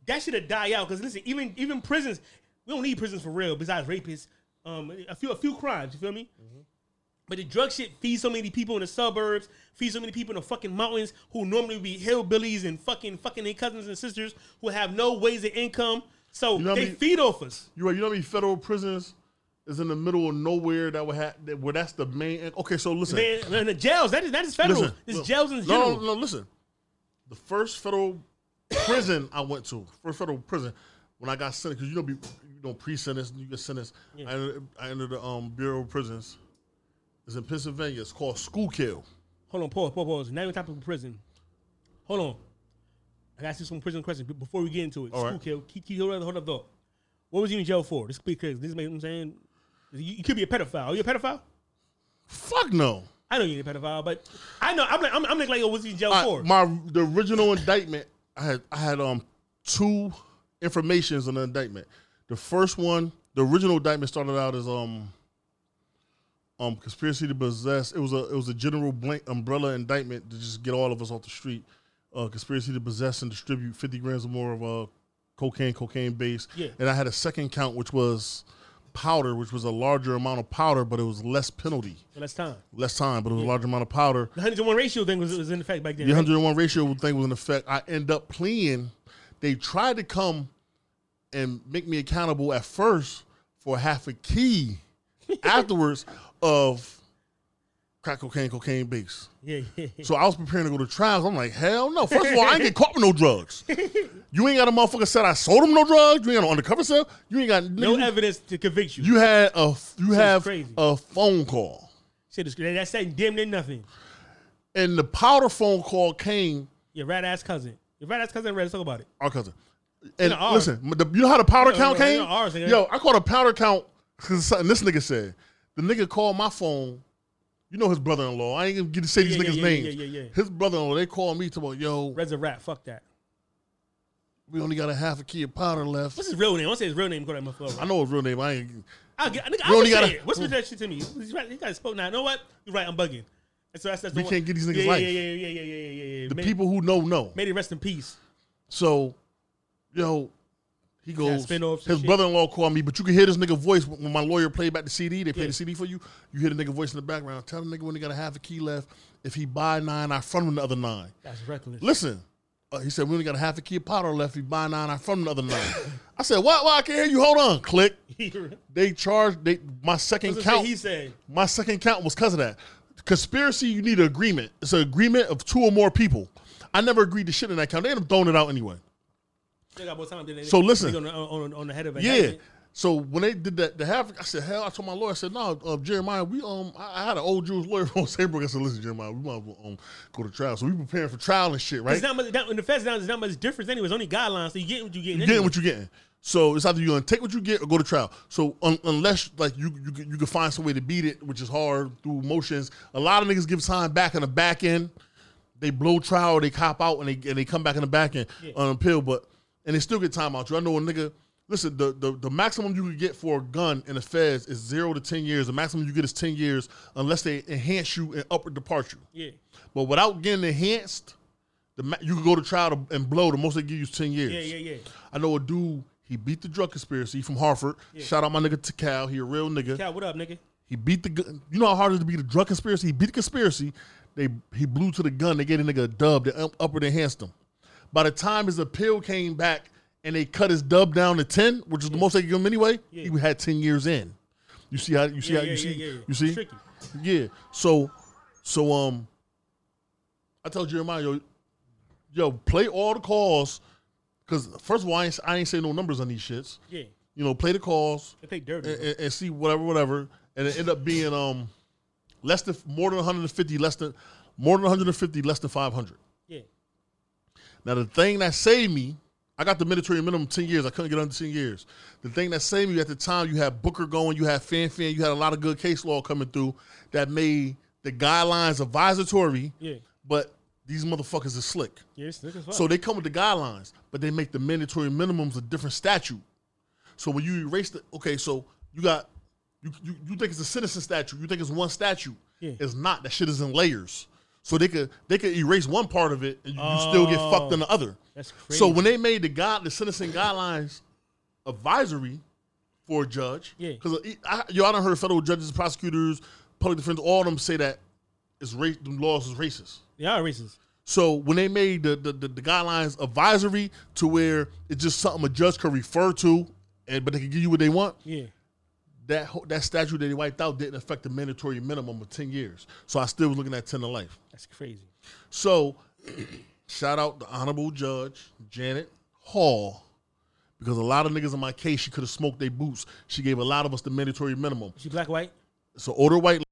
[SPEAKER 2] That should have die out. Because listen, even even prisons, we don't need prisons for real. Besides rapists, um, a few a few crimes. You feel me? But the drug shit feeds so many people in the suburbs, feeds so many people in the fucking mountains who normally would be hillbillies and fucking fucking their cousins and sisters who have no ways of income. So
[SPEAKER 1] You know what I
[SPEAKER 2] they
[SPEAKER 1] mean?
[SPEAKER 2] feed off us.
[SPEAKER 1] You right, you know how many federal prisons is in the middle of nowhere that would have that, where that's the main. Okay, so listen,
[SPEAKER 2] Man,
[SPEAKER 1] <laughs>
[SPEAKER 2] man, the jails, that is that is federal.
[SPEAKER 1] listen.
[SPEAKER 2] it's
[SPEAKER 1] look,
[SPEAKER 2] jails in
[SPEAKER 1] no,
[SPEAKER 2] general.
[SPEAKER 1] no, no, listen. The first federal prison I went to, first federal prison, when I got sentenced, because you know, be, you know, pre-sentence, you get sentenced. I, entered, I entered the um, Bureau of Prisons. It's in Pennsylvania. It's called Schuylkill.
[SPEAKER 2] Hold on, pause, pause, pause. Now we're talking about prison. Hold on. I got to some prison questions be- before we get into it.
[SPEAKER 1] All
[SPEAKER 2] School
[SPEAKER 1] right.
[SPEAKER 2] kill. Keep, keep, hold up, hold up, though. What was you in jail for? This because this makes what I'm saying. You, you could be a pedophile. Are you a pedophile?
[SPEAKER 1] Fuck no.
[SPEAKER 2] I know you're a pedophile, but I know I'm like I'm, I'm like, like, what was you in jail
[SPEAKER 1] I-
[SPEAKER 2] for?
[SPEAKER 1] my the original indictment, I had I had um two informations on the indictment. The first one, the original indictment started out as um um conspiracy to possess. It was a it was a general blank umbrella indictment to just get all of us off the street. Uh, conspiracy to possess and distribute fifty grams or more of uh cocaine, cocaine base.
[SPEAKER 2] Yeah.
[SPEAKER 1] And I had a second count, which was powder, which was a larger amount of powder, but it was less penalty,
[SPEAKER 2] Well, that's time.
[SPEAKER 1] less time, but it was a larger amount of powder.
[SPEAKER 2] The 101 ratio thing was, was in effect back then.
[SPEAKER 1] The
[SPEAKER 2] right?
[SPEAKER 1] 101 ratio thing was in effect. I end up pleading. They tried to
[SPEAKER 2] <laughs>
[SPEAKER 1] come and make me accountable at first for half a key afterwards of crack cocaine, cocaine base.
[SPEAKER 2] Yeah, yeah.
[SPEAKER 1] So I was preparing to go to trials. I'm like, hell no. First of all, I ain't get caught with no drugs. You ain't got a motherfucker said I sold him no drugs. You ain't got no undercover cell. You ain't got
[SPEAKER 2] No
[SPEAKER 1] nigga,
[SPEAKER 2] evidence to convict you.
[SPEAKER 1] You had a you have
[SPEAKER 2] crazy.
[SPEAKER 1] a phone call,
[SPEAKER 2] Shit is crazy. That's saying damn near nothing.
[SPEAKER 1] and the powder phone call came.
[SPEAKER 2] Your rat ass cousin. Your rat ass cousin ready to talk about it.
[SPEAKER 1] Our cousin, and
[SPEAKER 2] know, ours.
[SPEAKER 1] listen, the, you know how the powder
[SPEAKER 2] Yeah,
[SPEAKER 1] count
[SPEAKER 2] yeah,
[SPEAKER 1] came?
[SPEAKER 2] yeah, ours, nigga.
[SPEAKER 1] Yo, I called a powder count because something this nigga said. The nigga called my phone. You know his brother-in-law. I ain't gonna get to say these
[SPEAKER 2] Yeah, yeah,
[SPEAKER 1] niggas'
[SPEAKER 2] yeah, yeah,
[SPEAKER 1] names.
[SPEAKER 2] yeah, yeah, yeah.
[SPEAKER 1] His brother-in-law. They called me to about yo.
[SPEAKER 2] Red's a rat. Fuck that.
[SPEAKER 1] We only got a half a key of powder left.
[SPEAKER 2] What's his real name? I want to say his real name. Call that motherfucker.
[SPEAKER 1] I know his real name. I ain't.
[SPEAKER 2] I'll get, nigga,
[SPEAKER 1] We
[SPEAKER 2] I
[SPEAKER 1] only
[SPEAKER 2] only
[SPEAKER 1] gotta-
[SPEAKER 2] got it. What's with that shit to me? He's right. He got spoke now. You know what? You're right. I'm bugging. And so that's, that's
[SPEAKER 1] We
[SPEAKER 2] the one.
[SPEAKER 1] can't get these niggas
[SPEAKER 2] yeah,
[SPEAKER 1] life.
[SPEAKER 2] Yeah, yeah, yeah, yeah, yeah, yeah, yeah, yeah.
[SPEAKER 1] The
[SPEAKER 2] May,
[SPEAKER 1] people who know know.
[SPEAKER 2] May they rest in peace.
[SPEAKER 1] So, yo, he goes.
[SPEAKER 2] spin-offs and
[SPEAKER 1] his
[SPEAKER 2] shit.
[SPEAKER 1] brother-in-law called me, but you can hear this nigga voice when my lawyer played back the CD. They played
[SPEAKER 2] Yeah.
[SPEAKER 1] the CD for you. You hear the nigga voice in the background. Tell the nigga when he got a half a key left. If he buy nine, I front him the other nine.
[SPEAKER 2] That's reckless.
[SPEAKER 1] Listen, uh, he said we only got a half a key of powder left. If he buy nine, I front him the other
[SPEAKER 2] <coughs>
[SPEAKER 1] nine. I said, why? Why I can't hear you? Hold on. Click.
[SPEAKER 2] <laughs> That's
[SPEAKER 1] They charged. They my second
[SPEAKER 2] what
[SPEAKER 1] count.
[SPEAKER 2] he said.
[SPEAKER 1] My second count was because of that. Conspiracy, you need an agreement. It's an agreement of two or more people. I never agreed to shit in that count. They end up throwing it out anyway.
[SPEAKER 2] They got more time than they-
[SPEAKER 1] So listen.
[SPEAKER 2] they on, the- on, on the head of a
[SPEAKER 1] Yeah.
[SPEAKER 2] hatchet.
[SPEAKER 1] So when they did that, the half, I said, hell, I told my lawyer, I said, no, uh, Jeremiah, we um, I, I had an old Jewish lawyer <laughs> from Saybrook. I said, listen, Jeremiah, we might as well, um, go to trial. So we preparing for trial and shit, right?
[SPEAKER 2] It's not much. That, in the feds now, there's not much difference anyway. It's only guidelines. So you get what you get.
[SPEAKER 1] you getting what you getting. So it's either you're gonna take what you get or go to trial. So un- unless like you you can- you can find some way to beat it, which is hard through motions. A lot of niggas give time back in the back end. They blow trial, they cop out, and they and they come back in the back end on appeal, but and they still get time out. You I know a nigga. Listen, the, the the maximum you could get for a gun in the feds is zero to ten years. The maximum you get is ten years, unless they enhance you and upward depart you.
[SPEAKER 2] Yeah.
[SPEAKER 1] But without getting enhanced, the ma- you could go to trial to, and blow. The most they give you is ten years.
[SPEAKER 2] Yeah, yeah, yeah.
[SPEAKER 1] I know a dude. He beat the drug conspiracy from Hartford. Shout out my nigga to Cal. He a real nigga.
[SPEAKER 2] Cal, what up, nigga?
[SPEAKER 1] He beat the. gu- You know how hard it is to beat a drug conspiracy. He beat the conspiracy. They he blew to the gun. They gave the nigga a dub. They up, upward enhanced him. By the time his appeal came back and they cut his dub down to ten, which is the most they could give him anyway, he had ten years in. You see how you see
[SPEAKER 2] Yeah,
[SPEAKER 1] how you
[SPEAKER 2] yeah, yeah,
[SPEAKER 1] see
[SPEAKER 2] yeah, yeah.
[SPEAKER 1] you see
[SPEAKER 2] Tricky.
[SPEAKER 1] yeah. So, so um, I told Jeremiah, yo, yo, play all the calls, because first of all, I ain't, I ain't say no numbers on these shits.
[SPEAKER 2] Yeah.
[SPEAKER 1] You know, play the calls
[SPEAKER 2] They play dirty.
[SPEAKER 1] and, and- and see whatever, whatever, and it end up being um, less than more than 150, less than more than 150, less than 500.
[SPEAKER 2] yeah.
[SPEAKER 1] Now the thing that saved me, I got the mandatory minimum ten years. I couldn't get under ten years. The thing that saved me at the time, you had Booker going, you had Fan Fan, you had a lot of good case law coming through that made the guidelines advisory.
[SPEAKER 2] Yeah.
[SPEAKER 1] But these motherfuckers are slick,
[SPEAKER 2] Yeah, it's niggas fuck.
[SPEAKER 1] so they come with the guidelines, but they make the mandatory minimums a different statute. So when you erase the okay, so you got you you, you think it's a citizen statute, you think it's one statute.
[SPEAKER 2] Yeah.
[SPEAKER 1] It's not. That shit is in layers. So they could they could erase one part of it and you, you still get fucked in the other.
[SPEAKER 2] That's crazy.
[SPEAKER 1] So when they made the God, the sentencing guidelines advisory for a judge,
[SPEAKER 2] Yeah.
[SPEAKER 1] because y'all done heard federal judges, prosecutors, public defenders, all of them say that it's ra- them laws is racist.
[SPEAKER 2] they are racist.
[SPEAKER 1] So when they made the the, the, the guidelines advisory to where it's just something a judge could refer to, and but they can give you what they want,
[SPEAKER 2] Yeah.
[SPEAKER 1] that ho- that statute that they wiped out didn't affect the mandatory minimum of ten years. So I still was looking at ten to life.
[SPEAKER 2] That's crazy.
[SPEAKER 1] So, <clears throat> shout out the honorable judge Janet Hall, because a lot of niggas in my case, she could have smoked their boots. She gave a lot of us the mandatory minimum.
[SPEAKER 2] She black, white?
[SPEAKER 1] So older white